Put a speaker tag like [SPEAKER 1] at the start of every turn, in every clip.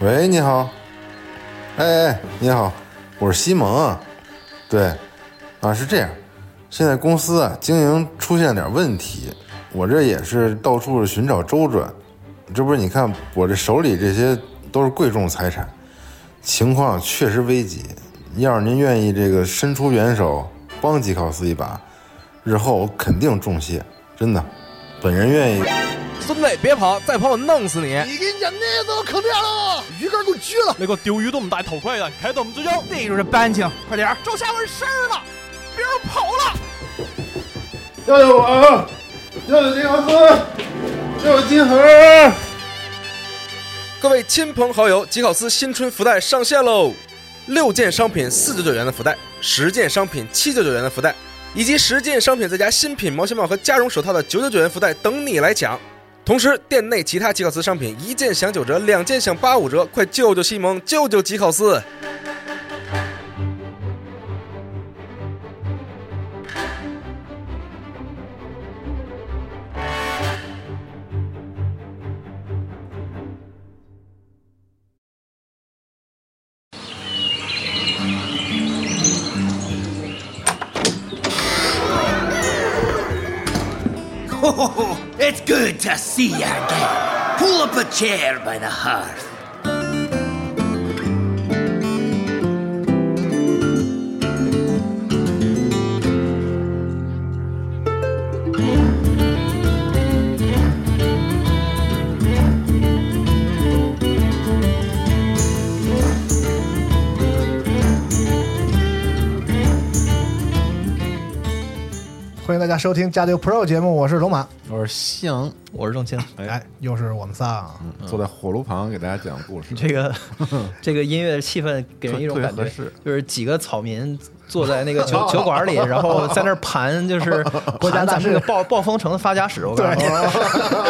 [SPEAKER 1] 喂，你好。哎哎，你好，我是西蒙啊。对，啊是这样，现在公司啊经营出现点问题，我这也是到处寻找周转。这不是你看我这手里这些都是贵重财产，情况确实危急。要是您愿意这个伸出援手，帮吉考斯一把，日后我肯定重谢，真的，本人愿意。
[SPEAKER 2] 孙子，别跑，再跑我弄死你！
[SPEAKER 3] 你给你讲那都坑掉了，鱼竿给我撅了！
[SPEAKER 4] 那个丢鱼这么大头盔的，开动我们之交。
[SPEAKER 5] 逮住这班青，快点儿！
[SPEAKER 2] 周下文事儿了，别让跑了！
[SPEAKER 3] 要
[SPEAKER 1] 哎
[SPEAKER 3] 有我，要有金豪斯，要有金河。
[SPEAKER 2] 各位亲朋好友，吉考斯新春福袋上线喽！六件商品四九九元的福袋，十件商品七九九元的福袋，以及十件商品再加新品毛线帽和加绒手套的九九九元福袋等你来抢。同时，店内其他吉考斯商品一件享九折，两件享八五折，快救救西蒙，救救吉考斯！
[SPEAKER 6] Oh, it's good to see you again. Pull up a chair by the hearth.
[SPEAKER 7] Podcast 欢迎大家收听《加丢 Pro》节目，我是龙马。
[SPEAKER 8] 我是西洋，我是郑钦。
[SPEAKER 7] 哎，又是我们仨啊！
[SPEAKER 8] 嗯
[SPEAKER 1] 坐在火炉旁给大家讲故事，
[SPEAKER 8] 这个这个音乐气氛给人一种
[SPEAKER 1] 特
[SPEAKER 8] 感
[SPEAKER 1] 特别
[SPEAKER 8] 觉
[SPEAKER 1] 合适，
[SPEAKER 8] 就是几个草民坐在那个酒酒馆 里，然后在那儿盘，就是国家咱们这个暴暴风城的发家史。我感觉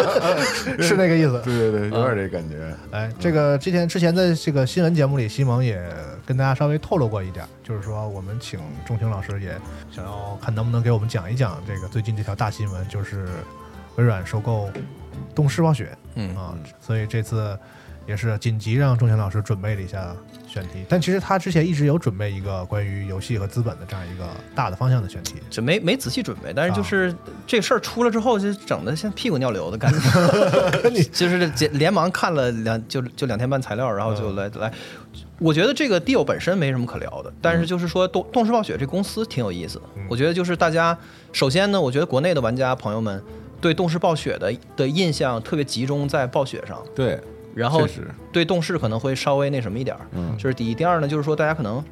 [SPEAKER 7] 是那个 意思。
[SPEAKER 1] 对对对，有点这感觉。
[SPEAKER 8] 嗯
[SPEAKER 7] 哎，这个之前之前的这个新闻节目里，西蒙也跟大家稍微透露过一点，就是说我们请钟情老师也想要看能不能给我们讲一讲这个最近这条大新闻，就是微软收购东视暴雪。
[SPEAKER 8] 嗯
[SPEAKER 7] 啊，所以这次也是紧急让钟情老师准备了一下选题，但其实他之前一直有准备一个关于游戏和资本的这样一个大的方向的选题。
[SPEAKER 8] 就没没仔细准备，但是
[SPEAKER 7] 啊
[SPEAKER 8] 就是这事儿出了之后，就整的像屁滚尿流的感觉。 就是嗯这连忙看了两就就两天半材料，然后就来、来。我觉得这个 deal 本身没什么可聊的，但是就是说动动视暴雪这公司挺有意思的。我觉得就是大家首先呢，我觉得国内的玩家朋友们对动视暴雪的的印象特别集中在暴雪上，
[SPEAKER 1] 对，
[SPEAKER 8] 然后
[SPEAKER 1] 确实
[SPEAKER 8] 对动视可能会稍微那什么一点儿，
[SPEAKER 1] 嗯
[SPEAKER 8] 这是第一。第二呢，就是说大家可能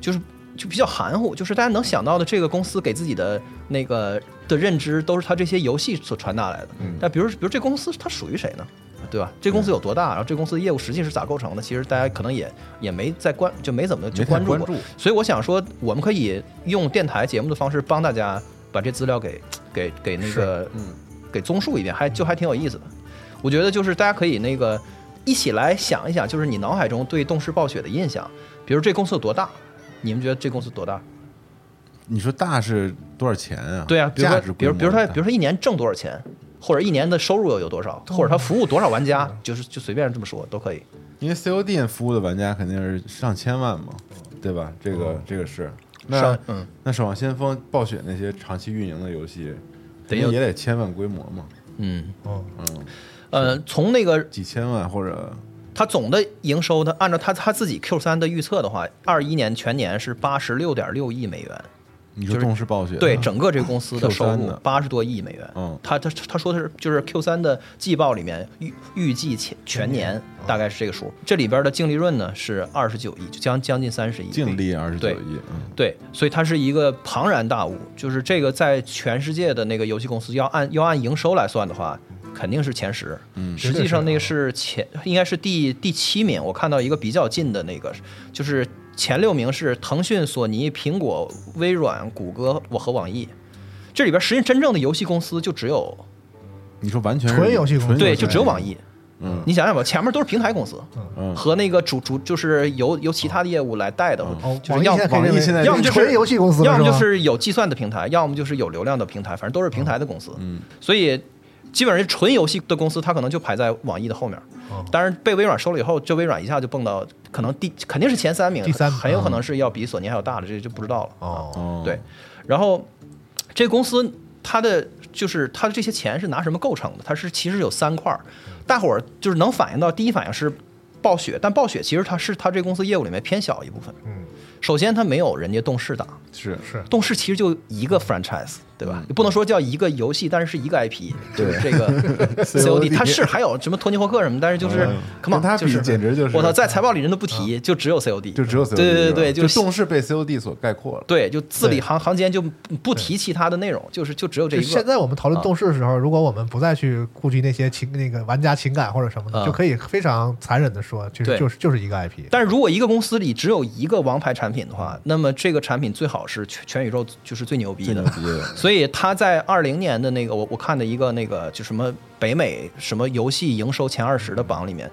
[SPEAKER 8] 就是就比较含糊，就是大家能想到的这个公司给自己的那个的认知，都是他这些游戏所传达来的。
[SPEAKER 1] 嗯
[SPEAKER 8] 但比如比如这公司它属于谁呢？对吧？这公司有多大？然后这公司业务实际是咋构成的？其实大家可能也也没在关，就没怎么就
[SPEAKER 1] 没太
[SPEAKER 8] 关注过。
[SPEAKER 1] 关注
[SPEAKER 8] 所以我想说，我们可以用电台节目的方式帮大家把这资料给给给那个嗯给综述一遍，还就还挺有意思的。我觉得就是大家可以那个一起来想一想，就是你脑海中对动视暴雪的印象，比如这公司有多大？你们觉得这公司多大？
[SPEAKER 1] 你说大是多少钱啊？
[SPEAKER 8] 对啊，比如
[SPEAKER 1] 价值，
[SPEAKER 8] 说比
[SPEAKER 1] 规
[SPEAKER 8] 如
[SPEAKER 1] 模
[SPEAKER 8] 比如说
[SPEAKER 1] 大
[SPEAKER 8] 他，比如说一年挣多少钱，或者一年的收入有有多少，或者他服
[SPEAKER 1] 啊
[SPEAKER 8] 务多少玩家，就是就随便这么说都可以。
[SPEAKER 1] 因为 COD 服务的玩家肯定是上千万嘛，对吧？这个、这个是。那
[SPEAKER 8] 嗯上嗯，
[SPEAKER 1] 那《守望先锋》、暴雪那些长期运营的游戏，肯定
[SPEAKER 8] 有
[SPEAKER 1] 也得千万规模嘛，
[SPEAKER 8] 嗯，
[SPEAKER 7] 嗯，
[SPEAKER 1] 哦
[SPEAKER 8] 呃，从那个
[SPEAKER 1] 几千万或者
[SPEAKER 8] 他总的营收，他按照他他自己 Q 三的预测的话，二一年全年是八十六点六亿美元，
[SPEAKER 1] 你说重视暴雪、
[SPEAKER 5] 嗯
[SPEAKER 8] 对整个这个公司的收
[SPEAKER 1] Q3
[SPEAKER 8] 入
[SPEAKER 1] 的
[SPEAKER 8] 八十多亿美元。
[SPEAKER 1] 嗯
[SPEAKER 8] 他他他说的是就是 Q 三的季报里面预预计全全年大概是这个数，这里边的净利润呢是二十九亿，就将将近三十亿。
[SPEAKER 1] 净利二十九
[SPEAKER 8] 对
[SPEAKER 1] 亿，嗯，
[SPEAKER 8] 对，所以它是一个庞然大物，就是这个在全世界的那个游戏公司要按要按营收来算的话，肯定是前十。嗯，实际上那个是前应该是第第七名，我看到一个比较近的那个，就是前六名是腾讯、索尼、苹果、微软、谷歌我和网易。这里边实际真正的游戏公司就只有
[SPEAKER 1] 你说完全是
[SPEAKER 7] 纯游戏公司
[SPEAKER 8] 对，就只有网
[SPEAKER 1] 易，
[SPEAKER 8] 易。
[SPEAKER 1] 嗯
[SPEAKER 8] 你想想吧，前面都是平台公司，
[SPEAKER 1] 嗯，
[SPEAKER 8] 和那个主主就是由由其他的业务来带的，
[SPEAKER 7] 哦，
[SPEAKER 8] 就是要
[SPEAKER 7] 网易现在可以
[SPEAKER 1] 网易
[SPEAKER 7] 认为
[SPEAKER 1] 现在
[SPEAKER 8] 要么就是
[SPEAKER 7] 纯游戏公司了，
[SPEAKER 8] 要么就
[SPEAKER 7] 吧
[SPEAKER 8] 是有计算的平台，要么就是有流量的平台，反正都是平台的公司。嗯，所以基本上是纯游戏的公司，它可能就排在网易的后面。
[SPEAKER 7] 哦
[SPEAKER 8] 当然被微软收了以后，这微软一下就蹦到可能第肯定是前三名，
[SPEAKER 7] 第三名嗯
[SPEAKER 8] 很有可能是要比索尼还要大的，这就不知道了。
[SPEAKER 7] 哦，
[SPEAKER 5] 哦，
[SPEAKER 8] 对，然后这公司它的就是它的这些钱是拿什么构成的？它是其实有三块儿，
[SPEAKER 5] 嗯
[SPEAKER 8] 大伙儿就是能反应到，第一反应是暴雪，但暴雪其实它是它这公司业务里面偏小一部分。
[SPEAKER 7] 嗯，
[SPEAKER 8] 首先它没有人家动视大，
[SPEAKER 5] 是
[SPEAKER 7] 是
[SPEAKER 8] 动视其实就一个 franchise，对吧？
[SPEAKER 5] 嗯
[SPEAKER 8] 也不能说叫一个游戏，但是是一个 IP，就是这 个 COD。它是还有什么托尼霍克什么，但是就是
[SPEAKER 5] 嗯
[SPEAKER 8] come on，
[SPEAKER 5] 跟它比
[SPEAKER 8] 就是
[SPEAKER 5] 简直就是嗯
[SPEAKER 8] 我操，在财报里人都不提，就只有 COD，
[SPEAKER 5] 就只有 COD
[SPEAKER 8] 对对
[SPEAKER 5] 是吧
[SPEAKER 8] 对，
[SPEAKER 5] 就是动视被 COD 所概括了。
[SPEAKER 8] 对，就字里行行间就不不提其他的内容，就是就只有这
[SPEAKER 7] 就
[SPEAKER 8] 一个。啊
[SPEAKER 7] 现在我们讨论动视的时候，如果我们不再去顾及那些情那个玩家情感或者什么的，
[SPEAKER 8] 啊
[SPEAKER 7] 就可以非常残忍的说，其实
[SPEAKER 8] 对
[SPEAKER 7] 就是就是一个 IP。
[SPEAKER 8] 但是如果一个公司里只有一个王牌产品的话，那么这个产品最好是全全宇宙就是最牛逼的。所以他在二零年的那个我我看的一个那个就什么北美什么游戏营收前二十的榜里面，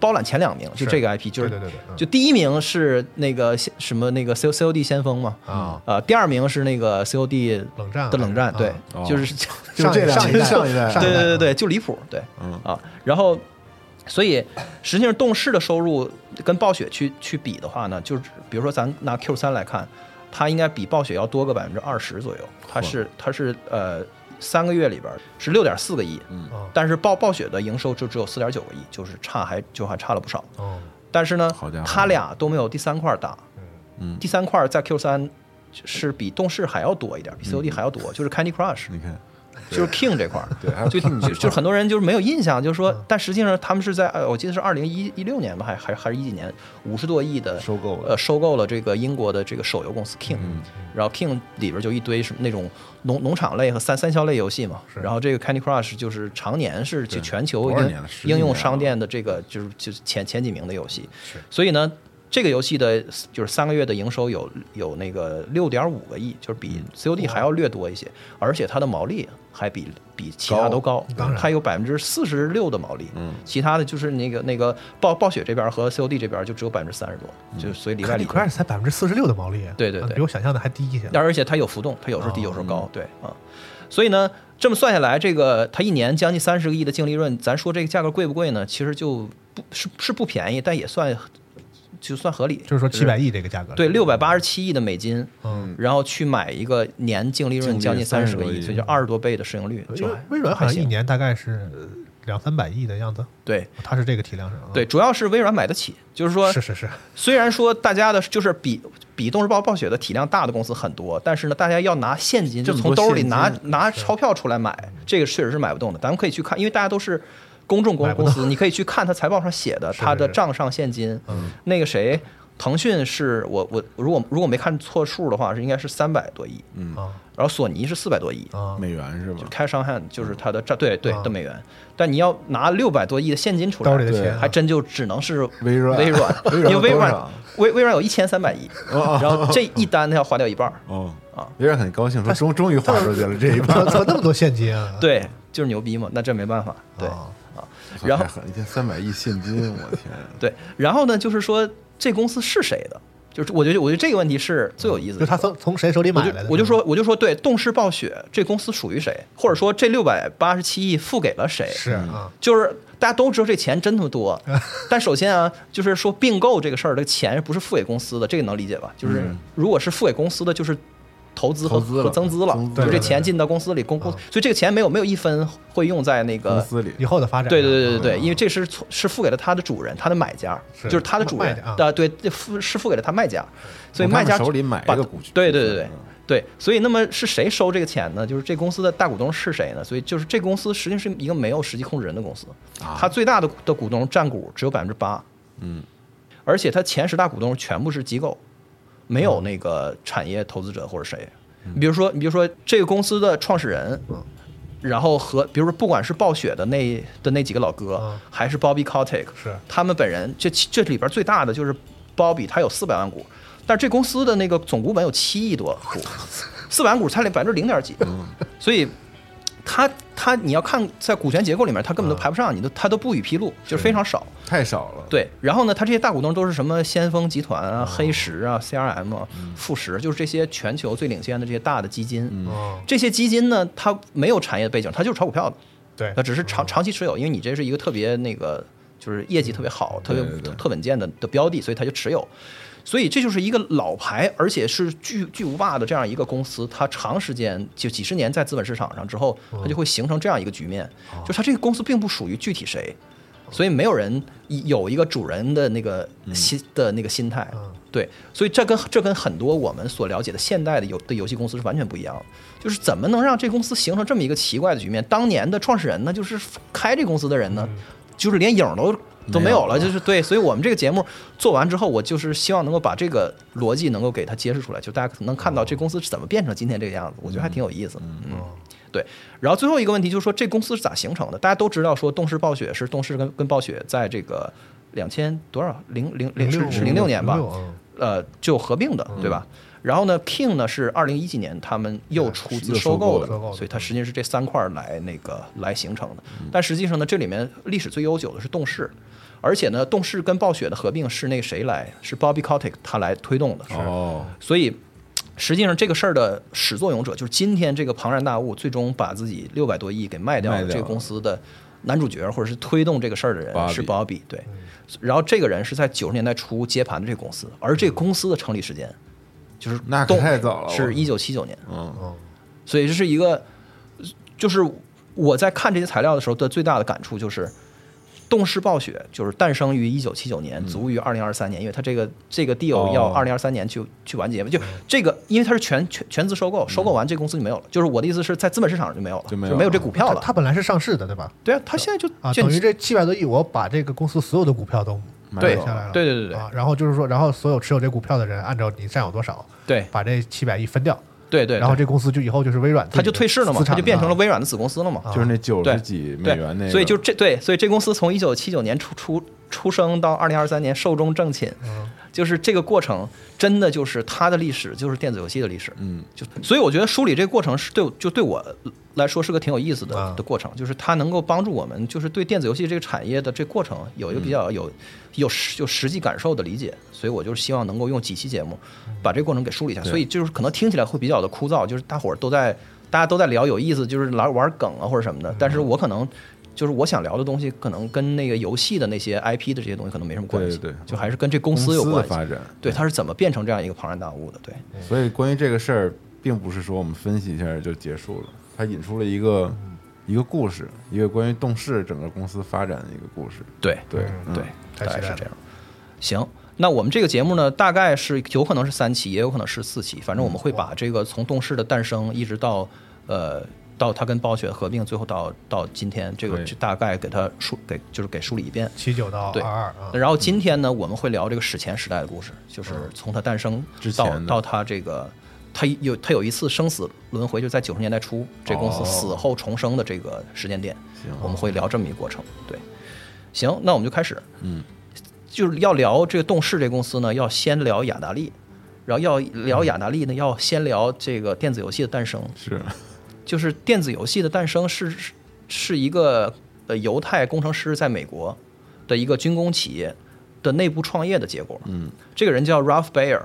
[SPEAKER 8] 包揽前两名就是这个 IP，就是
[SPEAKER 7] 对对对对嗯
[SPEAKER 8] 就第一名是那个先什么那个 C C O D 先锋嘛
[SPEAKER 7] 啊
[SPEAKER 8] 呃第二名是那个 C O D
[SPEAKER 7] 冷战
[SPEAKER 8] 的冷战，
[SPEAKER 7] 还是
[SPEAKER 8] 对
[SPEAKER 7] 啊，
[SPEAKER 8] 就是
[SPEAKER 5] 就这两
[SPEAKER 7] 上一代
[SPEAKER 5] 上一代嗯
[SPEAKER 7] 上
[SPEAKER 8] 对
[SPEAKER 7] 一代
[SPEAKER 8] 对对对，就离谱，对，啊，然后所以实际上动视的收入跟暴雪去去比的话呢，就是比如说咱拿 Q 三来看，它应该比暴雪要多个百分之二十左右，它是它是呃三个月里边是六点四个亿，嗯
[SPEAKER 7] 哦
[SPEAKER 8] 但是暴暴雪的营收就只有四点九个亿，就是差还就还差了不少，
[SPEAKER 7] 哦，
[SPEAKER 8] 但是呢
[SPEAKER 5] 好家，伙
[SPEAKER 8] 它俩都没有第三块大，嗯，第三块在 Q 三。是比动视还要多一点，
[SPEAKER 5] 嗯
[SPEAKER 8] 比 COD 还要多，就是 Candy Crush。
[SPEAKER 5] 你看，
[SPEAKER 8] 就是 King 这块儿，
[SPEAKER 5] 对还有
[SPEAKER 8] 就
[SPEAKER 5] King 这块
[SPEAKER 8] 就
[SPEAKER 5] 儿
[SPEAKER 8] 就很多人就是没有印象，就是说，但实际上他们是在，呃我记得是二零一一六年吧，还还还是一几年，五十多亿的
[SPEAKER 5] 收购了嗯
[SPEAKER 8] 呃，收购了这个英国的这个手游公司 King，然后 King 里边就一堆什么那种农农场类和三三消类游戏嘛，然后这个 Candy Crush 就是常年是就全球
[SPEAKER 5] 多少
[SPEAKER 8] 应
[SPEAKER 5] 年了十几
[SPEAKER 8] 应用
[SPEAKER 5] 年了
[SPEAKER 8] 商店的这个就是就是前前几名的游戏，所以呢。这个游戏的，就是三个月的营收有有那个六点五个亿，就是
[SPEAKER 7] 嗯
[SPEAKER 8] 比 COD 还要略多一些，而且它的毛利还比比其他都高，
[SPEAKER 7] 当然嗯
[SPEAKER 8] 它有百分之四十六的毛利，其他的就是那个那个暴暴雪这边和 COD 这边就只有百分之三十多，就是所以里外
[SPEAKER 7] 嗯看
[SPEAKER 8] 里
[SPEAKER 7] 你 Crash 才百分之四十六的毛利，啊嗯
[SPEAKER 8] 对对对
[SPEAKER 7] 比我想象的还低一些。
[SPEAKER 8] 而且它有浮动，它有时候低，有时候高，对啊。所以呢，这么算下来，这个它一年将近三十个亿的净利润，咱说这个价格贵不贵呢？其实就不是是不便宜，但也算就算合理。
[SPEAKER 7] 就是说七百亿这个价格，
[SPEAKER 8] 对，六百八十七亿的美金，
[SPEAKER 7] 嗯，
[SPEAKER 8] 然后去买一个年净利
[SPEAKER 5] 净利
[SPEAKER 8] 润
[SPEAKER 5] 润
[SPEAKER 8] 将近三十个
[SPEAKER 5] 30个
[SPEAKER 8] 亿，
[SPEAKER 5] 亿
[SPEAKER 8] 所以就二十多倍的市盈率，
[SPEAKER 7] 因
[SPEAKER 8] 就
[SPEAKER 7] 为
[SPEAKER 8] 还
[SPEAKER 7] 微软好像
[SPEAKER 8] 还
[SPEAKER 7] 一
[SPEAKER 8] 行
[SPEAKER 7] 年大概是呃两三百亿的样子，
[SPEAKER 8] 对
[SPEAKER 7] 它是这个体量是吧？
[SPEAKER 8] 对，主要是微软买得起，就是说
[SPEAKER 7] 是是是，
[SPEAKER 8] 虽然说大家的就是比比动视暴暴雪的体量大的公司很多，但是呢，大家要拿现金，就
[SPEAKER 5] 么
[SPEAKER 8] 从
[SPEAKER 5] 多
[SPEAKER 8] 兜里
[SPEAKER 5] 现
[SPEAKER 8] 拿
[SPEAKER 5] 金
[SPEAKER 8] 拿钞票出来买，这个确实是买不动的。咱们可以去看，因为大家都是公众公
[SPEAKER 7] 买不
[SPEAKER 8] 公
[SPEAKER 7] 动
[SPEAKER 8] 司，你可以去看它财报上写的，
[SPEAKER 7] 是
[SPEAKER 8] 它的
[SPEAKER 7] 是
[SPEAKER 8] 账上现金。那个谁，腾讯是我我如果如果没看错数的话，是应该是三百多亿，嗯，
[SPEAKER 7] 啊
[SPEAKER 8] 然后索尼是四百多亿，
[SPEAKER 7] 啊，
[SPEAKER 5] 美元是吧？
[SPEAKER 8] 开商汉就是它的账，对对
[SPEAKER 7] 啊
[SPEAKER 8] 的美元，但你要拿六百多亿的现金出来，
[SPEAKER 7] 兜里的钱啊
[SPEAKER 8] 还真就只能是
[SPEAKER 5] 微软，
[SPEAKER 8] 微软
[SPEAKER 5] 微
[SPEAKER 8] 因
[SPEAKER 5] 软
[SPEAKER 8] 为微
[SPEAKER 5] 多
[SPEAKER 8] 软啊
[SPEAKER 5] 少
[SPEAKER 8] 微微软有一千三百亿，
[SPEAKER 7] 哦
[SPEAKER 8] 然后这一单它要花掉一半儿，
[SPEAKER 5] 哦
[SPEAKER 8] 啊，
[SPEAKER 5] 微软很高兴说终终于花出去了这一
[SPEAKER 7] 怎 么
[SPEAKER 5] 半，
[SPEAKER 7] 怎么那么多现金啊？
[SPEAKER 8] 对，就是牛逼嘛，那这没办法，对
[SPEAKER 7] 啊
[SPEAKER 8] 啊，然后
[SPEAKER 5] 太狠了一天三百亿现金，我天，
[SPEAKER 8] 对，然后呢，就是说这公司是谁的？就是我觉得我觉得这个问题是最有意思
[SPEAKER 7] 就
[SPEAKER 8] 的，
[SPEAKER 7] 他从从谁手里
[SPEAKER 8] 我
[SPEAKER 7] 买
[SPEAKER 8] 就
[SPEAKER 7] 来的？
[SPEAKER 8] 我就说我就说对，动视暴雪这公司属于谁，或者说这六百八十七亿付给了谁？
[SPEAKER 7] 是啊，
[SPEAKER 8] 就是大家都知道这钱真他妈 多，但首先啊，就是说并购这个事儿，这个钱不是付给公司的，这个能理解吧？就是如果是付给公司的，就是投资和
[SPEAKER 5] 嗯投资了
[SPEAKER 8] 和增资了
[SPEAKER 5] 增，资
[SPEAKER 8] 就
[SPEAKER 5] 了
[SPEAKER 8] 这钱进到公司里，公公，所以这个钱没有没有一分会用在那
[SPEAKER 5] 啊公
[SPEAKER 8] 个。
[SPEAKER 5] 司里
[SPEAKER 7] 以后的嗯发展，
[SPEAKER 8] 对对
[SPEAKER 5] 嗯
[SPEAKER 8] 对对对，因为这是从是付给了他的主人，他的买家，
[SPEAKER 7] 是
[SPEAKER 8] 就是他的主
[SPEAKER 7] 卖
[SPEAKER 8] 人
[SPEAKER 7] 家啊
[SPEAKER 8] 呃对，这付是付给了他卖家，所以
[SPEAKER 5] 从他
[SPEAKER 8] 卖
[SPEAKER 5] 们
[SPEAKER 8] 家
[SPEAKER 5] 手里买
[SPEAKER 8] 把
[SPEAKER 5] 这个股权
[SPEAKER 8] 对对对对
[SPEAKER 5] 嗯
[SPEAKER 8] 对，所以那么是谁收这个钱呢？就是这公司的大股东是谁呢？所以就是这公司实际上是一个没有实际控制人的公司，
[SPEAKER 5] 啊
[SPEAKER 8] 它最大的的股东占股只有百分之八，嗯，而且它前十大股东全部是机构，没有那个产业投资者或者谁。你比如说，你比如说这个公司的创始人，然后和比如说不管是暴雪的那的那几个老哥，
[SPEAKER 7] 嗯
[SPEAKER 8] 还是 Bobby Kotick，
[SPEAKER 7] 是
[SPEAKER 8] 他们本人，这这里边最大的就是 Bobby，他有四百万股，但是这公司的那个总股本有七亿多股，四百万股才百分之零点几，所以他他你要看在股权结构里面，他根本都排不上，你都他都不予披露，嗯就是非常少。
[SPEAKER 5] 太少了，
[SPEAKER 8] 对，然后呢，他这些大股东都是什么先锋集团啊、黑石啊、CRM 啊、富时，就是这些全
[SPEAKER 5] 嗯
[SPEAKER 8] 球最领先的这些大的基金。
[SPEAKER 7] 哦
[SPEAKER 8] 这些基金呢，它没有产业背景，它就是炒股票的。
[SPEAKER 7] 对
[SPEAKER 8] 那只是长长期持有，因为你这是一个特别那个就是业绩特别好、特别特特稳健的的标的，所以他就持有。所以这就是一个老牌，而且是巨巨无霸的这样一个公司，它长时间就几十年在资本市场上之后，它就会形成这样一个局面，就是它这个公司并不属于具体谁，所以没有人以有一个主人的那个心的那个心态，对，所以这跟这跟很多我们所了解的现代的游的游戏公司是完全不一样的，就是怎么能让这公司形成这么一个奇怪的局面？当年的创始人呢，就是开这公司的人呢，就是连影儿都都没有了，就是对，所以我们这个节目做完之后，我就是希望能够把这个逻辑能够给它揭示出来，就大家能看到这公司是怎么变成今天这个样子，我觉得还挺有意思的。哦嗯，对。然后最后一个问题就是说，这公司是咋形成的？大家都知道说动视暴雪是动视跟跟暴雪在这个两千多少零零零是是零六嗯年吧，
[SPEAKER 7] 06嗯
[SPEAKER 8] 呃就合并的，对吧？然后呢，King 呢是二零一几年他们哎又出资收购的，
[SPEAKER 7] 收购的
[SPEAKER 8] 所以它实际上是这三块儿来那个来形成的。但实际上呢，这里面历史最悠久的是动视，而且呢，动视跟暴雪的合并是那个谁来，是 Bobby Kotick 他来推动的。
[SPEAKER 5] 哦，
[SPEAKER 8] 所以实际上这个事儿的始作俑者就是今天这个庞然大物，最终把自己六百多亿给卖掉
[SPEAKER 5] 卖
[SPEAKER 8] 了
[SPEAKER 5] 掉
[SPEAKER 8] 这个公司的男主角，或者是推动这个事儿的人
[SPEAKER 5] Bobby
[SPEAKER 8] 是 Bobby。对，然后这个人是在九十年代初接盘的这个公司，而这个公司的成立时间就是
[SPEAKER 5] 那可
[SPEAKER 8] 动
[SPEAKER 5] 太早了我
[SPEAKER 8] 是一九七九年。
[SPEAKER 5] 嗯，
[SPEAKER 8] 所以这是一个，就是我在看这些材料的时候的最大的感触就是，动视暴雪就是诞生于一九七九
[SPEAKER 5] 嗯
[SPEAKER 8] 年，卒于二零二三年，因为它这个这个
[SPEAKER 5] 哦
[SPEAKER 8] deal 要二零二三年去去完结嘛，
[SPEAKER 7] 嗯
[SPEAKER 8] 就这个因为它是全全全资收购，收购完这公司就没有了，就是我的意思是在资本市场上就没有了，
[SPEAKER 5] 嗯
[SPEAKER 8] 就
[SPEAKER 5] 就没有
[SPEAKER 8] 有这
[SPEAKER 5] 了
[SPEAKER 8] 股票
[SPEAKER 7] 它它
[SPEAKER 8] 了。
[SPEAKER 7] 本来是上市的，对吧？
[SPEAKER 8] 对啊，它现在就
[SPEAKER 7] 啊，
[SPEAKER 8] 就
[SPEAKER 7] 等于这七百多亿，我把这个公司所有的股票都
[SPEAKER 8] 对
[SPEAKER 7] 买下来了，
[SPEAKER 8] 对对对对
[SPEAKER 7] 啊，然后就是说，然后所有持有这股票的人，按照你占有多少，
[SPEAKER 8] 对
[SPEAKER 7] 把这七百亿分掉，
[SPEAKER 8] 对对，
[SPEAKER 7] 然后这公司就以后就是微软自己的
[SPEAKER 8] 它
[SPEAKER 7] 资产，啊
[SPEAKER 8] 就退市了嘛，它就变成了微软的子公司了嘛，
[SPEAKER 5] 就是那九
[SPEAKER 8] 对
[SPEAKER 5] 十几美元那
[SPEAKER 8] 对
[SPEAKER 5] 个，
[SPEAKER 8] 所以就这对，所以这公司从一九七九年出出出生到二零二三年寿终正寝，就是这个过程真的就是它的历史，就是电子游戏的历史，嗯，就所以我觉得梳理这个过程是对就对我来说是个挺有意思的、
[SPEAKER 7] 啊
[SPEAKER 8] 的过程，就是它能够帮助我们就是对电子游戏这个产业的这过程有一个比
[SPEAKER 5] 嗯
[SPEAKER 8] 较有、有实有实际感受的理解，所以我就是希望能够用几期节目
[SPEAKER 5] 嗯
[SPEAKER 8] 把这个过程给梳理一下，所以就是可能听起来会比较的枯燥，就是大伙儿都在。大家都在聊有意思，就是玩玩梗啊或者什
[SPEAKER 5] 嗯
[SPEAKER 8] 么的。但是我可能就是我想聊的东西，可能跟那个游戏的那些 IP 的这些东西可能没什么关系，
[SPEAKER 5] 对对对
[SPEAKER 8] 就还是跟这公司有
[SPEAKER 5] 公
[SPEAKER 8] 关
[SPEAKER 5] 司的
[SPEAKER 8] 系。
[SPEAKER 5] 发展，
[SPEAKER 8] 对，它是怎么变成这样一个庞然大物的？对，
[SPEAKER 5] 所以关于这个事儿，并不是说我们分析一下就结束了，它引出了一个一个故事，一个关于动视整个公司发展的一个故事。
[SPEAKER 8] 对，
[SPEAKER 5] 对
[SPEAKER 8] 对，
[SPEAKER 7] 嗯太
[SPEAKER 8] 大
[SPEAKER 7] 期
[SPEAKER 8] 概
[SPEAKER 7] 待
[SPEAKER 8] 是
[SPEAKER 7] 了
[SPEAKER 8] 这样。行，那我们这个节目呢，大概是有可能是三期，也有可能是四期，反
[SPEAKER 7] 嗯
[SPEAKER 8] 正我们会把这个从动视的诞生一直到呃到它跟暴雪合并，最后到到今天这个
[SPEAKER 5] 对
[SPEAKER 8] 这大概给它梳给就是给梳理一遍。
[SPEAKER 7] 七九到
[SPEAKER 8] 对
[SPEAKER 7] 二二啊，
[SPEAKER 8] 然后今天呢，我们会聊这个史前时代的故事，就是从它诞生
[SPEAKER 5] 之前
[SPEAKER 8] 到
[SPEAKER 5] 的
[SPEAKER 8] 到它这个，它有它有一次生死轮回，就在九十年代初，这公司死后重生的这个时间点，我们会聊这么一个过程。对，行，那我们就开始，嗯，就是要聊这个动视这公司呢，要先聊雅达利，然后要聊雅达利呢，要先聊这个电子游戏的诞生，
[SPEAKER 5] 是
[SPEAKER 8] 就是电子游戏的诞生是是是一个呃犹太工程师在美国的一个军工企业的内部创业的结果。嗯，这个人叫 Ralph Baer，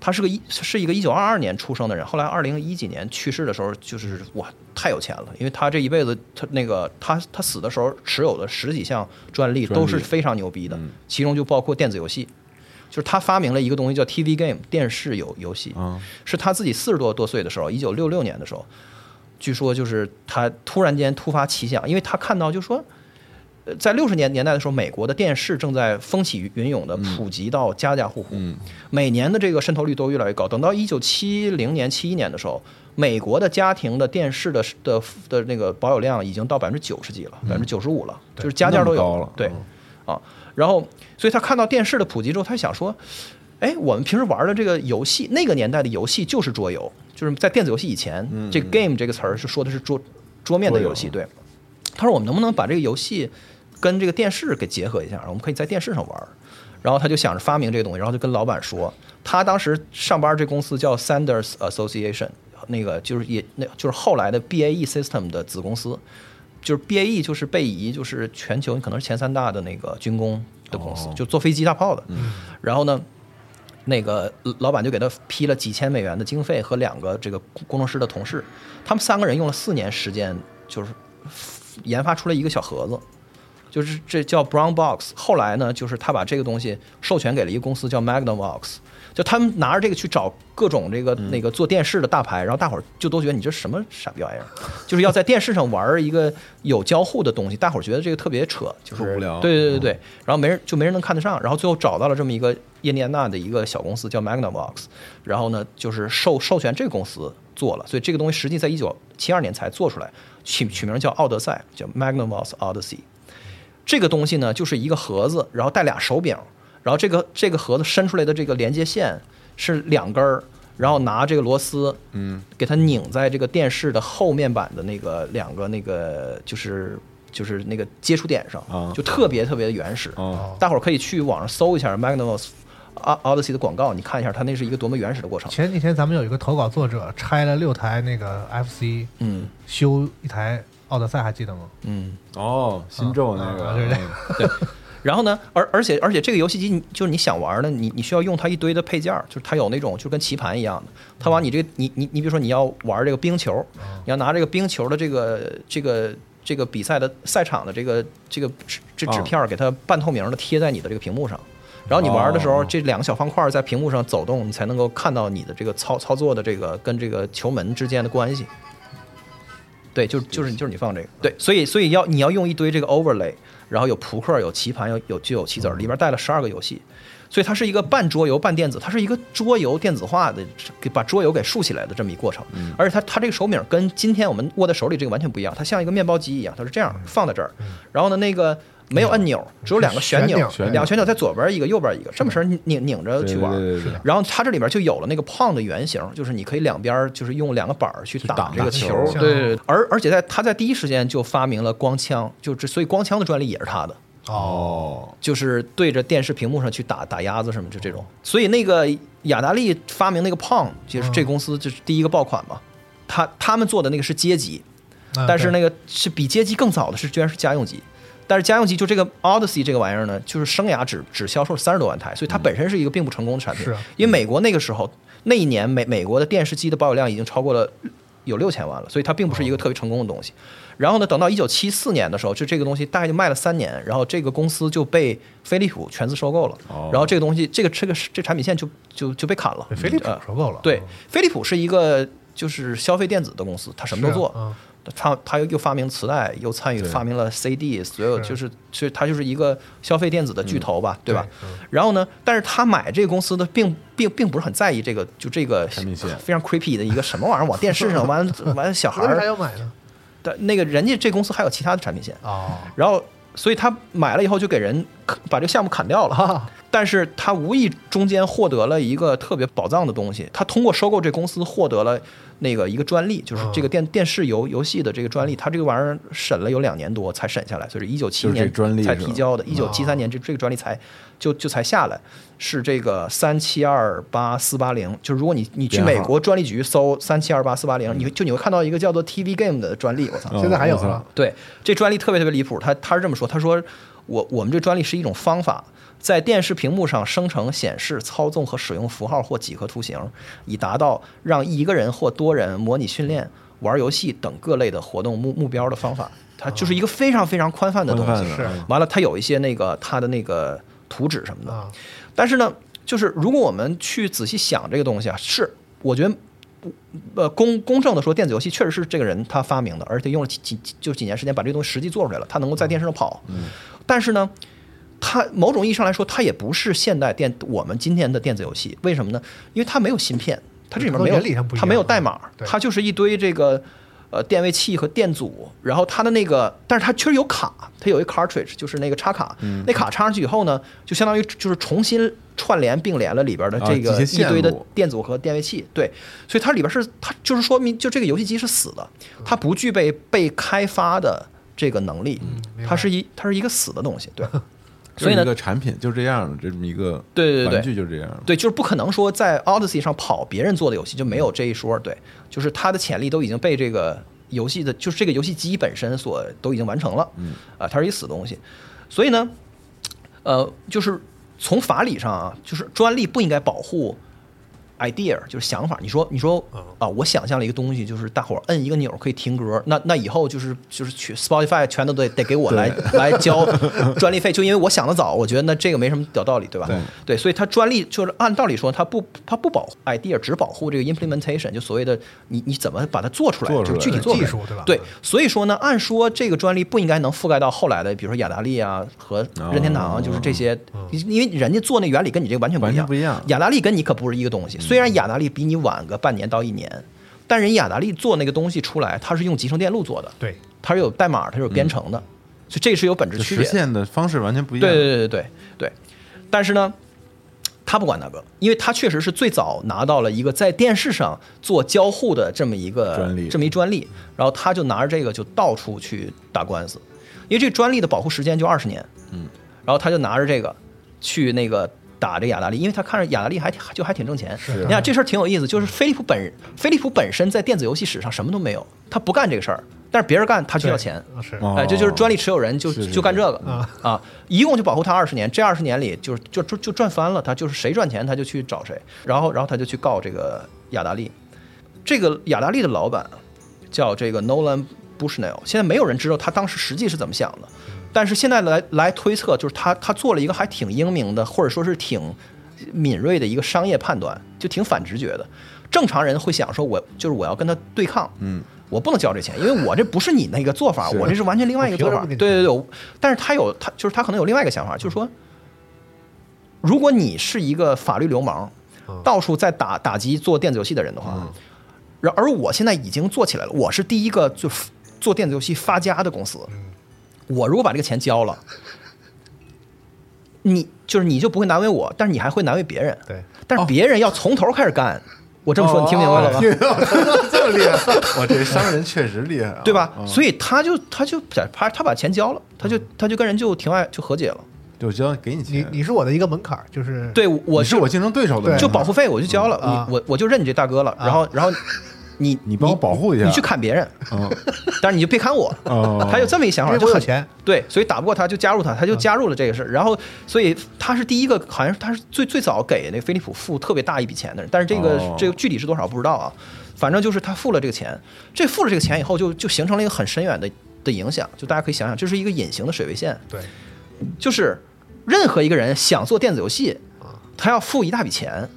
[SPEAKER 8] 他是个一是一个一九二二年出生的人，后来二零一几年去世的时候，就是哇太有钱了，因为他这一辈子他那个他他死的时候持有的十几项专利
[SPEAKER 5] 专利嗯
[SPEAKER 8] 都是非常牛逼的，其中就包括电子游戏。就是他发明了一个东西叫 TV game 电视游游戏，
[SPEAKER 5] 哦
[SPEAKER 8] 是他自己四十多多岁的时候，一九六六年的时候，据说就是他突然间突发奇想，因为他看到就说，呃在六十年年代的时候，美国的电视正在风起云涌的普及到家家户户，
[SPEAKER 5] 嗯
[SPEAKER 8] 每年的这个渗透率都越来越高。等到一九七零年、七一年的时候，美国的家庭的电视的的的那个保有量已经到百分之九十几了，百分之九十五了，就是家家都
[SPEAKER 5] 嗯那么高
[SPEAKER 8] 有
[SPEAKER 5] 了，嗯
[SPEAKER 8] 对，啊，然后所以他看到电视的普及之后，他想说，哎，我们平时玩的这个游戏，那个年代的游戏就是桌游，就是在电子游戏以前，这个 game 这个词儿是说的是桌嗯桌面的游戏，对。他说我们能不能把这个游戏跟这个电视给结合一下，我们可以在电视上玩儿。然后他就想着发明这个东西，然后就跟老板说，他当时上班这公司叫 Sanders Association，那个就是也那就是后来的 BAE System 的子公司，就是 BAE 就是贝仪，就是全球可能是前三大的那个军工的公司，就做飞机大炮的。然后呢，那个老板就给他批了几千美元的经费和两个这个工程师的同事，他们三个人用了四年时间，就是研发出来一个小盒子，就是这叫 Brown Box。后来呢，就是他把这个东西授权给了一个公司叫 Magnum Box，就他们拿着这个去找各种这个那个做电视的大牌，然后大伙儿就都觉得你这什么傻逼玩意儿，就是要在电视上玩一个有交互的东西，大伙儿觉得这个特别扯，就是
[SPEAKER 5] 特无聊嗯
[SPEAKER 8] 对对对对，然后没人就没人能看得上，然后最后找到了这么一个印第安纳的一个小公司叫 Magnum Box，然后呢就是授授权这个公司做了，所以这个东西实际在一九七二年才做出来，取取名叫奥德赛，叫 Magnum Box Odyssey。这个东西呢，就是一个盒子，然后带俩手柄，然后这个这个盒子伸出来的这个连接线是两根儿，然后拿这个螺丝，嗯，给它拧在这个电视的后面板的那个两个那个就是就是那个接触点上，
[SPEAKER 5] 啊
[SPEAKER 8] 就特别特别原始。
[SPEAKER 5] 哦
[SPEAKER 8] 大伙儿可以去网上搜一下 Magnum Odyssey 的广告，你看一下它那是一个多么原始的过程。
[SPEAKER 7] 前几天咱们有一个投稿作者拆了六台那个 FC，
[SPEAKER 8] 嗯，
[SPEAKER 7] 修一台奥德赛，还记得吗？
[SPEAKER 8] 嗯。
[SPEAKER 5] 哦，新咒那个，
[SPEAKER 7] 啊对对对
[SPEAKER 5] 嗯
[SPEAKER 8] 然后呢，而而且而且这个游戏机你就是你想玩呢，你你需要用它一堆的配件儿，就是它有那种就跟棋盘一样的，它往你这个你你你比如说你要玩这个冰球，你要拿这个冰球的这个这个这个比赛的赛场的这个这个纸这纸片儿给它半透明的贴在你的这个屏幕上。然后你玩的时候，
[SPEAKER 5] 哦
[SPEAKER 8] 这两个小方块儿在屏幕上走动，你才能够看到你的这个操操作的这个跟这个球门之间的关系。对，就是就是就是你放这个，对，所以所以要你要用一堆这个 overlay，然后有扑克，有棋盘，有有就有棋子儿，里边带了十二个游戏，所以它是一个半桌游半电子，它是一个桌游电子化的，给把桌游给竖起来的这么一过程。而且它它这个手柄跟今天我们握在手里这个完全不一样，它像一个面包机一样，它是这样放在这儿，然后呢那个。没有按钮，只有两个嗯旋钮，
[SPEAKER 7] 旋
[SPEAKER 5] 钮
[SPEAKER 8] 两个旋钮在左边一个，右边一个，这么式儿拧拧拧着去玩。
[SPEAKER 5] 对对对对对
[SPEAKER 8] 然后它这里边就有了那个胖的圆形，就是你可以两边儿就是用两个板儿去打
[SPEAKER 5] 挡
[SPEAKER 8] 这个
[SPEAKER 5] 球
[SPEAKER 8] 球儿，对对对。而而且在他在第一时间就发明了光枪，就这，所以光枪的专利也是他的，
[SPEAKER 5] 哦，
[SPEAKER 8] 就是对着电视屏幕上去打打鸭子什么就这种。所以那个雅达利发明那个胖，就是这公司就是第一个爆款嘛。他他们做的那个是街机，
[SPEAKER 7] 啊
[SPEAKER 8] 但是那
[SPEAKER 7] 对
[SPEAKER 8] 个是比街机更早的是，居然是家用机。但是家用机就这个 Odyssey 这个玩意儿呢，就是生涯只只销售三十多万台，所以它本身是一个并不成功的产
[SPEAKER 7] 嗯
[SPEAKER 8] 品。
[SPEAKER 7] 是啊
[SPEAKER 8] 因为美国那个时候那一年美美国的电视机的保有量已经超过了有六千万了，所以它并不是一个特别成功的东西。然后呢，等到一九七四年的时候，就这个东西大概就卖了三年，然后这个公司就被飞利浦全资收购了，
[SPEAKER 5] 哦
[SPEAKER 8] 然后这个东西这个这个这产品线就就就被砍了
[SPEAKER 7] 被，飞利浦
[SPEAKER 8] 呃
[SPEAKER 7] 收购了。嗯
[SPEAKER 8] 对，飞利浦是一个就是消费电子的公司，它什么都做。
[SPEAKER 7] 是啊
[SPEAKER 8] 它它又发明磁带，又参与发明了 CD，所有
[SPEAKER 7] 是
[SPEAKER 8] 就是是它就是一个消费电子的巨头吧，对吧？然后呢，但是他买这个公司的并并并不是很在意这个，就这个
[SPEAKER 5] 产品线
[SPEAKER 8] 非常 creepy 的一个什么玩意儿，往电视上完完小孩
[SPEAKER 7] 为啥
[SPEAKER 8] 儿
[SPEAKER 7] 要买呢？
[SPEAKER 8] 的那个人家这公司还有其他的产品线，
[SPEAKER 7] 哦，
[SPEAKER 8] 然后所以他买了以后就给人把这个项目砍掉了。
[SPEAKER 7] 啊
[SPEAKER 8] 但是他无意中间获得了一个特别宝藏的东西，他通过收购这公司获得了那个一个专利，就是
[SPEAKER 5] 嗯
[SPEAKER 8] 这个电电视游游戏的这个专利，他这个玩意儿审了有两年多才审下来，所以一九七
[SPEAKER 5] 就是
[SPEAKER 8] 年
[SPEAKER 5] 这专利
[SPEAKER 8] 才
[SPEAKER 5] 是吧啊
[SPEAKER 8] 提交的，一九七三年这这个专利才就就才下来，是这个三七二八四八零，就是如果你你去
[SPEAKER 5] 编号
[SPEAKER 8] 美国专利局搜三七二八四八零，你会就你会看到一个叫做 TV Game 的专利，我操，
[SPEAKER 7] 现在还有
[SPEAKER 5] 哦
[SPEAKER 7] 啊？
[SPEAKER 8] 对，这专利特别特别离谱。他他是这么说，他说我我们这专利是一种方法，在电视屏幕上生成、显示、操纵和使用符号或几何图形，以达到让一个人或多人模拟训练、玩游戏等各类的活动目目标的方法。它就是一个非常非常宽泛的东
[SPEAKER 5] 宽
[SPEAKER 8] 西。
[SPEAKER 5] 泛的嗯是
[SPEAKER 8] 完了，它有一些那个它的那个图纸什么的。
[SPEAKER 7] 啊
[SPEAKER 8] 但是呢，就是如果我们去仔细想这个东西啊，是我觉得。呃，公公正的说，电子游戏确实是这个人他发明的，而且用了几几几就几年时间把这个东西实际做出来了，他能够在电视上跑。
[SPEAKER 7] 嗯
[SPEAKER 8] 但是呢，它某种意义上来说，它也不是现代电我们今天的电子游戏，为什么呢？因为它没有芯片，它这里面没
[SPEAKER 7] 它的原理
[SPEAKER 8] 有
[SPEAKER 7] 上不一样啊
[SPEAKER 8] 它没有代码，
[SPEAKER 7] 对
[SPEAKER 8] 它就是一堆这个呃电位器和电阻，然后它的那个，但是它确实有卡，它有一个 cartridge，就是那个插卡，
[SPEAKER 5] 嗯
[SPEAKER 8] 那卡插上去以后呢，就相当于就是重新串联并联了里边的这
[SPEAKER 5] 啊
[SPEAKER 8] 个
[SPEAKER 5] 这
[SPEAKER 8] 一
[SPEAKER 5] 些
[SPEAKER 8] 堆的
[SPEAKER 5] 线路
[SPEAKER 8] 电阻和电位器，对，所以它里边是它就是说明就这个游戏机是死的，它不具备被开发的这个能力，它是一它是一个死的东西， 对。嗯所以
[SPEAKER 5] 就
[SPEAKER 8] 呢
[SPEAKER 5] 是一，个产品就这样，这么一个
[SPEAKER 8] 对对对
[SPEAKER 5] 玩具就这样，
[SPEAKER 8] 对，就是不可能说在 Odyssey 上跑别人做的游戏就没有这一说，对，就是它的潜力都已经被这个游戏的，就是这个游戏机本身所都已经完成了，嗯，啊、它是一死东西，所以呢，呃，就是从法理上啊，就是专利不应该保护 idea，就是想法。你说，你说
[SPEAKER 7] 嗯
[SPEAKER 8] 啊，我想象了一个东西，就是大伙儿摁一个钮儿可以听歌，那那以后就是就是去 Spotify 全都得得给我来来交专利费，就因为我想的早，我觉得那这个没什么屌道理，对吧？
[SPEAKER 5] 对
[SPEAKER 8] 所以它专利就是按道理说，它不它不保护 idea，只保护这个 implementation，就所谓的你你怎么把它做出来，
[SPEAKER 5] 做出来
[SPEAKER 8] 就具体做出来
[SPEAKER 7] 技术对吧嗯
[SPEAKER 8] 对，所以说呢，按说这个专利不应该能覆盖到后来的，比如说雅达利啊和任天堂，就是这些，因为人家做那原理跟你这个完全不一
[SPEAKER 5] 哦完
[SPEAKER 8] 样
[SPEAKER 5] 全。不一样嗯
[SPEAKER 8] 雅达利跟你可不是一个东西。虽然雅达利比你晚个半年到一年，但人雅达利做那个东西出来，它是用集成电路做的，
[SPEAKER 7] 对，
[SPEAKER 8] 它是有代码，它是有编程的，所以这是有本质
[SPEAKER 5] 嗯就
[SPEAKER 8] 区
[SPEAKER 5] 实
[SPEAKER 8] 别的。
[SPEAKER 5] 现的方式完全不一样。
[SPEAKER 8] 对对对对对对。但是呢，他不管那个，因为他确实是最早拿到了一个在电视上做交互的这么一个
[SPEAKER 5] 专利
[SPEAKER 8] 这么一专利，然后他就拿着这个就到处去打官司，因为这个专利的保护时间就二十年，嗯，然后他就拿着这个去那个。打这雅达利，因为他看着雅达利还挺就还挺挣钱。你看这事儿挺有意思，就是飞利浦本飞利浦本身在电子游戏史上什么都没有，他不干这个事儿，但是别人干他就要钱。
[SPEAKER 7] 啊是
[SPEAKER 5] 哦
[SPEAKER 8] 哎，这就是专利持有人就是
[SPEAKER 5] 是
[SPEAKER 8] 就干这个啊，一共就保护他二十年，这二十年里就是就就就赚翻了，他就是谁赚钱他就去找谁，然后然后他就去告这个雅达利，这个雅达利的老板啊叫这个 Nolan Bushnell，现在没有人知道他当时实际是怎么想的，但是现在来来推测，就是他他做了一个还挺英明的，或者说是挺敏锐的一个商业判断，就挺反直觉的。正常人会想说我，就是我要跟他对抗，嗯，我不能交这钱，因为我这不是你那个做法，我这是完全另外一个做
[SPEAKER 7] 我
[SPEAKER 8] 法。
[SPEAKER 7] 凭什么给
[SPEAKER 8] 对
[SPEAKER 7] 你
[SPEAKER 8] 对对，我但是他有他就是他可能有另外一个想法，就是说，如果你是一个法律流氓，
[SPEAKER 7] 嗯
[SPEAKER 8] 到处在打打击做电子游戏的人的话，然而我现在已经做起来了，我是第一个就 f- 做电子游戏发家的公司。
[SPEAKER 5] 嗯
[SPEAKER 8] 我如果把这个钱交了，你就是你就不会难为我，但是你还会难为别人。
[SPEAKER 7] 对，
[SPEAKER 8] 但是别人要从头开始干。我这么
[SPEAKER 5] 哦
[SPEAKER 8] 说，你听明白了吗？
[SPEAKER 5] 这么厉害，我这商人确实厉害啊，
[SPEAKER 8] 对吧？所以他就他就他他把钱交了，他
[SPEAKER 5] 嗯
[SPEAKER 8] 就他就跟人就庭外就和解了。
[SPEAKER 5] 就交给你
[SPEAKER 7] 你
[SPEAKER 5] 钱，
[SPEAKER 7] 你是我的一个门槛儿，就是
[SPEAKER 8] 对，我
[SPEAKER 5] 你是我竞嗯争对手的
[SPEAKER 7] 对
[SPEAKER 5] 人，
[SPEAKER 8] 就保护费我就交了，
[SPEAKER 7] 啊
[SPEAKER 8] 你我我就认你这大哥了。然后然后你
[SPEAKER 5] 啊 你帮我保护一下
[SPEAKER 8] 你去砍别人，
[SPEAKER 5] 嗯
[SPEAKER 8] 但是你就别砍我。
[SPEAKER 5] 哦嗯
[SPEAKER 8] 他有这么一想
[SPEAKER 7] 因
[SPEAKER 8] 法，
[SPEAKER 7] 为
[SPEAKER 8] 就
[SPEAKER 7] 我有
[SPEAKER 8] 很
[SPEAKER 7] 钱，
[SPEAKER 8] 对，所以打不过他就加入他，他就加入了这个事儿。然后，所以他是第一个，好像是他是最最早给那个飞利浦付特别大一笔钱的人，但是这个、
[SPEAKER 5] 哦
[SPEAKER 8] 这个具体是多少不知道啊。反正就是他付了这个钱，这付了这个钱以后就，就形成了一个很深远的的影响。就大家可以想想，这是一个隐形的水位线，
[SPEAKER 7] 对，
[SPEAKER 8] 就是任何一个人想做电子游戏，
[SPEAKER 5] 嗯
[SPEAKER 8] 他要付一大笔钱，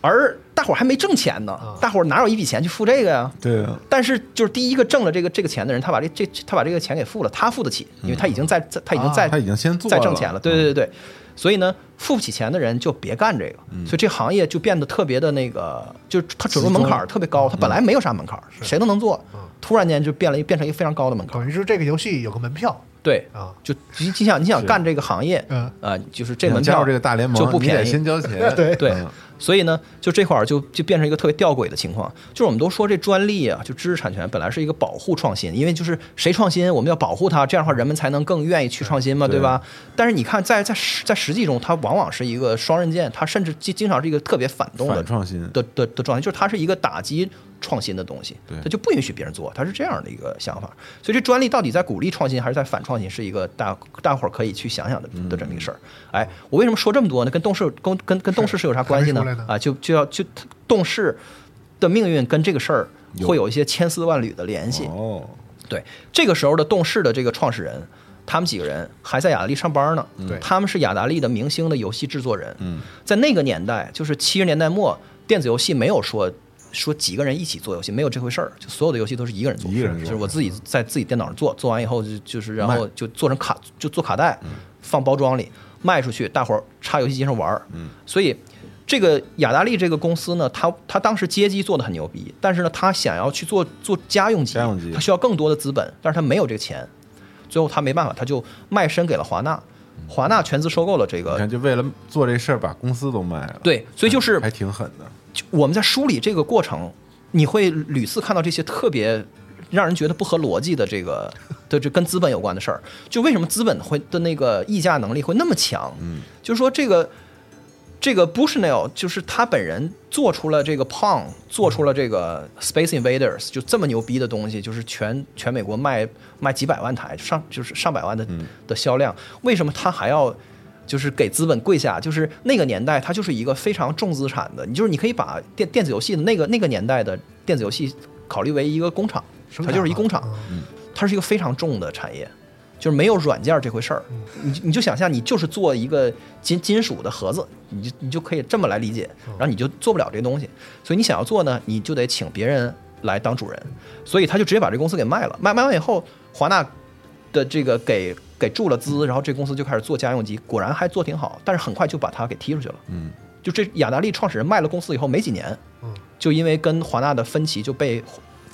[SPEAKER 8] 而大伙儿还没挣钱呢，
[SPEAKER 5] 嗯
[SPEAKER 8] 大伙儿哪有一笔钱去付这个呀？
[SPEAKER 5] 对啊，
[SPEAKER 8] 但是就是第一个挣了这个这个钱的人，他把这这他把这个钱给付了，他付得起，因为他已经在在他已经在、
[SPEAKER 5] 嗯啊他已经先做
[SPEAKER 8] 在
[SPEAKER 5] 了，嗯
[SPEAKER 8] 挣钱了，对对对对，所以呢，付不起钱的人就别干这个，所以这行业就变得特别的那个，就是它准入门槛儿特别
[SPEAKER 5] 嗯
[SPEAKER 8] 高，它本来没有啥门槛儿，谁都能做，突然间就变了一变成一个非常高的门槛儿，
[SPEAKER 7] 等于是这个游戏有个门票，
[SPEAKER 8] 对
[SPEAKER 7] 啊
[SPEAKER 8] 就你你想你想干这个行业，
[SPEAKER 7] 嗯
[SPEAKER 8] 啊，就是这
[SPEAKER 5] 你
[SPEAKER 8] 门
[SPEAKER 5] 想
[SPEAKER 8] 票
[SPEAKER 5] 加入这个大联盟
[SPEAKER 8] 就不
[SPEAKER 5] 你得
[SPEAKER 8] 便宜，
[SPEAKER 5] 先交钱，
[SPEAKER 7] 对
[SPEAKER 8] 对
[SPEAKER 5] 嗯，
[SPEAKER 8] 所以呢，就这块儿就就变成一个特别吊诡的情况，就是我们都说这专利啊，就知识产权本来是一个保护创新，因为就是谁创新，我们要保护它，这样的话人们才能更愿意去创新嘛，对吧？但是你看在，在实在实际中，它往往是一个双刃剑，它甚至经经常是一个特别反动的
[SPEAKER 5] 反创新
[SPEAKER 8] 的的的状态，就是它是一个打击创新的东西，它就不允许别人做，它是这样的一个想法。所以这专利到底在鼓励创新还是在反创新，是一个大大伙儿可以去想想的的这么一个事儿。哎，我为什么说这么多呢？跟动视跟跟跟动视是有啥关系呢
[SPEAKER 7] 还没出来？呢
[SPEAKER 8] 啊，就就要就动视的命运跟这个事儿会有一些千丝万缕的联系。
[SPEAKER 5] 哦，
[SPEAKER 8] 对，这个时候的动视的这个创始人，他们几个人还在雅达利上班呢。
[SPEAKER 5] 嗯
[SPEAKER 7] 对
[SPEAKER 8] 他们是雅达利的明星的游戏制作人。在那个年代，就是七十年代末，电子游戏没有说说几个人一起做游戏，没有这回事儿，就所有的游戏都是一个人做，
[SPEAKER 5] 一个人做嗯
[SPEAKER 8] 就是我自己在自己电脑上做，做完以后就就是然后就做成卡，就做卡
[SPEAKER 5] 嗯
[SPEAKER 8] 带，放包装里卖出去，大伙儿插游戏机上玩儿。
[SPEAKER 5] 嗯
[SPEAKER 8] 所以。这个雅达利这个公司呢，它它当时街机做的很牛逼，但是呢，它想要去做做家用机，
[SPEAKER 5] 家用机
[SPEAKER 8] 它需要更多的资本，但是它没有这个钱，最后他没办法，他就卖身给了华纳，华纳全资收购了这
[SPEAKER 5] 嗯你
[SPEAKER 8] 个
[SPEAKER 5] 看，就为了做这事儿，把公司都卖了，
[SPEAKER 8] 对，所以就是
[SPEAKER 5] 还挺狠的，
[SPEAKER 8] 就我们在梳理这个过程，你会屡次看到这些特别让人觉得不合逻辑的这个的这跟资本有关的事儿。就为什么资本会的那个议价能力会那么强？嗯，就是说这个这个 Bushnell 就是他本人做出了这个 Pong，做出了这个 Space Invaders，就这么牛逼的东西，就是全全美国卖卖几百万台，上就是上百万的的销量，为什么他还要？就是给资本跪下，就是那个年代，它就是一个非常重资产的，你就是你可以把电电子游戏的那个那个年代的电子游戏考虑为一个工厂，
[SPEAKER 7] 生
[SPEAKER 8] 它就是一
[SPEAKER 7] 产
[SPEAKER 8] 工
[SPEAKER 7] 嘛
[SPEAKER 8] 厂，
[SPEAKER 7] 嗯
[SPEAKER 8] 它是一个非常重的产业，就是没有软件这回事儿。
[SPEAKER 5] 嗯
[SPEAKER 8] 你就你就想象你就是做一个金金属的盒子，你就你就可以这么来理解，
[SPEAKER 5] 嗯
[SPEAKER 8] 然后你就做不了这东西，所以你想要做呢，你就得请别人来当主人，所以他就直接把这公司给卖了。卖卖完以后，华纳的这个给给注了
[SPEAKER 5] 嗯
[SPEAKER 8] 资，然后这公司就开始做家用机，果然还做挺好，但是很快就把他给踢出去了。
[SPEAKER 5] 嗯，
[SPEAKER 8] 就这雅达利创始人卖了公司以后没几年，
[SPEAKER 7] 嗯，
[SPEAKER 8] 就因为跟华纳的分歧就被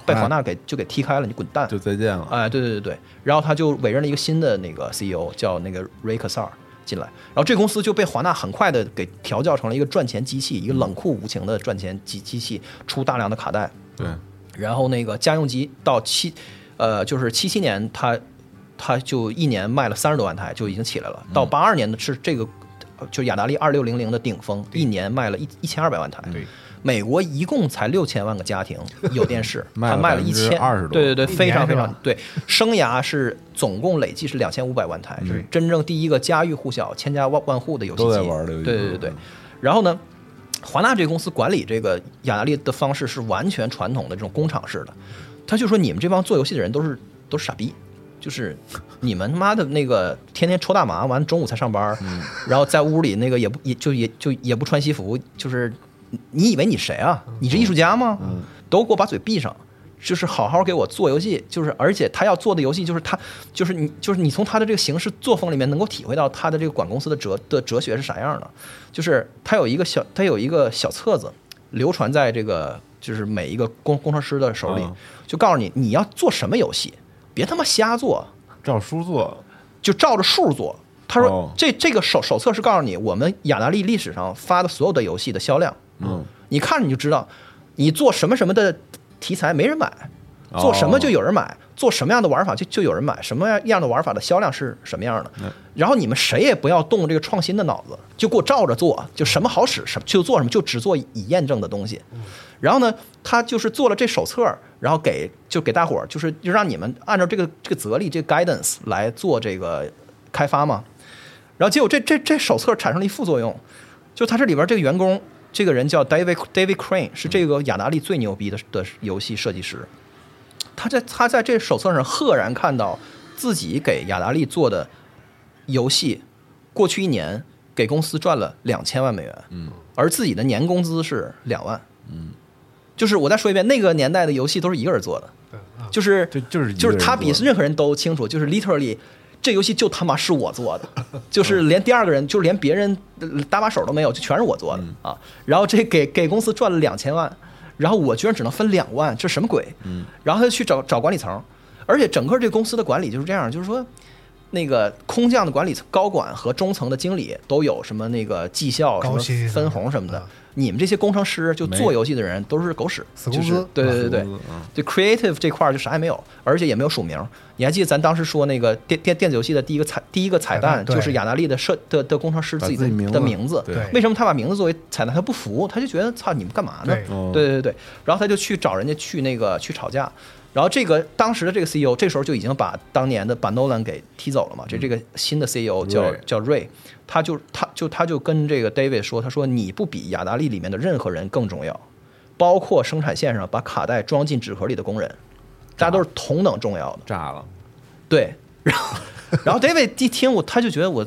[SPEAKER 8] 被
[SPEAKER 5] 华纳
[SPEAKER 8] 华纳给就给踢开了，你滚蛋。
[SPEAKER 5] 就再见了。
[SPEAKER 8] 哎，对对对对，然后他就委任了一个新的那个 CEO，叫那个 Ray Kasar 进来，然后这公司就被华纳很快的给调教成了一个赚钱机器，一个冷酷无情的赚钱机机器，出大量的卡带，
[SPEAKER 5] 对，
[SPEAKER 8] 然后那个家用机到七，呃，就是七七年它，它就一年卖了三十多万台，就已经起来了。到八二年的是这个，呃就雅达利二六零零的顶峰，一年卖了一一千二百万台。
[SPEAKER 5] 对，
[SPEAKER 8] 美国一共才六千万个家 庭有电视，
[SPEAKER 5] 卖了
[SPEAKER 8] 它卖了一千
[SPEAKER 5] 20%多
[SPEAKER 8] 对对对，
[SPEAKER 7] 一年
[SPEAKER 8] 非常非
[SPEAKER 7] 是
[SPEAKER 8] 常
[SPEAKER 7] 吧
[SPEAKER 8] 对。生涯是总共累计是两千五百万台，是真正第一个家喻户晓、千家万万户的游戏机。
[SPEAKER 5] 嗯都在玩这个游戏
[SPEAKER 8] 对对对对。然后呢，华纳这个公司管理这个雅达利的方式是完全传统的这种工厂式的，他就说你们这帮做游戏的人都是都是傻逼。就是你们妈的那个天天抽大麻，完了中午才上班，然后在屋里那个也不也就也就也不穿西服，就是你你以为你谁啊？你是艺术家吗？都给我把嘴闭上，就是好好给我做游戏，就是而且他要做的游戏就是他就是你就是你从他的这个行事作风里面能够体会到他的这个管公司的哲的哲学是啥样的，就是他有一个小他有一个小册子流传在这个就是每一个工工程师的手里
[SPEAKER 5] 嗯，
[SPEAKER 8] 就告诉你你要做什么游戏，别他妈瞎做，
[SPEAKER 5] 照书做，
[SPEAKER 8] 就照着数做。他说、
[SPEAKER 5] 哦
[SPEAKER 8] 这这个手手册是告诉你我们雅达利历史上发的所有的游戏的销量，
[SPEAKER 5] 嗯，
[SPEAKER 8] 你看你就知道，你做什么什么的题材没人买，做什么就有人买，做什么样的玩法就就有人买，什么样的玩法的销量是什么样的。然后你们谁也不要动这个创新的脑子，就给我照着做，就什么好使什么就做什么，就只做已验证的东西。然后呢，他就是做了这手册，然后给就给大伙儿，就是就让你们按照这个这个责力这个 guidance 来做这个开发嘛。然后结果这这这手册产生了一副作用，就他这里边这个员工，这个人叫 David David Crane，是这个雅达利最牛逼的的游戏设计师。他在他在这手册上赫然看到自己给雅达利做的游戏，过去一年给公司赚了两千万美元，嗯，而自己的年工资是两万，嗯，就是我再说一遍，那个年代的游戏都是一个人做的，就是
[SPEAKER 5] 就就是一个人
[SPEAKER 8] 就是他比
[SPEAKER 5] 做的
[SPEAKER 8] 任何人都清楚，就是 literally 这游戏就他妈是我做的，就是
[SPEAKER 5] 嗯
[SPEAKER 8] 连第二个人，就是连别人呃搭把手都没有，就全是我做的
[SPEAKER 5] 嗯
[SPEAKER 8] 啊。然后这给给公司赚了两千万，然后我居然只能分两万，这什么鬼？
[SPEAKER 5] 嗯
[SPEAKER 8] 然后他就去找找管理层，而且整个这公司的管理就是这样，就是说。那个空降的管理层高管和中层的经理都有什么那个绩效、什
[SPEAKER 7] 高薪
[SPEAKER 8] 么分红什么的，你们这些工程师就做游戏的人都是狗屎，
[SPEAKER 7] 死
[SPEAKER 8] 就
[SPEAKER 7] 工
[SPEAKER 8] 是
[SPEAKER 7] 资
[SPEAKER 8] 对对对对
[SPEAKER 5] 死工资嗯，
[SPEAKER 8] 就 creative 这块儿就啥也没有，而且也没有署名。你还记得咱当时说那个电电电子游戏的第一个彩第一个彩
[SPEAKER 7] 彩
[SPEAKER 8] 蛋
[SPEAKER 7] 蛋对
[SPEAKER 8] 就是雅达利的设的的工程师自己
[SPEAKER 5] 把
[SPEAKER 8] 的
[SPEAKER 5] 自己名字
[SPEAKER 8] 的名字
[SPEAKER 5] 对，
[SPEAKER 8] 为什么他把名字作为彩蛋他不服，他就觉得操你们干嘛呢
[SPEAKER 7] 对？
[SPEAKER 5] 嗯
[SPEAKER 8] 对对对，然后他就去找人家去那个去吵架，然后这个当时的这个 CEO 这时候就已经把当年的把 Nolan 给踢走了嘛，这这个新的 CEO 叫
[SPEAKER 5] 瑞
[SPEAKER 8] 叫 Ray，他就他就他就跟这个 David 说，他说你不比雅达利里面的任何人更重要，包括生产线上把卡带装进纸盒里的工人，大家都是同等重要的。
[SPEAKER 5] 炸了，
[SPEAKER 8] 对，然后然后 David 一听我，他就觉得我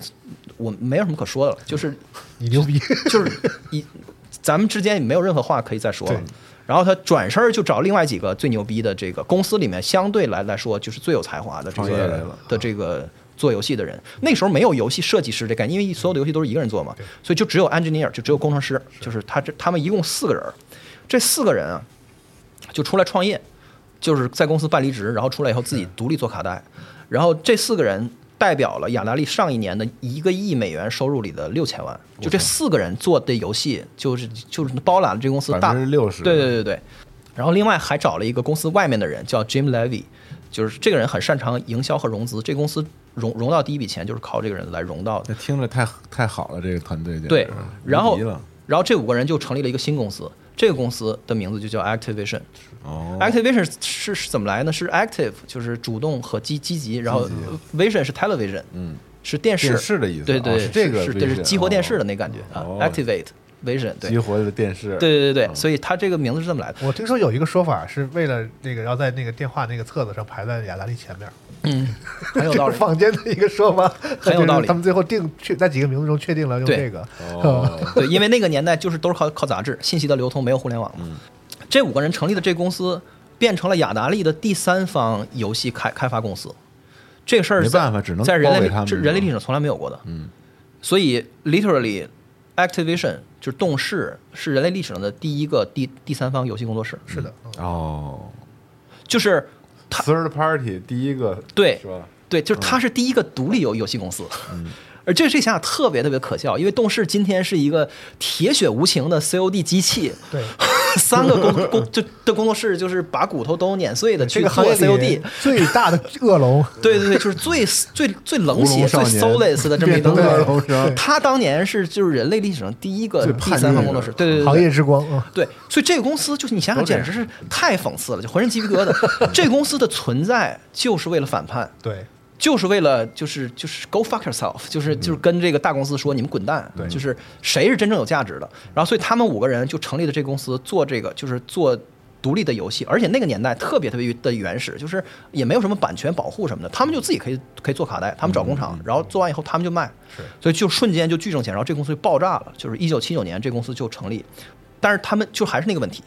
[SPEAKER 8] 我没有什么可说的了，就是
[SPEAKER 7] 你牛逼，
[SPEAKER 8] 就是一，咱们之间也没有任何话可以再说了
[SPEAKER 7] 对。
[SPEAKER 8] 然后他转身儿就找另外几个最牛逼的这个公司里面相对来来说就是最有才华的这
[SPEAKER 5] 创业来
[SPEAKER 8] 个
[SPEAKER 5] 了
[SPEAKER 8] 的这个做游戏的人。那时候没有游戏设计师这概念，因为所有的游戏都是一个人做嘛，所以就只有 engineer，就只有工程师，就是他这他们一共四个人儿，这四个人啊就出来创业，就是在公司办离职，然后出来以后自己独立做卡带。然后这四个人代表了雅达利上一年的一个亿美元收入里的六千万，就这四个人做的游戏，就是就是包揽了这公司大
[SPEAKER 5] 60%
[SPEAKER 8] 对对对对。然后另外还找了一个公司外面的人叫 Jim Levy，就是这个人很擅长营销和融资，这公司融融到第一笔钱就是靠这个人来融到的。
[SPEAKER 5] 那听着太太好了，这个团队简直
[SPEAKER 8] 对，嗯然后
[SPEAKER 5] 无敌了
[SPEAKER 8] 然后这五个人就成立了一个新公司，这个公司的名字就叫 Activision。
[SPEAKER 5] 哦
[SPEAKER 8] Activation 是是怎么来呢？是 active，就是主动和积积极，然后 vision 是 television，嗯，是电视
[SPEAKER 5] 电视的意思
[SPEAKER 8] 对
[SPEAKER 5] 哦
[SPEAKER 8] 对，
[SPEAKER 5] 是这个
[SPEAKER 8] 是
[SPEAKER 5] vision，
[SPEAKER 8] 对是激活电视的
[SPEAKER 5] 哦
[SPEAKER 8] 那感觉啊
[SPEAKER 5] 哦
[SPEAKER 8] ，activate vision，对
[SPEAKER 5] 激活哦的电视，
[SPEAKER 8] 对对对对，所以它这个名字是这么来的。
[SPEAKER 7] 我听说有一个说法是为了那个要在那个电话那个册子上排在雅达利前面，嗯，很
[SPEAKER 8] 有道理
[SPEAKER 7] 坊间的一个说法，
[SPEAKER 8] 很有道
[SPEAKER 7] 就
[SPEAKER 8] 理
[SPEAKER 7] 是他们最后定确在几个名字中确定了用
[SPEAKER 8] 对
[SPEAKER 7] 这个，
[SPEAKER 5] 哦，
[SPEAKER 8] 对，因为那个年代就是都是靠靠杂志，信息的流通没有互联网嘛。
[SPEAKER 5] 嗯
[SPEAKER 8] 这五个人成立的这公司，变成了雅达利的第三方游戏开开发公司。这个事儿
[SPEAKER 5] 没
[SPEAKER 8] 在
[SPEAKER 5] 办法只能
[SPEAKER 8] 在人
[SPEAKER 5] 包围
[SPEAKER 8] 类
[SPEAKER 5] 他们
[SPEAKER 8] 这人类历史上从来没有过的。
[SPEAKER 5] 嗯，
[SPEAKER 8] 所以 literally Activision 就是动视是人类历史上的第一个第第三方游戏工作室。是的，
[SPEAKER 5] 哦
[SPEAKER 8] 就是它
[SPEAKER 5] ，third party 第一个
[SPEAKER 8] 对
[SPEAKER 5] 是吧？
[SPEAKER 8] 对，就是它是第一个独立游游戏公司。
[SPEAKER 5] 嗯
[SPEAKER 8] 而这这想想特别特别可笑，因为动视今天是一个铁血无情的 COD 机器，
[SPEAKER 7] 对，
[SPEAKER 8] 三个工工就的工作室就是把骨头都碾碎的
[SPEAKER 7] 这
[SPEAKER 8] 去
[SPEAKER 7] 个
[SPEAKER 8] 做
[SPEAKER 7] 行业里
[SPEAKER 8] COD，
[SPEAKER 7] 最大的恶龙，
[SPEAKER 8] 对对对，就是最最最冷
[SPEAKER 5] 屠
[SPEAKER 8] 血、最
[SPEAKER 5] 龙少年
[SPEAKER 8] soulless 的这么一
[SPEAKER 5] 变
[SPEAKER 8] 个
[SPEAKER 5] 成
[SPEAKER 8] 工
[SPEAKER 5] 恶
[SPEAKER 8] 作
[SPEAKER 5] 龙
[SPEAKER 8] 室
[SPEAKER 5] 是吧
[SPEAKER 7] 对
[SPEAKER 8] 他当年是就是人类历史上第一个
[SPEAKER 5] 最
[SPEAKER 8] 第
[SPEAKER 5] 叛逆
[SPEAKER 8] 三方
[SPEAKER 5] 的
[SPEAKER 8] 工作室， 对对对对，
[SPEAKER 7] 行业之光啊，
[SPEAKER 8] 对，所以这个公司就是你想想，
[SPEAKER 5] 都这
[SPEAKER 8] 简
[SPEAKER 5] 样
[SPEAKER 8] 直是太讽刺了，就浑身鸡皮疙瘩。 这个公司的存在就是为了反叛，
[SPEAKER 7] 对，
[SPEAKER 8] 就是为了就是就是 go fuck yourself，就是就是跟这个大公司说你们滚蛋，
[SPEAKER 5] 对
[SPEAKER 8] 就是谁是真正有价值的。然后所以他们五个人就成立了这个公司，做这个就是做。独立的游戏，而且那个年代特别特别的原始，就是也没有什么版权保护什么的，他们就自己可以可以做卡带，他们找工厂，然后做完以后他们就卖，所以就瞬间就巨挣钱，然后这公司就爆炸了，就是一九七九年这公司就成立，但是他们就还是那个问题，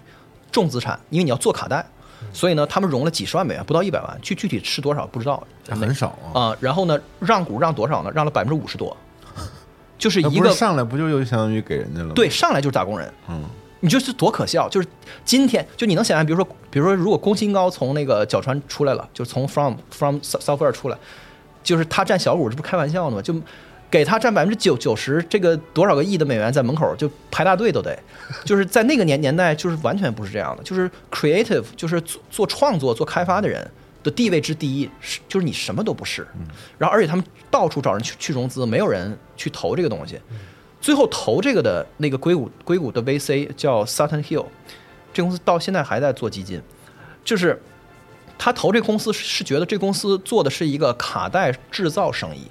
[SPEAKER 8] 重资产，因为你要做卡带，所以呢，他们融了几十万美元，不到一百万，具具体是多少不知道，
[SPEAKER 5] 那很少啊，
[SPEAKER 8] 啊、然后呢，让股让多少呢？让了百分之五十多，就是
[SPEAKER 5] 那
[SPEAKER 8] 一
[SPEAKER 5] 呃不
[SPEAKER 8] 个
[SPEAKER 5] 是上来不就又相当于给人家了吗？
[SPEAKER 8] 对，上来就是打工人，
[SPEAKER 5] 嗯，
[SPEAKER 8] 你就是多可笑，就是今天就你能想象，比如说，比如说，如果宫新高从那个角川出来了，就是从 from from software 出来，就是他占小股，这不开玩笑呢吗？就给他占百分之九九十，这个多少个亿的美元在门口就排大队都 得，就是在那个年年代，就是完全不是这样的，就是 creative，就是做做创作、做开发的人。的地位之第一是，就是你什么都不是，
[SPEAKER 5] 嗯
[SPEAKER 8] 然后而且他们到处找人去去融资，没有人去投这个东西，
[SPEAKER 5] 嗯
[SPEAKER 8] 最后投这个的那个硅谷硅谷的 VC 叫 Sutton Hill，这公司到现在还在做基金，就是他投这公司是是觉得这公司做的是一个卡带制造生意，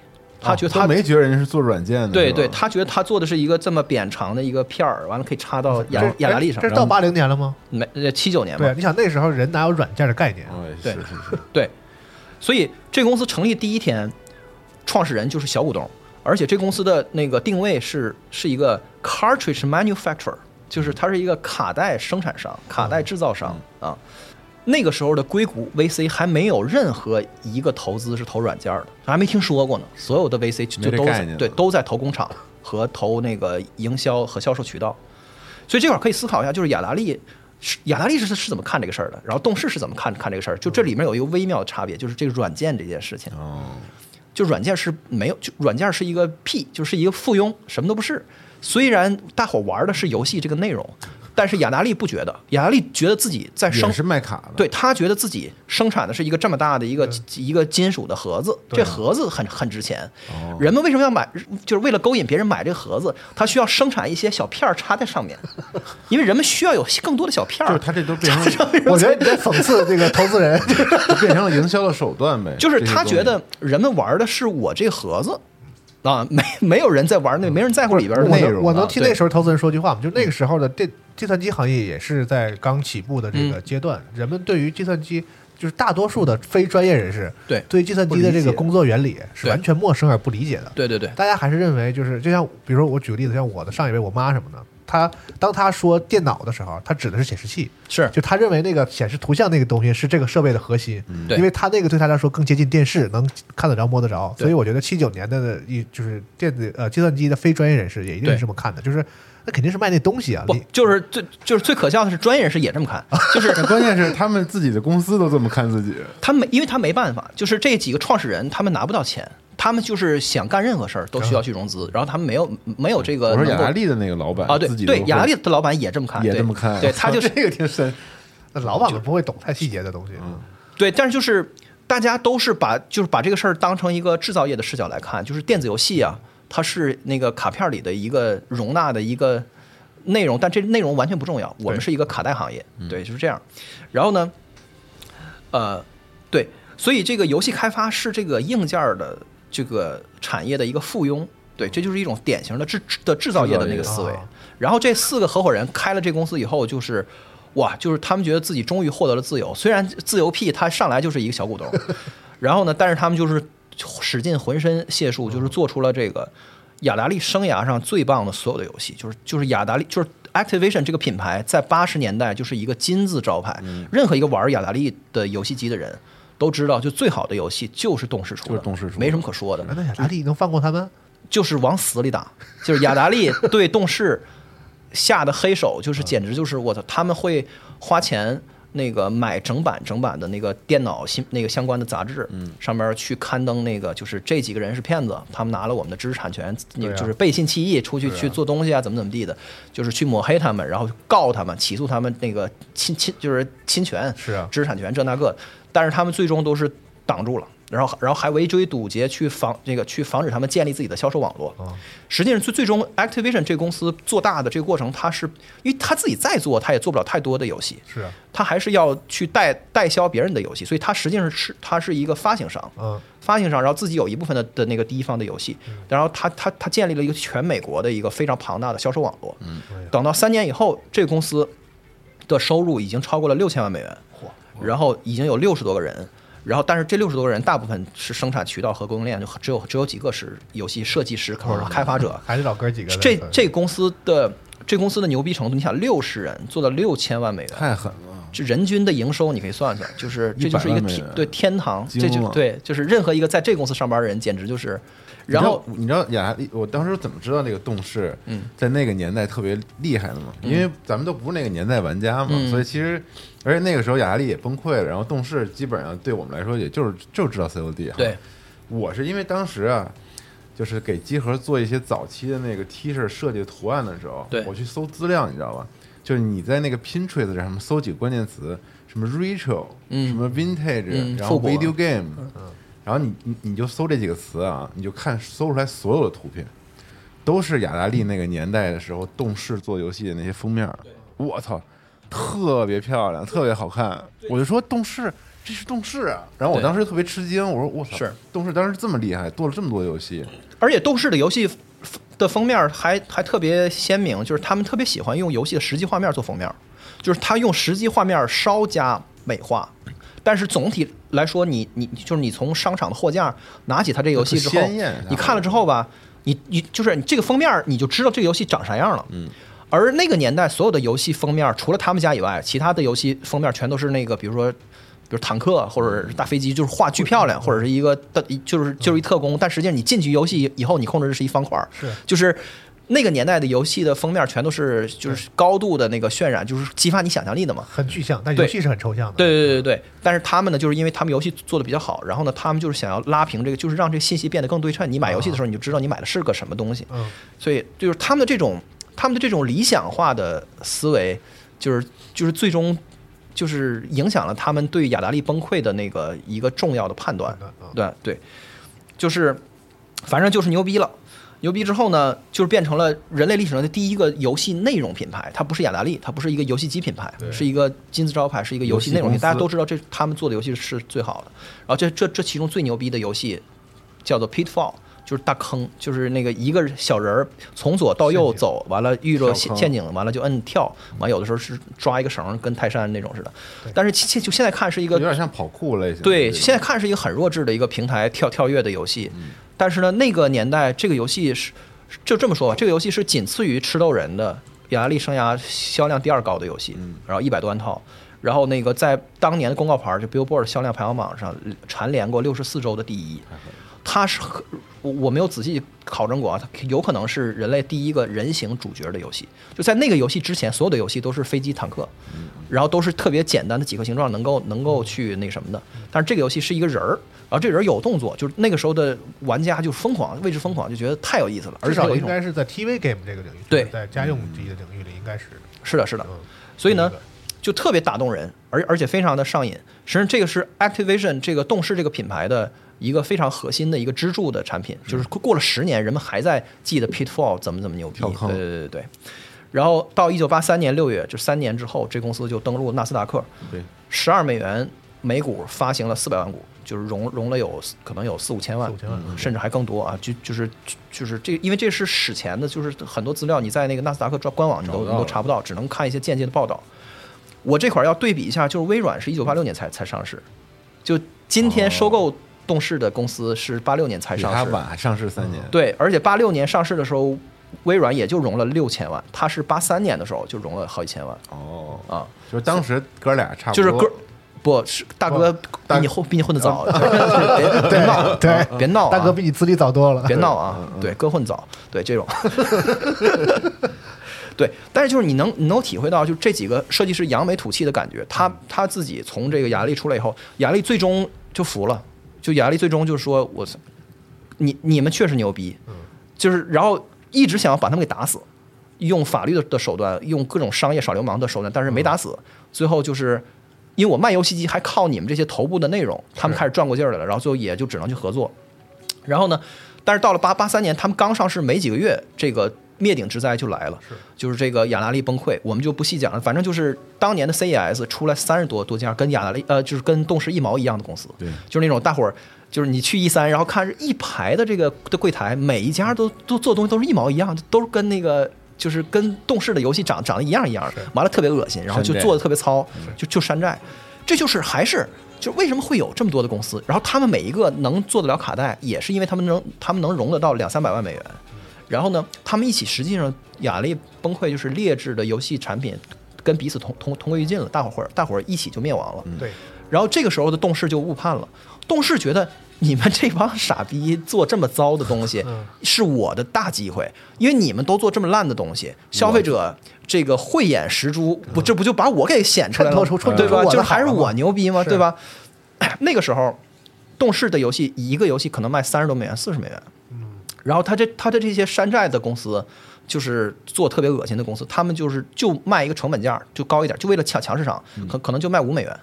[SPEAKER 8] 他
[SPEAKER 5] 啊
[SPEAKER 8] 觉得
[SPEAKER 5] 都
[SPEAKER 8] 他、
[SPEAKER 5] 没觉得人家是做软件的，
[SPEAKER 8] 对
[SPEAKER 5] 是吧
[SPEAKER 8] 对，他觉得他做的是一个这么扁长的一个片儿，完了可以插到雅雅达利
[SPEAKER 7] 嗯
[SPEAKER 8] 上，嗯
[SPEAKER 7] 这是到
[SPEAKER 8] 然后
[SPEAKER 7] 八零年了吗？
[SPEAKER 8] 没呃七九年吧
[SPEAKER 7] 对，，啊你想那时候人哪有软件的概念？
[SPEAKER 5] 哦也
[SPEAKER 8] 对
[SPEAKER 5] 是是是，
[SPEAKER 8] 对，所以这公司成立第一天，创始人就是小股东，而且这公司的那个定位是是一个 cartridge manufacturer，就是它是一个卡带生产商、
[SPEAKER 5] 嗯
[SPEAKER 8] 卡带制造商、啊。那个时候的硅谷 VC 还没有任何一个投资是投软件的，还没听说过呢。所有的 VC 就
[SPEAKER 5] 没这
[SPEAKER 8] 都
[SPEAKER 5] 概
[SPEAKER 8] 在
[SPEAKER 5] 念
[SPEAKER 8] 对都在投工厂和投那个营销和销售渠道。所以这块儿可以思考一下，就是雅达利是雅达利是是怎么看这个事儿的，然后动视是怎么看看这个事儿。就这
[SPEAKER 5] 嗯
[SPEAKER 8] 里面有一个微妙的差别，就是这个软件这件事情，
[SPEAKER 5] 哦，
[SPEAKER 8] 就软件是没有，就软件是一个屁，就是一个附庸，什么都不是。虽然大伙玩的是游戏这个内容，但是雅达利不觉得，雅达利觉得自己在生
[SPEAKER 5] 也是卖卡的，
[SPEAKER 8] 对他觉得自己生产的是一个这么大的一个一个金属的盒子，这盒子很很值钱。
[SPEAKER 5] 哦
[SPEAKER 8] 人们为什么要买？就是为了勾引别人买这个盒子，他需要生产一些小片儿插在上 面，因为人们需要有更多的小片
[SPEAKER 5] 就
[SPEAKER 8] 儿
[SPEAKER 5] 是。他这都变 成
[SPEAKER 7] 我觉得你在讽刺这个投资人，
[SPEAKER 5] 就变成了营销的手段呗，
[SPEAKER 8] 就是
[SPEAKER 5] 这些
[SPEAKER 8] 他
[SPEAKER 5] 东西
[SPEAKER 8] 觉得人们玩的是我这盒子啊，没没有人在玩那，没人在乎里边的
[SPEAKER 7] 我
[SPEAKER 8] 内
[SPEAKER 7] 能
[SPEAKER 8] 容。啊
[SPEAKER 7] 我能替那
[SPEAKER 8] 对嗯
[SPEAKER 7] 时候投资人说句话吗？就那个时候的电计算机行业也是在刚起步的
[SPEAKER 8] 嗯
[SPEAKER 7] 这个阶段，人们对于计算机就是大多数的非专业人士
[SPEAKER 8] 对
[SPEAKER 7] 对计算机的这个工作原理是
[SPEAKER 8] 对
[SPEAKER 7] 完全陌生而不理解的。
[SPEAKER 8] 对对对
[SPEAKER 7] 大家还是认为就是就像比如说我举个例子，像我的上一位我妈什么的，她当她说电脑的时候，她指的是显示器，
[SPEAKER 8] 是
[SPEAKER 7] 就她认为那个显示图像那个东西是这个设备的核心，
[SPEAKER 8] 对
[SPEAKER 7] 因为她那个对她来说更接近电视，能看得着摸得着，
[SPEAKER 8] 对
[SPEAKER 7] 所以我觉得七九年的一就是电子呃计算机的非专业人士也一定是
[SPEAKER 8] 对
[SPEAKER 7] 这么看的，就是那肯定是卖那东西啊，
[SPEAKER 8] 不
[SPEAKER 7] 你
[SPEAKER 8] 就是最就是最可笑的是专业人士也这么看， 就是
[SPEAKER 5] 那关键是他们自己的公司都这么 看自己，
[SPEAKER 8] 他没，因为他没办法，就是这几个创始人他们拿不到钱，他们就是想干任何事儿都需要去融资，然后他们没有没有这个
[SPEAKER 5] 嗯我说
[SPEAKER 8] 呃能够
[SPEAKER 5] 雅达利的那个老板
[SPEAKER 8] 啊，对
[SPEAKER 5] 自己都
[SPEAKER 8] 对，
[SPEAKER 5] 会
[SPEAKER 8] 雅达利的老板也这么看，
[SPEAKER 5] 也
[SPEAKER 8] 对
[SPEAKER 5] 这么看，
[SPEAKER 8] 对他就是
[SPEAKER 5] 这个挺深，
[SPEAKER 7] 那老板们不会懂太细节的东西，
[SPEAKER 8] 对，但是就是大家都是把就是把这个事儿当成一个制造业的视角来看，就是电子游戏啊，它是那个卡片里的一个容纳的一个内容，但这内容完全不重要。我们是一个卡带行业，对，就是这样。然后呢，呃，对，所以这个游戏开发是这个硬件儿的。这个产业的一个附庸。对，这就是一种典型的制的制造业的那个思维。
[SPEAKER 5] 哦
[SPEAKER 8] 然后这四个合伙人开了这公司以后，就是哇，就是他们觉得自己终于获得了自由，虽然自由屁他上来就是一个小股 东，然后呢，但是他们就是使尽浑身解数，
[SPEAKER 5] 嗯
[SPEAKER 8] 就是做出了这个雅达利生涯上最棒的所有的游戏，就是就是雅达利就是。Activation 这个品牌在八十年代就是一个金字招牌，
[SPEAKER 5] 嗯
[SPEAKER 8] 任何一个玩雅达利的游戏机的人都知道，就最好的游戏就是动视出的，
[SPEAKER 5] 就是动视出的
[SPEAKER 8] 没什么可 说的。
[SPEAKER 7] 哎那雅达利能放过他们？
[SPEAKER 8] 就是往死里打， 就是雅达利对动视下的黑手，就是简直就是我操，他们会花钱那个买整版整版的那个电脑新那个相关的杂志，
[SPEAKER 7] 嗯
[SPEAKER 8] 上面去刊登那个就是这几个人是骗子，他们拿了我们的知识产权，那个就是背信弃义出去去做东西啊，怎么怎么地的，就是去抹黑他们，然后告他们，起诉他们那个侵侵就是侵权，
[SPEAKER 7] 是啊
[SPEAKER 8] 知识产权这那个，但是他们最终都是挡住了。然后，然后还围追堵截去防这个去防止他们建立自己的销售网络。
[SPEAKER 7] 哦
[SPEAKER 8] 实际上最最终，Activision 这个公司做大的这个过程，它是因为它自己在做，它也做不了太多的游戏，
[SPEAKER 7] 是啊，
[SPEAKER 8] 它还是要去代代销别人的游戏，所以它实际上是它是一个发行商，
[SPEAKER 7] 嗯，
[SPEAKER 8] 发行商，然后自己有一部分的的那个第一方的游戏，然后它它它建立了一个全美国的一个非常庞大的销售网络。嗯，等到三年以后，这个公司的收入已经超过了六千万美元，然后已经有六十多个人，然后但是这六十多个人大部分是生产渠道和供应链，就只有只有几个是游戏设计师或者开发
[SPEAKER 5] 哦
[SPEAKER 8] 者。
[SPEAKER 7] 还是老哥几个的。
[SPEAKER 8] 这这公司的这公司的牛逼程度，你想六十人做到六千万美元，
[SPEAKER 5] 太狠了，
[SPEAKER 8] 这人均的营收你可以算算，就是这就是一个
[SPEAKER 5] 100万美
[SPEAKER 8] 天
[SPEAKER 5] 元
[SPEAKER 8] 对天堂，
[SPEAKER 5] 惊
[SPEAKER 8] 这就
[SPEAKER 5] 了
[SPEAKER 8] 对，就是任何一个在这公司上班的人，简直就是。然后嗯
[SPEAKER 5] 你知道你知道雅达利，我当时怎么知道这个动视在那个年代特别厉害的吗？因为咱们都不是那个年代玩家嘛，
[SPEAKER 8] 嗯
[SPEAKER 5] 所以其实而且那个时候雅达利也崩溃了，然后动视基本上对我们来说也就是就知道 COD 哈。
[SPEAKER 8] 对，
[SPEAKER 5] 我是因为当时啊。就是给集合做一些早期的那个 T 恤设计图案的时候，
[SPEAKER 8] 对
[SPEAKER 5] 我去搜资料，你知道吧？就是你在那个 Pinterest 上面搜几个关键词，什么 retro，、
[SPEAKER 8] 嗯
[SPEAKER 5] 什么 vintage，、
[SPEAKER 8] 嗯
[SPEAKER 5] 然
[SPEAKER 8] 复
[SPEAKER 5] 后
[SPEAKER 8] 古
[SPEAKER 5] video game，、然后你你你就搜这几个词啊，你就看搜出来所有的图片，都是雅达利那个年代的时候动视做游戏的那些封面儿。我操，特别漂亮，特别好看。我就说动视，这是动视啊！然后我
[SPEAKER 8] 对
[SPEAKER 5] 当时特别吃惊，我说我操，
[SPEAKER 8] 是
[SPEAKER 5] 动视当时这么厉害，做了这么多游戏，
[SPEAKER 8] 而且斗士的游戏的封面还还特别鲜明，就是他们特别喜欢用游戏的实际画面做封面，就是他用实际画面稍加美化，但是总体来说，你你就是你从商场的货架拿起它这个游戏之
[SPEAKER 5] 就
[SPEAKER 8] 后
[SPEAKER 5] 很鲜艳啊，
[SPEAKER 8] 你看了之后吧，你你就是你这个封面你就知道这个游戏长啥样了，嗯。而那个年代，所有的游戏封面，除了他们家以外，其他的游戏封面全都是那个，比如说比如坦克啊或者是大飞机，就是画巨漂亮，或者是一个的，就是就是一特工，但实际上你进去游戏以后，你控制的是一方块儿，
[SPEAKER 7] 是
[SPEAKER 8] 就是。那个年代的游戏的封面全都是就是高度的那个渲染，就是激发你想象力的嘛。
[SPEAKER 7] 很具象，但
[SPEAKER 8] 对
[SPEAKER 7] 游戏是很抽象的。
[SPEAKER 8] 对对对对对。但是他们呢，就是因为他们游戏做的比较好，然后呢，他们就是想要拉平这个，就是让这个信息变得更对称。你买游戏的时候，你就知道你买的是个什么东西。
[SPEAKER 7] 嗯，
[SPEAKER 8] 所以就是他们的这种他们的这种理想化的思维，就是就是最终就是影响了他们对雅达利崩溃的那个一个重要的判断
[SPEAKER 7] 判断
[SPEAKER 5] 嗯
[SPEAKER 7] 啊。
[SPEAKER 8] 对对，就是反正就是牛逼了。牛逼之后呢，就是变成了人类历史上的第一个游戏内容品牌。它不是雅达利，它不是一个游戏机品牌，是一个金字招牌，是一个游戏内容品牌。大
[SPEAKER 5] 游
[SPEAKER 8] 家
[SPEAKER 5] 戏公司
[SPEAKER 8] 都知道这他们做的游戏是最好的。然后这这这其中最牛逼的游戏叫做 Pitfall，就是大坑，就是那个一个小人儿从左到右走，完了遇着陷
[SPEAKER 5] 跳坑
[SPEAKER 8] 陷阱，完了就摁跳，完有的时候是抓一个绳儿，跟泰山那种似的。但是现就现在看是一个
[SPEAKER 5] 有点像跑酷类型的这
[SPEAKER 8] 对，
[SPEAKER 5] 种嗯
[SPEAKER 8] 现在看是一个很弱智的一个平台跳跳跃的游戏，但是呢，那个年代这个游戏是就这么说吧，这个游戏是仅次于吃豆人的雅达利生涯销量第二高的游
[SPEAKER 5] 嗯
[SPEAKER 8] 戏，然后一百多万套。然后那个在当年的公告牌儿，就 Billboard 销量排行榜上蝉联过六十四周的第一，它是和我我没有仔细考证过啊，它有可能是人类第一个人形主角的游戏。就在那个游戏之前，所有的游戏都是飞机、坦克，然后都是特别简单的几何形状，能够能够去那什么的。但是这个游戏是一个人儿，然后这人儿有动作，就是那个时候的玩家就疯狂为之疯狂，就觉得太有意思了，而
[SPEAKER 7] 至
[SPEAKER 8] 且
[SPEAKER 7] 少
[SPEAKER 8] 有一
[SPEAKER 7] 应
[SPEAKER 8] 种
[SPEAKER 7] 该是在 TV game 这个领域，
[SPEAKER 8] 对
[SPEAKER 7] 在家用机的领域里应该是，
[SPEAKER 8] 是的，是的
[SPEAKER 7] 嗯，
[SPEAKER 8] 所以呢
[SPEAKER 7] 对的，
[SPEAKER 8] 就特别打动人，而而且非常的上瘾。实际上，这个是 Activision 这个动视这个品牌的一个非常核心的一个支柱的产
[SPEAKER 5] 嗯
[SPEAKER 8] 品，就是过了十年，人们还在记得 Pitfall 怎么怎么牛逼，
[SPEAKER 5] 跳
[SPEAKER 8] 对
[SPEAKER 5] 坑
[SPEAKER 8] 对对对对。然后到一九八三年六月，就三年之后，这公司就登陆纳斯达克，
[SPEAKER 5] 对
[SPEAKER 8] 十二美元每股发行了四百万股，就是融融了有可能有四五千万，嗯
[SPEAKER 7] 四五千万
[SPEAKER 5] 嗯
[SPEAKER 8] 甚至还更多啊！就就是就是这，因为这是史前的，就是很多资料你在那个纳斯达克专官网你都
[SPEAKER 5] 找不到
[SPEAKER 8] 你都查不到，只能看一些间接的报道。我这块儿要对比一下，就是微软是一九八六年才才上市，就今天收购动视的公司是八六年才
[SPEAKER 5] 哦比
[SPEAKER 8] 上
[SPEAKER 5] 它
[SPEAKER 8] 市，嗯
[SPEAKER 5] 晚上市三年，
[SPEAKER 8] 对，而且八六年上市的时候，微软也就融了六千万，它是八三年的时候就融了好几千万
[SPEAKER 5] 哦，
[SPEAKER 8] 啊，
[SPEAKER 5] 就是当时哥俩差不
[SPEAKER 8] 就
[SPEAKER 5] 多，哦
[SPEAKER 8] 是哥。不是大哥
[SPEAKER 5] 大哦
[SPEAKER 8] 比你混比你混的早，就是 别别闹了，
[SPEAKER 7] 对
[SPEAKER 8] 别
[SPEAKER 5] 嗯
[SPEAKER 8] 闹啊，
[SPEAKER 7] 大哥比你资历早多了，
[SPEAKER 8] 别闹啊！对，哥混早，对这种， 对，但是就是你能你能体会到，就这几个设计师扬眉吐气的感觉。他他自己从这个雅力出来以后，雅力最终就服了，就雅力最终就说：“我操，你你们确实牛逼。”就是然后一直想要把他们给打死，用法律的的手段，用各种商业耍流氓的手段，但是没打死。最后就是。因为我卖游戏机还靠你们这些头部的内容，他们开始转过劲儿来了，然后最后也就只能去合作。然后呢，但是到了八八三年，他们刚上市没几个月，这个灭顶之灾就来了，就是这个雅达利崩溃，我们就不细讲了。反正就是当年的 CES 出来三十多多家跟雅达利呃，就是跟动视一毛一样的公司，
[SPEAKER 5] 对
[SPEAKER 8] 就是那种大伙儿。就是你去一三，然后看一排的这个的柜台，每一家都都做东西都是一毛一样，都是跟那个就是跟动视的游戏长长得一样一样的，完了特别恶心，然后就
[SPEAKER 5] 山寨
[SPEAKER 8] 做的特别糙，就就山寨，这就是还是就是为什么会有这么多的公司，然后他们每一个能做得了卡带，也是因为他们能他们能融得到两三百万美元，然后呢，他们一起实际上雅力崩溃就是劣质的游戏产品跟彼此同同同归于尽了，大伙儿大伙儿一起就灭亡了，
[SPEAKER 7] 对，
[SPEAKER 5] 嗯
[SPEAKER 8] 然后这个时候的动视就误判了，动视觉得你们这帮傻逼做这么糟的东西是我的大机会，因为你们都做这么烂的东西，消费者这个慧眼识珠，不这不就把我给显出来
[SPEAKER 7] 衬
[SPEAKER 8] 了
[SPEAKER 7] 透出衬
[SPEAKER 8] 对
[SPEAKER 7] 出我
[SPEAKER 8] 吧？
[SPEAKER 7] 的
[SPEAKER 8] 就是
[SPEAKER 7] 好
[SPEAKER 8] 还是
[SPEAKER 7] 嘛
[SPEAKER 8] 我牛逼嘛，
[SPEAKER 7] 是
[SPEAKER 8] 对吧？ 那个时候，动视的游戏一个游戏可能卖三十多美元、四十美元，然后他这他的这些山寨的公司，就是做特别恶心的公司，他们就是就卖一个成本价就高一点，就为了抢抢市场，可可能就卖五美元。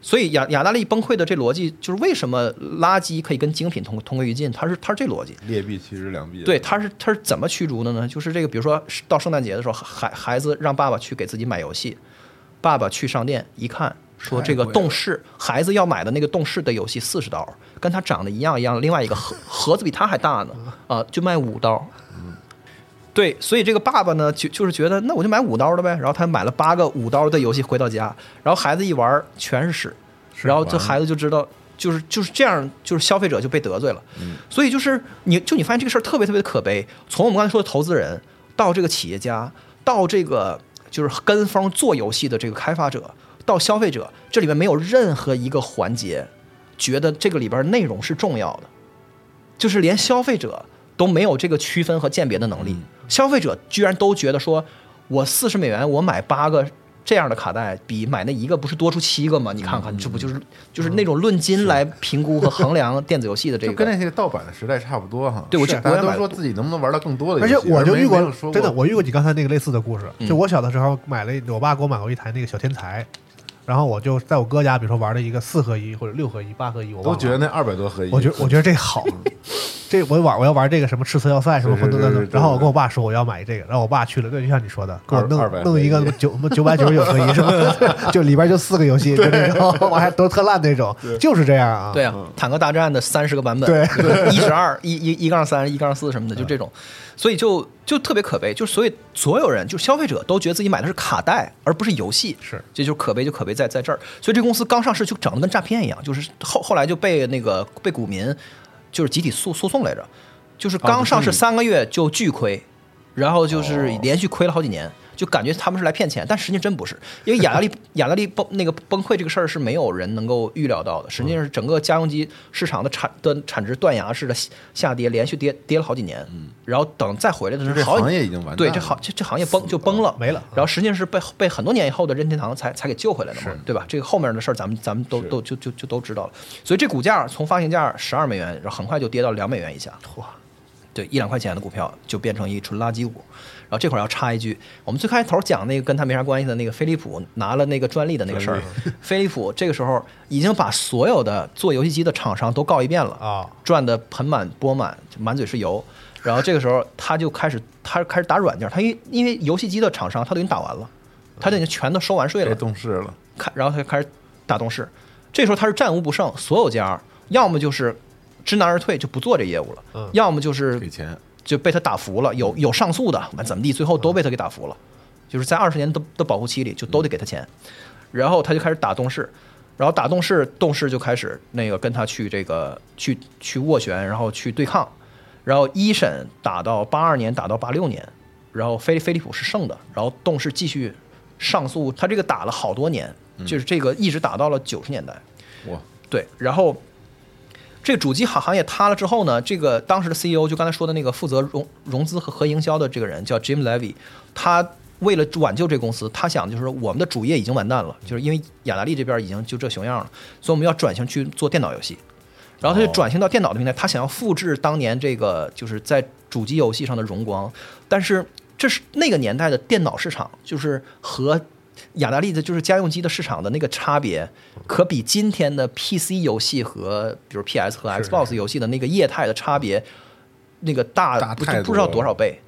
[SPEAKER 8] 所以雅雅达利崩溃的这逻辑，就是为什么垃圾可以跟精品同同归于尽，它是它是这逻辑。
[SPEAKER 5] 劣币驱逐良币，
[SPEAKER 8] 对，，它是它是怎么驱逐的呢？就是这个，比如说到圣诞节的时候，孩孩子让爸爸去给自己买游戏，爸爸去商店一看，说这个动视孩子要买的那个动视的游戏四十刀，跟他长得一样一样，另外一个盒盒子比他还大呢，啊、就卖五刀。对，所以这个爸爸呢，就就是觉得那我就买五刀的呗，然后他买了八个五刀的游戏回到家，然后孩子一玩儿全是屎，然后这孩子就知道，就是就是这样，就是消费者就被得罪了。所以就是你就你发现这个事儿特别特别的可悲，从我们刚才说的投资人到这个企业家，到这个就是跟风做游戏的这个开发者，到消费者，这里面没有任何一个环节觉得这个里边内容是重要的。就是连消费者都没有这个区分和鉴别的能力。
[SPEAKER 5] 嗯
[SPEAKER 8] 消费者居然都觉得说，我四十美元我买八个这样的卡带，比买那一个不是多出七个吗？你看
[SPEAKER 5] 嗯
[SPEAKER 8] 看，这不就是就是那种论斤来评估和衡量电子游戏的这
[SPEAKER 5] 就跟
[SPEAKER 8] 个。
[SPEAKER 5] 那些盗版的时代差不多哈。
[SPEAKER 8] 对我
[SPEAKER 5] 是
[SPEAKER 8] 就
[SPEAKER 5] 大
[SPEAKER 8] 我
[SPEAKER 5] 家
[SPEAKER 8] 也
[SPEAKER 5] 都
[SPEAKER 8] 买
[SPEAKER 5] 说
[SPEAKER 8] 了
[SPEAKER 5] 自己能不能玩到更多的游
[SPEAKER 7] 而
[SPEAKER 5] 戏，
[SPEAKER 7] 且我就
[SPEAKER 5] 而没
[SPEAKER 7] 遇过
[SPEAKER 5] 没有说，过嗯
[SPEAKER 7] 真的，我遇过你刚才那个类似的故事。就我小的时候买了，我爸给我买过一台那个小天才，然后我就在我哥家，比如说玩了一个四合一或者六合一、八合一，我忘
[SPEAKER 5] 都
[SPEAKER 7] 了
[SPEAKER 5] 觉得那二百多合一，
[SPEAKER 7] 我觉我觉得这好， 这我玩我要玩这个什么赤色要塞什么
[SPEAKER 5] 嗯是
[SPEAKER 7] 混沌
[SPEAKER 5] 是
[SPEAKER 7] 的
[SPEAKER 5] 是，
[SPEAKER 7] 然后我跟我爸说我要买这个，然后我爸去了，对，就像你说的，给我弄
[SPEAKER 5] 二二百
[SPEAKER 7] 弄一个
[SPEAKER 5] 合一
[SPEAKER 7] 九九百九十九合一是吧？ 就里边就四个游戏，就那种，我还都是特烂那种，就是这样啊。
[SPEAKER 8] 对啊，坦克大战的三十个版本，
[SPEAKER 7] 对， 嗯
[SPEAKER 8] 一 十二、一一一杠三、一杠四什么的，就这种，所以就就特别可悲，就所以所有人，就消费者都觉得自己买的是卡带，而不是游戏，
[SPEAKER 7] 是
[SPEAKER 8] 这就是可悲，就可悲在在这儿。所以这公司刚上市就整的跟诈骗一样，就是后后来就被那个被股民就是集体诉诉讼来着，就是
[SPEAKER 7] 哦
[SPEAKER 8] 刚上市三个月就巨亏，然后就是
[SPEAKER 5] 哦
[SPEAKER 8] 连续亏了好几年，就感觉他们是来骗钱，但实际真不是，因为雅 达利雅达利崩那个崩溃这个事儿是没有人能够预料到的，实际上是整个家用机市场的产的产值断崖式的下跌，连续跌跌了好几年，然后等再回来的时候，
[SPEAKER 5] 嗯这
[SPEAKER 8] 好
[SPEAKER 5] 行业已经完蛋
[SPEAKER 8] 对，
[SPEAKER 5] 了
[SPEAKER 8] 这行这这行业崩就崩了，
[SPEAKER 7] 没了
[SPEAKER 5] 啊
[SPEAKER 8] 然后实际上是被被很多年以后的任天堂才才给救回来的嘛，对吧？这个后面的事儿咱们咱们都都就就就都知道了。所以这股价从发行价十二美元，然后很快就跌到两美元以下，哇！对，一两块钱的股票就变成一纯垃圾股。然后这块儿要插一句，我们最开头讲那个跟他没啥关系的那个飞利浦拿了那个专利的那个事儿，飞利浦这个时候已经把所有的做游戏机的厂商都告一遍了
[SPEAKER 7] 啊
[SPEAKER 8] 赚得盆满钵满，满嘴是油。然后这个时候他就开始，他开始打软件，他因因为游戏机的厂商他都已经打完了，他就已经全都收完税
[SPEAKER 5] 别
[SPEAKER 8] 了，
[SPEAKER 5] 动视了，
[SPEAKER 8] 开然后他就开始打动视，这时候他是战无不胜，所有家要么就是知难而退就不做这业务了，
[SPEAKER 7] 嗯
[SPEAKER 8] 要么就是
[SPEAKER 5] 给钱，
[SPEAKER 8] 就被他打服了，有有上诉的，完怎么地，最后都被他给打服了，就是在二十年的的保护期里，就都得给他钱，然后他就开始打动市，然后打动市，动市就开始那个跟他去这个去去斡旋，然后去对抗，然后一审打到八二年，打到八六年，然后菲菲利普是胜的，然后动市继续上诉，他这个打了好多年，就是这个一直打到了九十年代，
[SPEAKER 5] 哇，
[SPEAKER 8] 对，然后这个主机行行业塌了之后呢，这个当时的 CEO 就刚才说的那个负责融融资和和营销的这个人叫 Jim Levy，他为了挽救这公司，他想的就是我们的主业已经完蛋了，就是因为雅达利这边已经就这熊样了，所以我们要转型去做电脑游戏。然
[SPEAKER 5] 哦
[SPEAKER 8] 后他就转型到电脑的平台，他想要复制当年这个就是在主机游戏上的荣光，但是这是那个年代的电脑市场，就是和雅达利的就是家用机的市场的那个差别，可比今天的 PC 游戏和比如 PS 和 Xbox 游戏的那个业态的差别，那个大
[SPEAKER 5] 大
[SPEAKER 8] 不
[SPEAKER 5] 太
[SPEAKER 8] 不知道
[SPEAKER 5] 多了
[SPEAKER 8] 多少倍。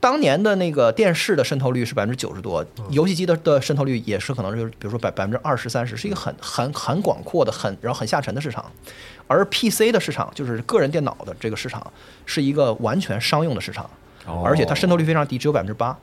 [SPEAKER 8] 当年的那个电视的渗透率是百分之九十多，游戏机的的渗透率也是可能就是比如说百百分之二十三十，是一个很很很广阔的、很然后很下沉的市场。而 PC 的市场就是个人电脑的这个市场，是一个完全商用的市场，而且它渗透率非常低，只有百分之八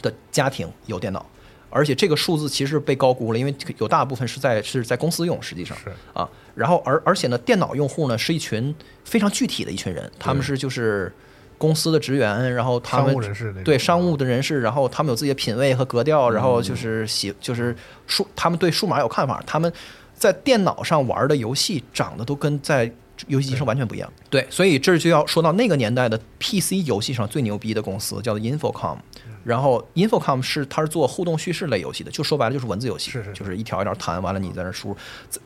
[SPEAKER 8] 的家庭有电脑。而且这个数字其实被高估了，因为这个有大部分是在是在公司用，实际上
[SPEAKER 7] 是
[SPEAKER 8] 啊。然后而而且呢，电脑用户呢是一群非常具体的一群人，他们是就是公司的职员，然后他们
[SPEAKER 7] 商务人士那种
[SPEAKER 8] 对商务的人士，然后他们有自己的品味和格调，
[SPEAKER 7] 嗯
[SPEAKER 8] 然后就是喜就是数，他们对数码有看法，他们在电脑上玩的游戏长得都跟在。游戏机上完全不一样，对，所以这就要说到那个年代的 PC 游戏上最牛逼的公司，叫做 Infocom，然
[SPEAKER 7] 嗯
[SPEAKER 8] 后 Infocom 是它是做互动叙事类游戏的，就说白了就是文字游戏，
[SPEAKER 7] 是是是
[SPEAKER 8] 就是一条一条弹，完了你在那输入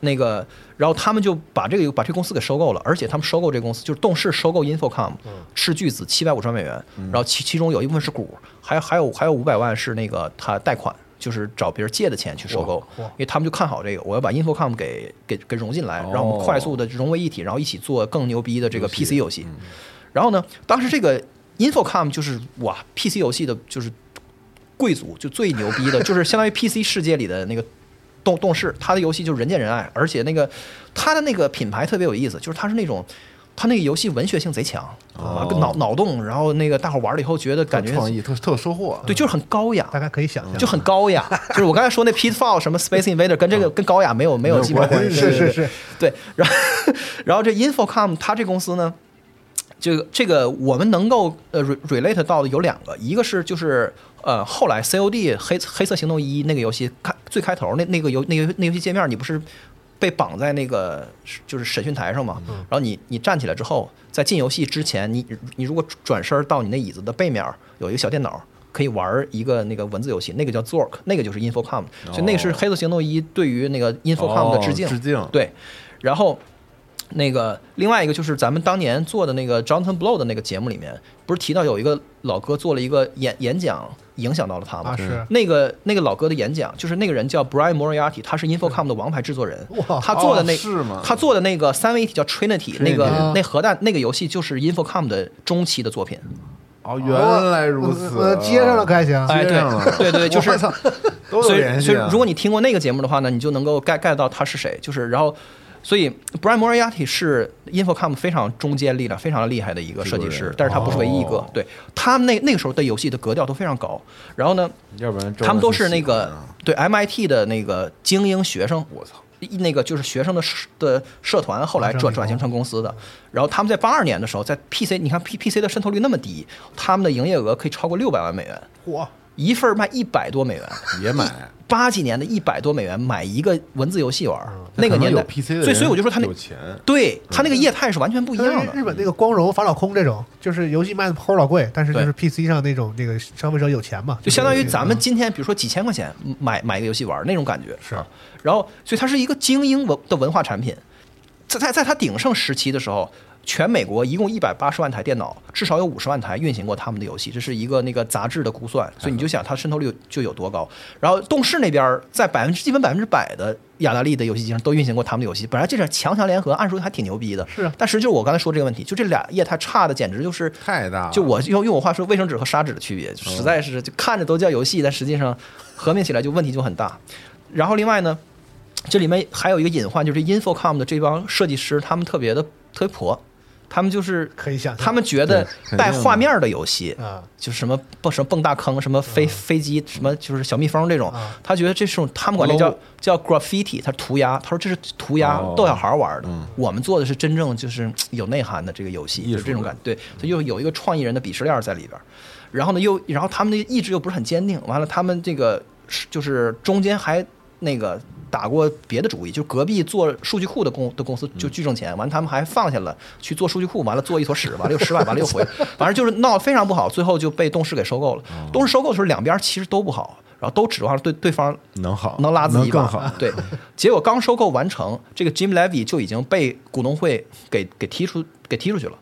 [SPEAKER 8] 那个，然后他们就把这个把这公司给收购了，而且他们收购这公司就是动视收购 Infocom，斥巨资七百五十万美元，然后其其中有一部分是股，还有还有还有五百万是那个他贷款。就是找别人借的钱去收购，因为他们就看好这个，我要把 Infocom 给给给融进来，然后我们快速的融为一体，然后一起做更牛逼的这个 PC 哦游戏。嗯然后呢，当时这个 Infocom 就是哇，PC 游戏的就是贵族，就最牛逼的，就是相当于 PC 世界里的那个动动视，它的游戏就是人见人爱，而且那个它的那个品牌特别有意思，就是它是那种。它那个游戏文学性贼强，啊，脑脑洞，然后那个大伙玩了以后觉得感觉
[SPEAKER 5] 特创意特特有收获，
[SPEAKER 8] 对，就是很高 雅，
[SPEAKER 7] 大概可以想象，
[SPEAKER 8] 就很高雅。就是我刚才说那 Pitfall 什么 Space Invader 跟这个跟高雅没有嗯没有基本关系，
[SPEAKER 7] 是
[SPEAKER 8] 对对
[SPEAKER 7] 是是，
[SPEAKER 8] 对。然后然后这 Infocom 它这公司呢，这个这个我们能够呃 re- relate 到的有两个，一个是就是呃后来 COD 黑黑色行动一那个游戏开最开头那那个游那个那游戏界面你不是。被绑在那个就是审讯台上嘛，然后你你站起来之后，在进游戏之前，你你如果转身到你那椅子的背面有一个小电脑，可以玩一个那个文字游戏，那个叫 Zork，那个就是 Infocom，所以那个是《黑色行动一》对于那个 Infocom 的致敬，
[SPEAKER 5] 哦致敬
[SPEAKER 8] 对，然后那个另外一个就是咱们当年做的那个 Jonathan Blow 的那个节目里面，不是提到有一个老哥做了一个演演讲，影响到了他吗？
[SPEAKER 7] 啊是
[SPEAKER 8] 那个那个老哥的演讲，就是那个人叫 Brian Moriarty，他是 Infocom 的王牌制作人
[SPEAKER 7] 哇，
[SPEAKER 8] 他做的那、
[SPEAKER 5] 哦是吗
[SPEAKER 8] 他做的那个三位一体叫 Trinity，, 那个
[SPEAKER 7] 啊
[SPEAKER 8] 那核弹那个游戏就是 Infocom 的中期的作品。
[SPEAKER 5] 哦，原来如此，哦啊
[SPEAKER 7] 我我接上了，开心，
[SPEAKER 8] 哎，
[SPEAKER 5] 接
[SPEAKER 8] 对
[SPEAKER 5] 上了
[SPEAKER 8] 对对，就是
[SPEAKER 5] 我操都有
[SPEAKER 8] 所
[SPEAKER 5] 联
[SPEAKER 8] 以，
[SPEAKER 5] 系
[SPEAKER 8] 所以
[SPEAKER 5] 啊。
[SPEAKER 8] 如果你听过那个节目的话呢，你就能够 get get 到他是谁。就是，然后，所以 Brian Moriarty 是 Infocom 非常中坚力量、非常厉害的一个设计
[SPEAKER 5] 制作
[SPEAKER 8] 师
[SPEAKER 5] 人，
[SPEAKER 8] 但是他哦不是唯一一个。对他们那那个时候的游戏的格调都非常高。然后呢，
[SPEAKER 5] 要不然周
[SPEAKER 8] 他们都是
[SPEAKER 5] 文
[SPEAKER 8] 那
[SPEAKER 5] 喜欢
[SPEAKER 8] 个
[SPEAKER 5] 啊
[SPEAKER 8] 对 MIT 的那个精英学生，我操，那个就是学生的社的社团，后来转转型成公司的。然后他们在八二年的时候，在 PC，你看 P PC 的渗透率那么低，他们的营业额可以超过六百万美元，
[SPEAKER 7] 嚯，
[SPEAKER 8] 一份儿卖一百多美元。
[SPEAKER 5] 也买，
[SPEAKER 8] 八几年的一百多美元买一个文字游戏玩儿， 那个
[SPEAKER 5] 嗯可能
[SPEAKER 8] 年代
[SPEAKER 5] 有 PC 的人
[SPEAKER 8] 所以所以我就说他那
[SPEAKER 5] 有嗯钱
[SPEAKER 8] 对他那个业态是完全不一样
[SPEAKER 7] 日
[SPEAKER 8] 的。
[SPEAKER 7] 日本那个光荣、法老空这种，就是游戏卖的齁老贵，但是就
[SPEAKER 8] 对
[SPEAKER 7] 是 PC 上那种那个消费者有钱嘛，
[SPEAKER 8] 就相当于
[SPEAKER 7] 是嗯啊
[SPEAKER 8] 咱们今天，比如说几千块钱买买一个游戏玩儿那种感觉是、啊然后，所以它是一个精英文的文化产品，在在在它鼎盛时期的时候，全美国一共一百八十万台电脑，至少有五十万台运行过他们的游戏，这是一个那个杂志的估算，
[SPEAKER 7] 嗯
[SPEAKER 8] 所以你就想它渗透率就有多高。然后动视那边儿在百分之基本百分之百的雅达利的游戏机上都运行过他们的游戏，本来这是强强联合，按说还挺牛逼的，
[SPEAKER 7] 是啊
[SPEAKER 8] 但实际我刚才说这个问题，就这俩业态差的简直就是
[SPEAKER 5] 太大了
[SPEAKER 8] 就我用用我话说，卫生纸和砂纸的区
[SPEAKER 5] 哦
[SPEAKER 8] 别，实在是就看着都叫游戏，但实际上合并起来就问题就很大。然后另外呢，这里面还有一个隐患，就是 Infocom 的这帮设计师，他们特别的特别婆，他们就是
[SPEAKER 7] 可以想象
[SPEAKER 8] 他们觉得
[SPEAKER 5] 肯定
[SPEAKER 8] 带
[SPEAKER 5] 的嗯
[SPEAKER 8] 画面的游戏
[SPEAKER 7] 啊，
[SPEAKER 8] 就是什么蹦什么蹦大坑，什么飞飞机，什么就是小蜜蜂这
[SPEAKER 5] 嗯
[SPEAKER 8] 种，他觉得这是种他们管这叫
[SPEAKER 5] Low
[SPEAKER 8] 叫 graffiti，他是涂鸦，他说这是涂鸦
[SPEAKER 5] 哦
[SPEAKER 8] 逗小孩玩的，我们做的是真正就是嘖有内涵的这个游戏，
[SPEAKER 5] 艺术
[SPEAKER 8] 就
[SPEAKER 5] 的
[SPEAKER 8] 是这种感觉，对，所以又有一个创意人的鄙视链在里边儿。然后呢，又然后他们的意志又不是很坚定，完了他们这个是就是中间还那个打过别的主意，就隔壁做数据库的公的公
[SPEAKER 5] 嗯
[SPEAKER 8] 司就巨挣钱，完了他们还放下了去做数据库，完了做一坨屎，完了又失败，完了又回，反正就是闹得非常不好，最后就被动视给收购了。
[SPEAKER 5] 哦
[SPEAKER 8] 动视收购的时候，两边其实都不好，然后都指望着对对方
[SPEAKER 5] 能好
[SPEAKER 8] 能拉自己一把
[SPEAKER 5] 能更好
[SPEAKER 8] 对，结果刚收购完成，这个 Jim Levy 就已经被股东会给给踢出给踢出去了，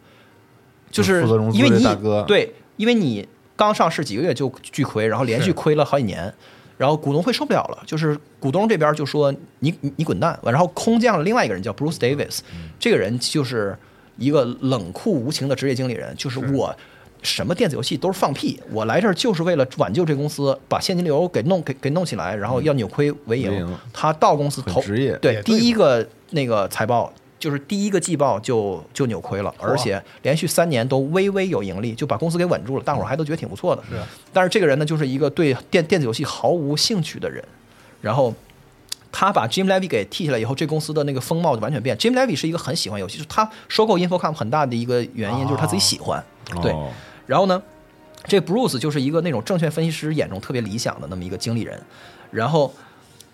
[SPEAKER 8] 就是
[SPEAKER 5] 负责融资
[SPEAKER 8] 因为
[SPEAKER 5] 这
[SPEAKER 8] 你
[SPEAKER 5] 大哥
[SPEAKER 8] 对，因为你刚上市几个月就巨亏，然后连续亏了好几年，然后股东会受不了了，就是股东这边就说你你你滚蛋，然后空降了另外一个人叫 Bruce Davis，、这个人就是一个冷酷无情的职业经理人，就是我。什么电子游戏都是放屁！我来这儿就是为了挽救这公司，把现金流给弄给给弄起来，然后要扭亏为
[SPEAKER 5] 为
[SPEAKER 8] 盈
[SPEAKER 5] 盈。
[SPEAKER 8] 他到公司投
[SPEAKER 5] 很职业
[SPEAKER 8] 对
[SPEAKER 7] 也
[SPEAKER 8] 第
[SPEAKER 7] 对
[SPEAKER 8] 一个那个财报就是第一个季报就就扭亏了，而且连续三年都微微有盈利，就把公司给稳住了。大伙儿还都觉得挺不错的。是，啊但是这个人呢，就是一个对电电子游戏毫无兴趣的人，然后。他把 Jim Levy 给替下来以后，这公司的那个风貌就完全变。Jim Levy 是一个很喜欢游戏，就是他收购 Infocom 很大的一个原因就是他自己喜欢。 对，
[SPEAKER 5] 哦
[SPEAKER 8] 然后呢，这 Bruce 就是一个那种证券分析师眼中特别理想的那么一个经理人，然后，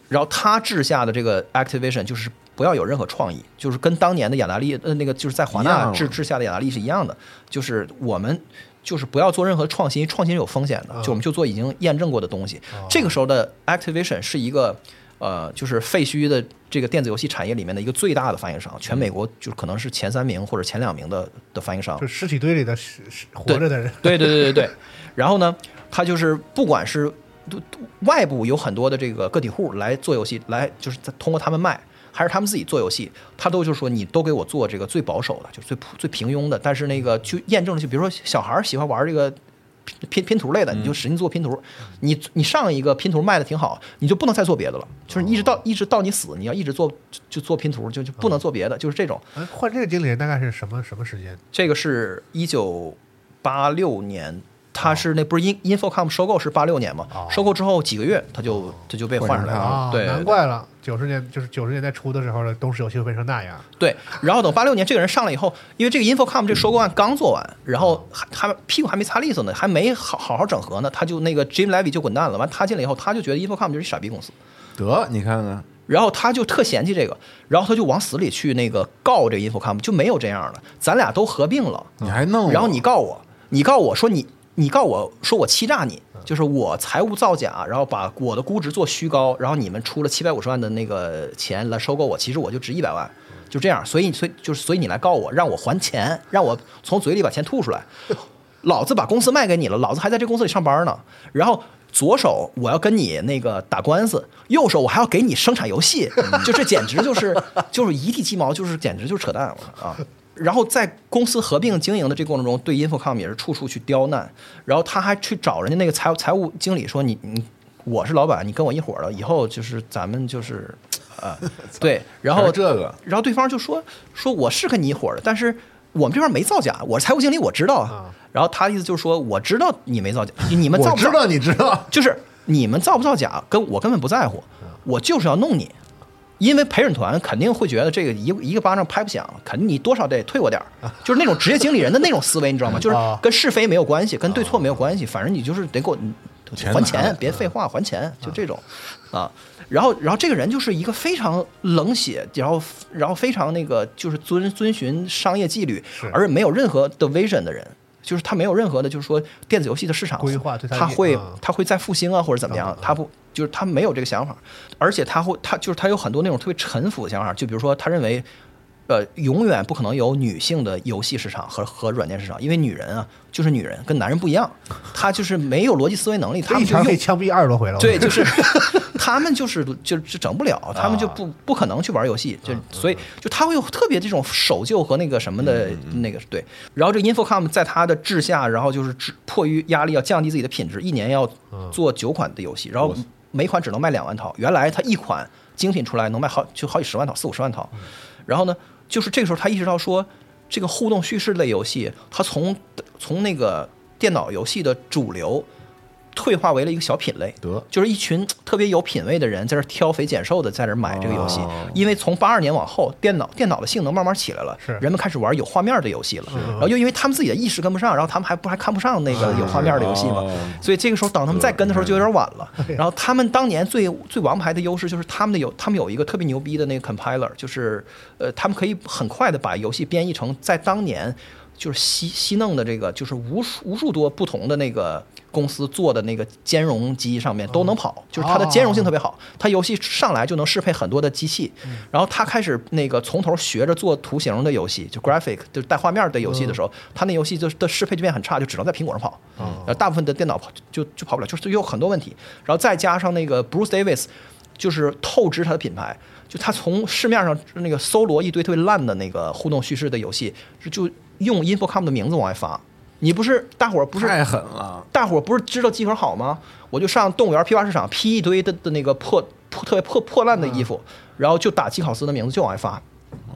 [SPEAKER 8] 然后他治下的这个 Activation 就是不要有任何创意，就是跟当年的雅达利呃那个就是在华
[SPEAKER 5] 一样啊
[SPEAKER 8] 纳
[SPEAKER 5] 了
[SPEAKER 8] 治治下的雅达利是一样的，就是我们。就是不要做任何创新，创新是有风险
[SPEAKER 5] 啊
[SPEAKER 8] 的。就我们就做已经验证过的东西。这个时候的 Activation 是一个，呃，就是废墟的这个电子游戏产业里面的一个最大的发行商，全美国就可能是前三名或者前两名的的发行商。
[SPEAKER 7] 就尸体堆里的是是
[SPEAKER 8] 对
[SPEAKER 7] 活着的人，
[SPEAKER 8] 啊对对对对对。然后呢，他就是不管是都都外部有很多的这个个体户来做游戏，来就是在通过他们卖，还是他们自己做游戏，他都就是说你都给我做这个最保守的，就是最普最平庸的，但是那个去验证了，就比如说小孩儿喜欢玩这个。拼拼拼图类的，你就使劲做拼图。你你上一个拼图卖的挺好，你就不能再做别的了，就是你一直到一直到你死，你要一直做就就做拼图，就就不能做别的，就是这种。
[SPEAKER 7] 哎换这个经理人大概是什么什么时间？
[SPEAKER 8] 这个是一九八六年，他是那不是 In Infocom 收购是八六年嘛？收购之后几个月，他就他就被哦换上来了
[SPEAKER 7] 啊，，
[SPEAKER 8] 对，
[SPEAKER 7] 难怪了，九十年就是九十年代初的时候的东视游戏会变成那样，
[SPEAKER 8] 对。然后等八六年这个人上来以后，因为这个 Infocom 这收购案刚做完，然后还还屁股还没擦利索呢，还没好好好整合呢，他就那个 Jim Levy 就滚蛋了。完他进来以后，他就觉得 Infocom 就是一傻逼公司，
[SPEAKER 5] 得你看看，
[SPEAKER 8] 然后他就特嫌弃这个，然后他就往死里去那个告这个 Infocom，就没有这样的，咱俩都合并了。
[SPEAKER 5] 你还弄
[SPEAKER 8] 嗯
[SPEAKER 5] 我，
[SPEAKER 8] 然后你告我，你告我说你，你告我说我欺诈你，就是我财务造假，然后把我的估值做虚高，然后你们出了七百五十万的那个钱来收购我，其实我就值一百万，就这样。所以，所以就是所以你来告我，让我还钱，让我从嘴里把钱吐出来。老子把公司卖给你了，老子还在这公司里上班呢。然后左手我要跟你那个打官司，右手我还要给你生产游戏，
[SPEAKER 5] 嗯
[SPEAKER 8] 就这简直就是 就是一地鸡毛，就是简直就是扯淡我啊！然后在公司合并经营的这过程中，对 Infocom 也是处处去刁难，然后他还去找人家那个财务财务经理说你你。我是老板，你跟我一伙儿的，以后就是咱们就是， 呃，对，然
[SPEAKER 5] 还
[SPEAKER 8] 后
[SPEAKER 5] 是这个
[SPEAKER 8] 然后对方就说说我是跟你一伙儿的，但是我们这边没造假，我是财务经理，我知道啊。然后他的意思就是说，我知道你没造假，你们造
[SPEAKER 5] 我
[SPEAKER 8] 不
[SPEAKER 5] 知
[SPEAKER 8] 造？
[SPEAKER 5] 道你知道，
[SPEAKER 8] 就是你们造不造假，跟我根本不在乎，我就是要弄你，因为陪审团肯定会觉得这个一一个巴掌拍不响，肯定你多少得退我点儿，就是那种职业经理人的那种思维，你知道吗？就是跟是非没有关系，跟对错没有关系，反正你就是得给我还钱，别废话，还钱，就这种啊。然后，然后这个人就是一个非常冷血，然后，然后非常那个就是遵遵循商业纪律，而没有任何的 vision 的人，就是他没有任何的，就是说电子游戏的市场
[SPEAKER 7] 规划对他
[SPEAKER 8] 他
[SPEAKER 7] 也
[SPEAKER 8] 会
[SPEAKER 7] 嗯
[SPEAKER 8] 他会再复兴啊，或者怎么样，他不就是他没有这个想法，而且他会他就是他有很多那种特别臣服的想法，就比如说他认为，呃，永远不可能有女性的游戏市场和和软件市场，因为女人啊就是女人，跟男人不一样，她就是没有逻辑思维能力，他
[SPEAKER 7] 一
[SPEAKER 8] 们就
[SPEAKER 7] 拳可以
[SPEAKER 8] 用
[SPEAKER 7] 枪毙二十多回了。
[SPEAKER 8] 对，就是他们就是就就整不了，他们就不不可能去玩游戏，就所以就他会有特别这种守旧和那个什么的那个对。然后这个 Infocom 在他的治下，然后就是制迫于压力要降低自己的品质，一年要做九款的游戏，然后每款只能卖两万套。原来他一款精品出来能卖好就好几十万套，四五十万套。然后呢，就是这个时候他意识到说，这个互动叙事类游戏，它从从那个电脑游戏的主流退化为了一个小品类，
[SPEAKER 5] 得
[SPEAKER 8] 就是一群特别有品位的人在这挑肥拣瘦的在这买这个游戏，因为从八二年往后，电脑电脑的性能慢慢起来了，
[SPEAKER 7] 是
[SPEAKER 8] 人们开始玩有画面的游戏了，然后又因为他们自己的意识跟不上，然后他们还不还看不上那个有画面的游戏嘛
[SPEAKER 5] 是哦，
[SPEAKER 8] 所以这个时候等他们再跟的时候就有点晚了。然后他们当年最最王牌的优势就是他们的有他们有一个特别牛逼的那个 compiler，就是呃他们可以很快的把游戏编译成在当年。就是西西弄的这个，就是无数无数多不同的那个公司做的那个兼容机上面都能跑，就是它的兼容
[SPEAKER 5] 哦
[SPEAKER 8] 性特别好，它游戏上来就能适配很多的机器，
[SPEAKER 5] 嗯
[SPEAKER 8] 然后它开始那个从头学着做图形的游戏，就 graphic 就是带画面的游戏的时候，
[SPEAKER 5] 嗯
[SPEAKER 8] 它那游戏就是的适配就变很差，就只能在苹果上跑，
[SPEAKER 5] 哦
[SPEAKER 8] 呃，大部分的电脑跑就就跑不了，就是有很多问题，然后再加上那个 Bruce Davis。就是透支它的品牌，就它从市面上那个搜罗一堆特别烂的那个互动叙事的游戏，就就用 Infocom 的名字往外发。你不是大伙儿不是
[SPEAKER 5] 太狠了，
[SPEAKER 8] 大伙儿不是知道集合好吗？我就上动物园批发市场批一堆的的那个破破特别破破烂的衣服，然后就打基考斯的名字就往外发，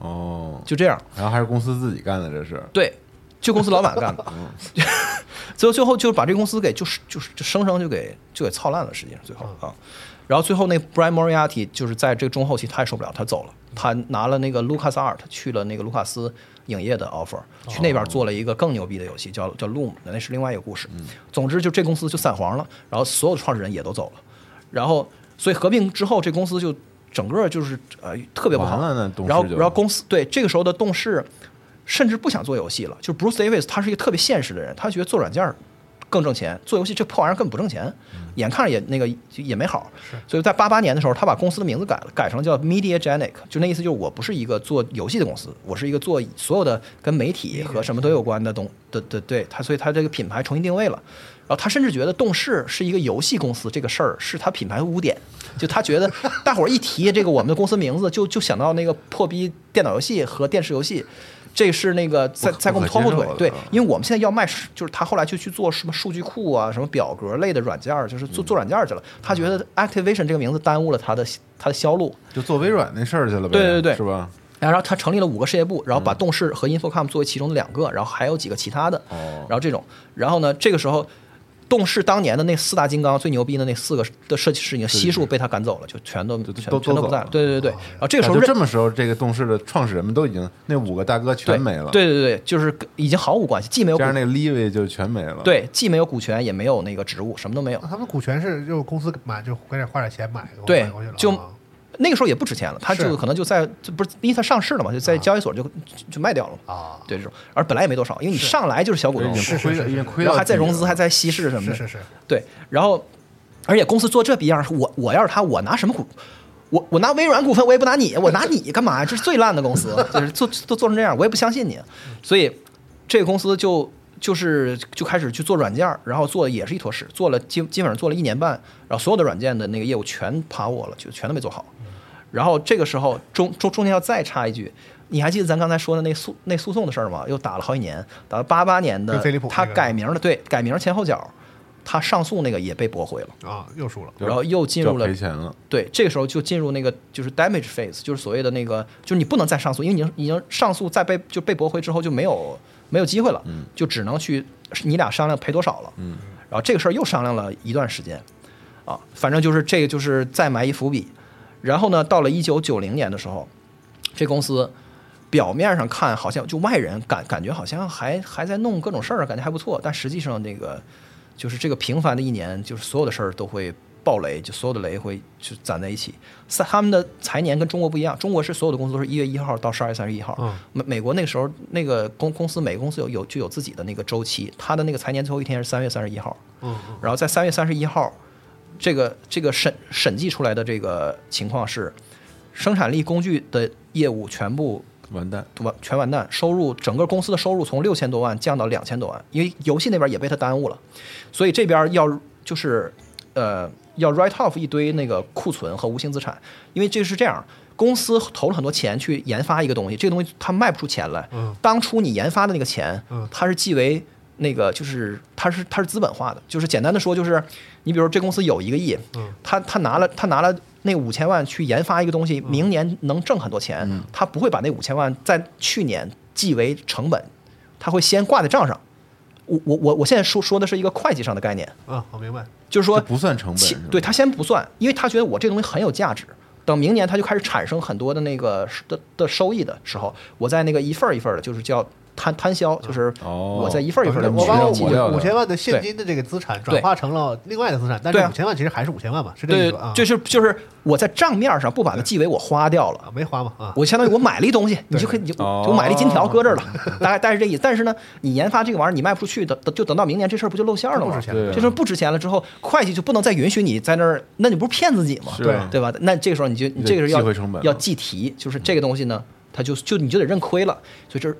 [SPEAKER 5] 哦，
[SPEAKER 8] 就这样。
[SPEAKER 5] 然后还是公司自己干的，这是
[SPEAKER 8] 对，就公司老板干 的。最后最后就是把这公司给就是就是就生生就给就给操烂了，实际上最后
[SPEAKER 5] 嗯
[SPEAKER 8] 啊。然后最后那个 Brian Moriarty 就是在这个中后期他也受不了，他走了，
[SPEAKER 5] 嗯
[SPEAKER 8] 他拿了那个 Lucas Art 去了那个卢卡斯影业的 offer，去
[SPEAKER 5] 哦
[SPEAKER 8] 那边做了一个更牛逼的游戏，叫叫 Loom，那是另外一个故事。
[SPEAKER 5] 嗯
[SPEAKER 8] 总之就这公司就散黄了，然后所有的创始人也都走了，然后所以合并之后这公司就整个就是呃特别不好。
[SPEAKER 5] 完了呢董事
[SPEAKER 8] 然后
[SPEAKER 5] 就
[SPEAKER 8] 然后公司对这个时候的动视甚至不想做游戏了。就是 Bruce Davis 他是一个特别现实的人，他觉得做软件儿更挣钱，做游戏这破玩意儿根本不挣钱，眼看着也那个也没好。所以在八八年的时候，他把公司的名字改了，改成叫 MediaGenic，就那意思就是我不是一个做游戏的公司，我是一个做所有的跟媒体和什么都有关的东的的对他，所以他这个品牌重新定位了。然后他甚至觉得动视是一个游戏公司这个事儿是他品牌的污点，就他觉得大伙儿一提这个我们的公司名字就就想到那个破逼电脑游戏和电视游戏，这是那个在
[SPEAKER 5] 不可
[SPEAKER 8] 在给我们拖后
[SPEAKER 5] 不
[SPEAKER 8] 腿
[SPEAKER 5] 可接受的，
[SPEAKER 8] 对
[SPEAKER 5] 啊，
[SPEAKER 8] 因为我们现在要卖数，就是他后来就去做什么数据库啊、什么表格类的软件儿，就是做做软件儿去了。
[SPEAKER 5] 嗯
[SPEAKER 8] 他觉得 Activation 这个名字耽误了他的他的销路，
[SPEAKER 5] 就做微软那事儿去了呗，
[SPEAKER 8] 对对对
[SPEAKER 5] 是吧？
[SPEAKER 8] 然后他成立了五个事业部，然后把动视和 Infocom 作为其中的两个，然后还有几个其他的。
[SPEAKER 5] 嗯哦
[SPEAKER 8] 然后这种，然后呢，这个时候，动视当年的那四大金刚最牛逼的那四个的设计师已经悉数被他赶走了，就全都
[SPEAKER 5] 都
[SPEAKER 8] 全
[SPEAKER 5] 都
[SPEAKER 8] 全都不
[SPEAKER 5] 都走
[SPEAKER 8] 在
[SPEAKER 5] 了哦
[SPEAKER 8] 了。对对对对。然后这个时候
[SPEAKER 5] 就
[SPEAKER 8] 任
[SPEAKER 5] 这么时候，这个动视的创始人们都已经那五个大哥
[SPEAKER 8] 对
[SPEAKER 5] 全没了，，
[SPEAKER 8] 对对对，就是已经毫无关系，既没有
[SPEAKER 5] 加
[SPEAKER 8] 股
[SPEAKER 5] 上那个 Levi 就全没了，，
[SPEAKER 8] 对，既没有股权，也没有那个职务，什么都没有
[SPEAKER 7] 那。
[SPEAKER 5] 啊
[SPEAKER 7] 他们股权是就是公司买，就给点花点钱买，给我
[SPEAKER 8] 对
[SPEAKER 7] 买过去了啊，
[SPEAKER 8] 就那个时候也不值钱了，他就是可能就在就不是因为他上市了嘛，就
[SPEAKER 5] 啊
[SPEAKER 8] 在交易所就就就卖掉了
[SPEAKER 7] 啊，
[SPEAKER 8] 嘛。
[SPEAKER 7] 哦
[SPEAKER 8] 对这种，而本来也没多少，因为你上来就是小股东
[SPEAKER 5] 已，经亏了，已经亏
[SPEAKER 8] 然
[SPEAKER 5] 了，
[SPEAKER 8] 后还在融资，还在稀释什么
[SPEAKER 7] 是是
[SPEAKER 8] 的，
[SPEAKER 7] 是，
[SPEAKER 8] 对，然后而且公司做这逼样儿，我我要是他，我拿什么股？我我拿微软股份，我也不拿你，我拿你干嘛呀？这是最烂的公司，就是做都做成这样，我也不相信你。所以这个公司就就是就开始去做软件儿，然后做的也是一坨屎，做了基基本上做了一年半，然后所有的软件的那个业务全趴我了，就全都没做好。
[SPEAKER 7] 嗯
[SPEAKER 8] 然后这个时候中中中间要再插一句，你还记得咱刚才说的那诉那诉讼的事儿吗？又打了好几年，打了八八年的
[SPEAKER 7] 跟飞利浦，
[SPEAKER 8] 他
[SPEAKER 7] 那个
[SPEAKER 8] 改名了，对，改名前后脚，他上诉那个也被驳回了，
[SPEAKER 7] 啊，又输了，
[SPEAKER 8] 然后又进入
[SPEAKER 5] 就要
[SPEAKER 8] 了
[SPEAKER 5] 赔钱了，
[SPEAKER 8] 对，这个时候就进入那个就是 damage phase，就是所谓的那个，就是你不能再上诉，因为你已经已经上诉再被就被驳回之后就没有没有机会了，就只能去你俩商量赔多少了。嗯，然后这个事儿又商量了一段时间，啊，反正就是这个就是再埋一伏笔。然后呢，到了一九九零年的时候，这公司表面上看好像就外人感感觉好像还还在弄各种事儿，感觉还不错，但实际上那个就是这个平凡的一年，就是所有的事儿都会爆雷，就所有的雷会就攒在一起。三他们的财年跟中国不一样，中国是所有的公司都是一月一号到十二月三十一号，
[SPEAKER 7] 嗯
[SPEAKER 8] 美、美国那个时候那个公公司每个公司有有就有自己的那个周期，它的那个财年最后一天是三月三十一号，
[SPEAKER 7] 嗯
[SPEAKER 8] 然后在三月三十一号，这个这个审审计出来的这个情况是，生产力工具的业务全部
[SPEAKER 5] 完蛋，
[SPEAKER 8] 完全完蛋，收入整个公司的收入从六千多万降到两千多万，因为游戏那边也被他耽误了，所以这边要就是呃要 write off 一堆那个库存和无形资产，因为这是这样，公司投了很多钱去研发一个东西，这个东西它卖不出钱来，当初你研发的那个钱，它是记为那个就是它是它是资本化的，就是简单的说就是，你比如这公司有一个亿，他他拿了他拿了那五千万去研发一个东
[SPEAKER 5] 嗯
[SPEAKER 8] 西，明年能挣很多钱，他不会把那五千万在去年记为成本，他会先挂在账上。我我我我现在说说的是一个会计上的概念，
[SPEAKER 7] 啊，我明白。
[SPEAKER 8] 就是说
[SPEAKER 5] 这不算成本
[SPEAKER 8] 其
[SPEAKER 5] 是吧
[SPEAKER 8] 对他先不算，因为他觉得我这东西很有价值。等明年他就开始产生很多的那个的的收益的时候，我在那个一份儿一份儿的，就是叫摊摊销，就是
[SPEAKER 5] 哦
[SPEAKER 8] 我在一份儿一份儿的
[SPEAKER 5] 我
[SPEAKER 7] 我
[SPEAKER 5] 把
[SPEAKER 7] 把
[SPEAKER 5] 我
[SPEAKER 8] 记
[SPEAKER 5] 我
[SPEAKER 8] 录。
[SPEAKER 5] 要
[SPEAKER 7] 五
[SPEAKER 5] 的
[SPEAKER 7] 五千万的现金的这个资产转化成了另外的资产，但是
[SPEAKER 8] 对啊
[SPEAKER 7] 五千万其实还是五千万嘛，是这意
[SPEAKER 8] 对
[SPEAKER 7] 思吧啊？，
[SPEAKER 8] 就是就是我在账面上不把它记为我花掉了
[SPEAKER 7] 啊，，没花嘛啊。
[SPEAKER 8] 我相当于我买了一东西，你就可以，你就
[SPEAKER 5] 哦
[SPEAKER 8] 我买了一金条搁这儿了，大概大概是这意思。但是呢，你研发这个玩意儿你卖不出去的，等就等到明年这事儿不就露馅儿了
[SPEAKER 7] 不
[SPEAKER 8] 吗？
[SPEAKER 7] 值钱了对
[SPEAKER 5] 啊
[SPEAKER 8] 这事儿不值钱了之后，会计就不能再允许你在那儿，那你不是骗自己吗？
[SPEAKER 5] 是啊
[SPEAKER 8] 对吧？那这个时候你就你这个时
[SPEAKER 5] 忌
[SPEAKER 8] 候
[SPEAKER 5] 讳
[SPEAKER 8] 要
[SPEAKER 5] 成本
[SPEAKER 8] 要计提，就是这个东西呢，它就就你就得认亏了，所以这儿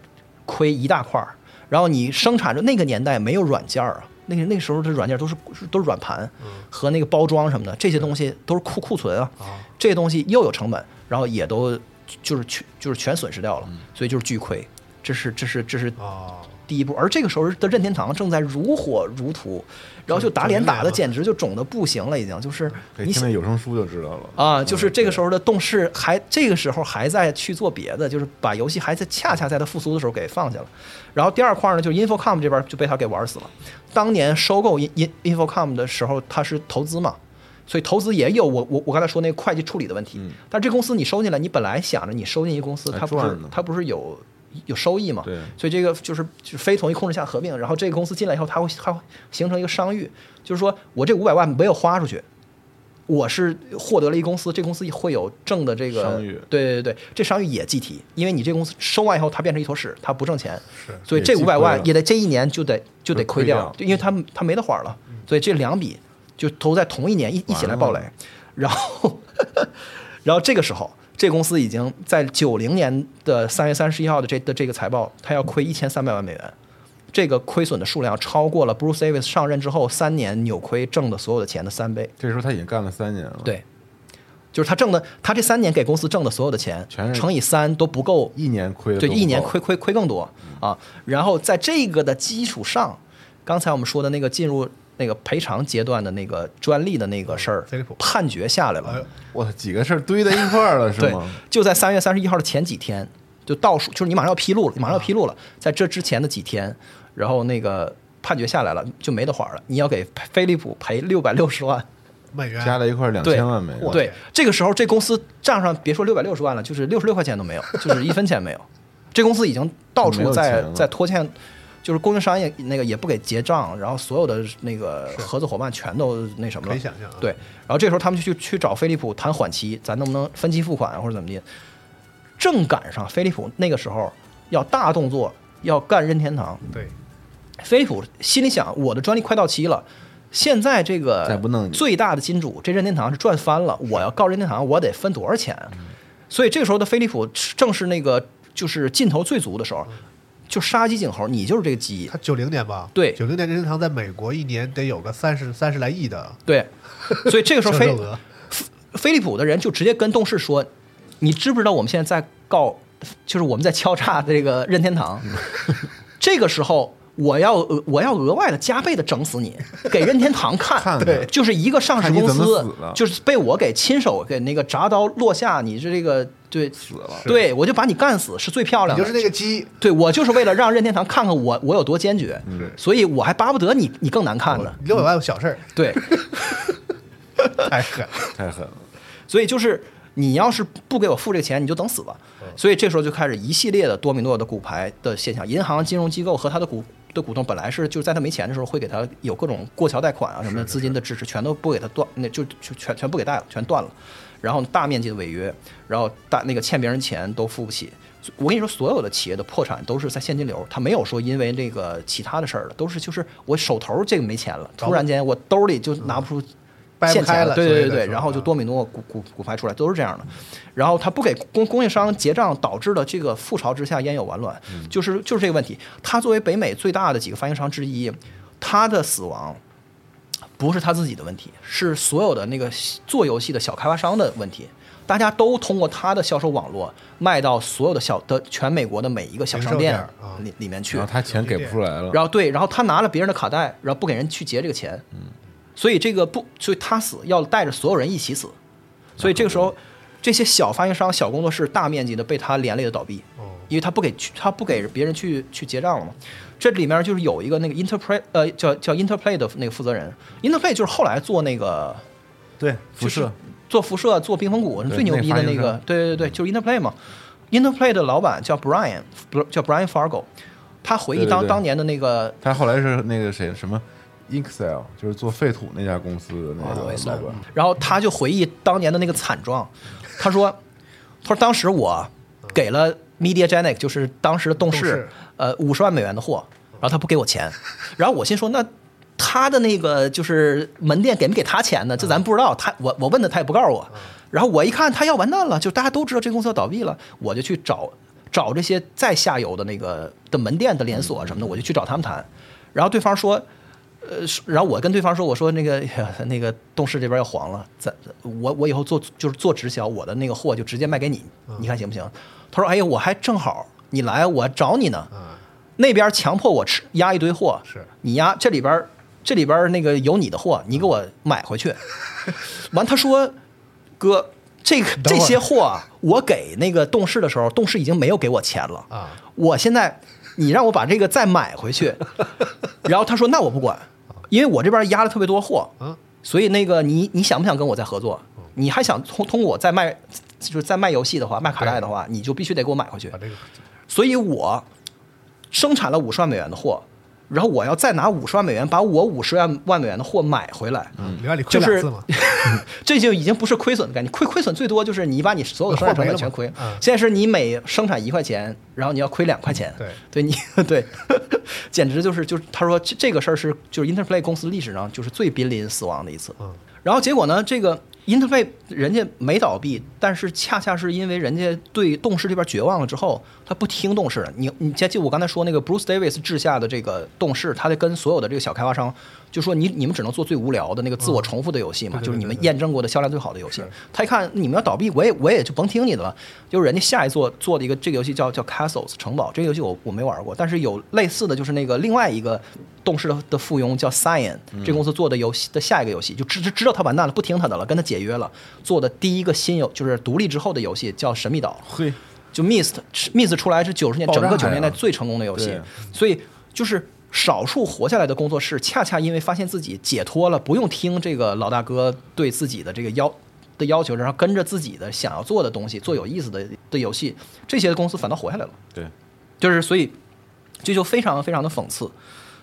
[SPEAKER 8] 亏一大块儿。然后你生产着那个年代没有软件儿啊，那个那个时候的软件都是都是软盘
[SPEAKER 5] 嗯
[SPEAKER 8] 和那个包装什么的，这些东西都是库库存啊，这些东西又有成本，然后也都就是全就是全损失掉了，
[SPEAKER 5] 嗯
[SPEAKER 8] 所以就是巨亏。这是这是这是
[SPEAKER 7] 哦，
[SPEAKER 8] 第一步，而这个时候的任天堂正在如火如荼，然后就打脸打的简直就肿的不行了，已经就是你
[SPEAKER 5] 对听
[SPEAKER 8] 想
[SPEAKER 5] 那有声书就知道了。
[SPEAKER 8] 啊，就是这个时候的动视还这个时候还在去做别的，就是把游戏还在恰恰在它复苏的时候给放下了。然后第二块呢，就是 Infocom 这边就被他给玩死了。当年收购 In In Infocom 的时候，它是投资嘛，所以投资也有我我我刚才说那个会计处理的问题。但这公司你收进来，你本来想着你收进一个公司，
[SPEAKER 5] 还
[SPEAKER 8] 它不是
[SPEAKER 5] 嗯赚呢
[SPEAKER 8] 它不是有。有收益嘛？
[SPEAKER 5] 对
[SPEAKER 8] 所以这个就是就是非同一控制下合并，然后这个公司进来以后，它会它会形成一个商誉，就是说我这五百万没有花出去，我是获得了一公司，这公司会有挣的这个
[SPEAKER 5] 商誉
[SPEAKER 8] 对对对，这商誉也计提，因为你这公司收完以后，它变成一坨屎，它不挣钱，是，所以
[SPEAKER 5] 也
[SPEAKER 8] 这
[SPEAKER 5] 计
[SPEAKER 8] 五百
[SPEAKER 5] 亏
[SPEAKER 8] 万
[SPEAKER 5] 了
[SPEAKER 8] 也得这一年就得就得
[SPEAKER 5] 就
[SPEAKER 8] 亏
[SPEAKER 5] 亏
[SPEAKER 8] 掉
[SPEAKER 5] 掉，嗯
[SPEAKER 8] 就因为它它没得花了，所以这两笔就都在同一年一一起来暴雷，然后 然后这个时候。这公司已经在九零年的三月三十一号的这的这个财报，它要亏一千三百万美元，这个亏损的数量超过了 Bruce Davis 上任之后三年扭亏挣的所有的钱的三倍。
[SPEAKER 5] 这时候他已经干了三年了，，
[SPEAKER 8] 对，就是他挣的，他这三年给公司挣的所有的钱
[SPEAKER 5] 全是
[SPEAKER 8] 乘以三都不够，
[SPEAKER 5] 一年亏了，
[SPEAKER 8] 对，一年亏，亏亏更多
[SPEAKER 5] 嗯
[SPEAKER 8] 啊。然后在这个的基础上，刚才我们说的那个进入那个赔偿阶段的那个专利的那个事儿
[SPEAKER 7] 这个谱，
[SPEAKER 8] 判决下来了。
[SPEAKER 5] 我操，几个事儿堆在一块儿了哎是
[SPEAKER 8] 对
[SPEAKER 5] 吗？，
[SPEAKER 8] 就在三月三十一号的前几天，就倒数，就是你马上要披露了，你马上要
[SPEAKER 5] 啊
[SPEAKER 8] 披露了，在这之前的几天，然后那个判决下来了，就没得缓了，你要给飞利浦赔六百六十万。
[SPEAKER 7] 美元
[SPEAKER 5] 加在一块儿两
[SPEAKER 8] 对
[SPEAKER 5] 千万美元，
[SPEAKER 8] 对，这个时候这公司账上别说六百六十万了，就是六十六块钱都没有，就是一分钱没有。这公司已经到
[SPEAKER 5] 没
[SPEAKER 8] 处
[SPEAKER 5] 有
[SPEAKER 8] 在
[SPEAKER 5] 钱了
[SPEAKER 8] 在拖欠，就是供应商也那个也不给结账，然后所有的那个合作伙伴全都那什么了。
[SPEAKER 7] 可以想象啊
[SPEAKER 8] 对，然后这时候他们就去去找飞利浦谈缓期，咱能不能分期付款啊或者怎么地？正赶上飞利浦那个时候要大动作要干任天堂，
[SPEAKER 7] 对，
[SPEAKER 8] 飞利浦心里想，我的专利快到期了，现在这个
[SPEAKER 5] 再不弄你
[SPEAKER 8] 最大的金主这任天堂是赚翻了，我要告任天堂，我得分多少钱？
[SPEAKER 5] 嗯
[SPEAKER 8] 所以这个时候的飞利浦正是那个就是劲头最足的时候，就杀鸡儆猴，你就是这个鸡
[SPEAKER 7] 他，九零年吧，
[SPEAKER 8] 对
[SPEAKER 7] 九零年任天堂在美国一年得有个三十三十来亿的
[SPEAKER 8] 对，所以这个时候
[SPEAKER 7] 销
[SPEAKER 8] 飞
[SPEAKER 7] 售额，
[SPEAKER 8] 飞利浦的人就直接跟动视说：“你知不知道我们现在在告，就是我们在敲诈这个任天堂？ 这个时候我要额我要额外的加倍的整死你，给任天堂看，
[SPEAKER 5] 看看对
[SPEAKER 8] 就是一个上市
[SPEAKER 5] 看你
[SPEAKER 8] 公
[SPEAKER 5] 怎么
[SPEAKER 8] 司
[SPEAKER 5] 死了
[SPEAKER 8] 就是被我给亲手给那个铡刀落下，你是这个对死了，对我就把你干死是最漂
[SPEAKER 7] 你
[SPEAKER 8] 亮的，
[SPEAKER 7] 就是那个鸡，
[SPEAKER 8] 对我就是为了让任天堂看看我我有多坚决，所以我还巴不得你你更难看呢，
[SPEAKER 7] 六百万小事儿，
[SPEAKER 8] 对。”
[SPEAKER 7] 太狠了，
[SPEAKER 5] 太狠了，
[SPEAKER 8] 所以就是你要是不给我付这个钱，你就等死吧。所以这时候就开始一系列的多米诺的骨牌的现象，银行、金融机构和他的股的股东本来是就是在他没钱的时候会给他有各种过桥贷款啊什么的资金的支持，全都不给他断，那就就全全不给贷了，全断了。然后大面积的违约，然后大那个欠别人钱都付不起。我跟你说，所有的企业的破产都是在现金流，他没有说因为这个其他的事儿了，都是就是我手头这个没钱了，突然间我兜里就拿不出
[SPEAKER 7] 掰不
[SPEAKER 8] 现
[SPEAKER 7] 开
[SPEAKER 8] 钱
[SPEAKER 7] 了
[SPEAKER 8] 对
[SPEAKER 7] 所以
[SPEAKER 8] 对对
[SPEAKER 7] 得
[SPEAKER 8] 对，
[SPEAKER 7] 说
[SPEAKER 8] 然后就
[SPEAKER 7] 啊
[SPEAKER 8] 多米诺骨骨骨牌出来都是这样的，然后他不给供供应商结账，导致了这个覆巢之下焉有完卵，
[SPEAKER 7] 嗯
[SPEAKER 8] 就是就是这个问题。他作为北美最大的几个发行商之一，他的死亡不是他自己的问题，是所有的那个做游戏的小开发商的问题。大家都通过它的销售网络卖到所有的小的全美国的每一个小商店
[SPEAKER 7] 零售店啊
[SPEAKER 8] 里里面去
[SPEAKER 5] 然后。他钱给不出来了，
[SPEAKER 8] 然后对，然后他拿了别人的卡带，然后不给人去结这个钱，
[SPEAKER 5] 嗯
[SPEAKER 8] 所以这个不，所以他死要带着所有人一起死，所以这个时候，这些小发行商、小工作室大面积的被他连累的倒闭，
[SPEAKER 5] 哦
[SPEAKER 8] 因为他不给去，他不给别人去去结账了嘛。这里面就是有一个那个 Interplay，呃，叫叫 Interplay 的那个负责人，Interplay 就是后来做那个
[SPEAKER 5] 对辐
[SPEAKER 8] 就是
[SPEAKER 5] 射，
[SPEAKER 8] 做辐射、做冰风谷最牛逼的那
[SPEAKER 5] 那发行
[SPEAKER 8] 个
[SPEAKER 5] 商，
[SPEAKER 8] 对对对，就是 Interplay 嘛。Interplay 的老板叫 Brian，不叫 Brian Fargo，他回忆
[SPEAKER 5] 对对
[SPEAKER 8] 当
[SPEAKER 5] 对
[SPEAKER 8] 当年的那个
[SPEAKER 5] 他后来是那个谁什么 Excel，就是做废土那家公司的
[SPEAKER 8] 哦
[SPEAKER 5] 那个老板，
[SPEAKER 8] 然后他就回忆当年的那个惨状，他说，他说当时我给了 MediaGenic，就是当时的动
[SPEAKER 7] 动
[SPEAKER 8] 视
[SPEAKER 7] 视，
[SPEAKER 8] 呃五十万美元的货，然后他不给我钱，然后我心说那。他的那个就是门店给没给他钱呢？这咱不知道。他我我问他，他也不告诉我。然后我一看他要完蛋了，就大家都知道这个公司要倒闭了，我就去找找这些再下游的那个的门店的连锁什么的，我就去找他们谈。然后对方说呃，是然后我跟对方说，我说那个、哎呀那个动视这边要黄了，咱我我以后做就是做直销，我的那个货就直接卖给你，
[SPEAKER 7] 嗯
[SPEAKER 8] 你看行不行？他说，哎呀，我还正好你来，我找你呢。那边强迫我吃压一堆货，
[SPEAKER 7] 嗯是
[SPEAKER 8] 你压这里边这里边那个有你的货，你给我
[SPEAKER 7] 嗯
[SPEAKER 8] 买回去。完，他说，哥，这个
[SPEAKER 7] 等
[SPEAKER 8] 这
[SPEAKER 7] 会儿
[SPEAKER 8] 些货啊我给那个动视的时候，动视已经没有给我钱了
[SPEAKER 7] 啊。
[SPEAKER 8] 我现在你让我把这个再买回去，然后他说那我不管，因为我这边压了特别多货，
[SPEAKER 7] 嗯
[SPEAKER 8] 所以那个你你想不想跟我再合作？你还想通通过我再卖，就是再卖游戏的话，卖卡带的话，你就必须得给我买回去
[SPEAKER 7] 把。这个
[SPEAKER 8] 所以我生产了五十万美元的货，然后我要再拿五十万美元把我五十万万美元的货买回来，
[SPEAKER 7] 里嗯外里亏
[SPEAKER 8] 嗯就
[SPEAKER 7] 两
[SPEAKER 8] 是
[SPEAKER 7] 次嘛，
[SPEAKER 8] 这就已经不是亏损的概念，亏亏损最多就是你把你所有的生产成本全亏
[SPEAKER 7] 货赔了嘛嗯。
[SPEAKER 8] 现在是你每生产一块钱，然后你要亏两块钱，
[SPEAKER 7] 对
[SPEAKER 8] 对你 对，简直就是就是他说这这个事儿是就是 Interplay 公司历史上就是最濒临死亡的一次。
[SPEAKER 7] 嗯
[SPEAKER 8] 然后结果呢，这个 Interplay 人家没倒闭，但是恰恰是因为人家对动视这边绝望了之后，他不听动视了。你你记得我刚才说那个 Bruce Davis 治下的这个动视，他在跟所有的这个小开发商就说你你们只能做最无聊的那个自我重复的游戏嘛，就是你们验证过的销量最好的游戏。他一看你们要倒闭，我也我也就甭听你的了。就是人家下一座做的一个这个游戏叫叫 Castles 城堡，这个游戏我我没玩过，但是有类似的就是那个另外一个动视的的附庸叫 Cyan，这公司做的游戏的下一个游戏就知知知道他完蛋了，不听他的了，跟他解约了，做的第一个新游就是独立之后的游戏叫神秘岛。
[SPEAKER 5] 嘿，
[SPEAKER 8] 就 Mist Mist 出来是九十年
[SPEAKER 5] 爆炸
[SPEAKER 8] 整
[SPEAKER 5] 呀
[SPEAKER 8] 个九十年代最成功的游戏
[SPEAKER 5] 对，
[SPEAKER 8] 所以就是少数活下来的工作室，恰恰因为发现自己解脱了，不用听这个老大哥对自己的这个要的要求，然后跟着自己的想要做的东西做有意思的的游戏，这些公司反倒活下来了。
[SPEAKER 5] 对，
[SPEAKER 8] 就是所以这就非常非常的讽刺。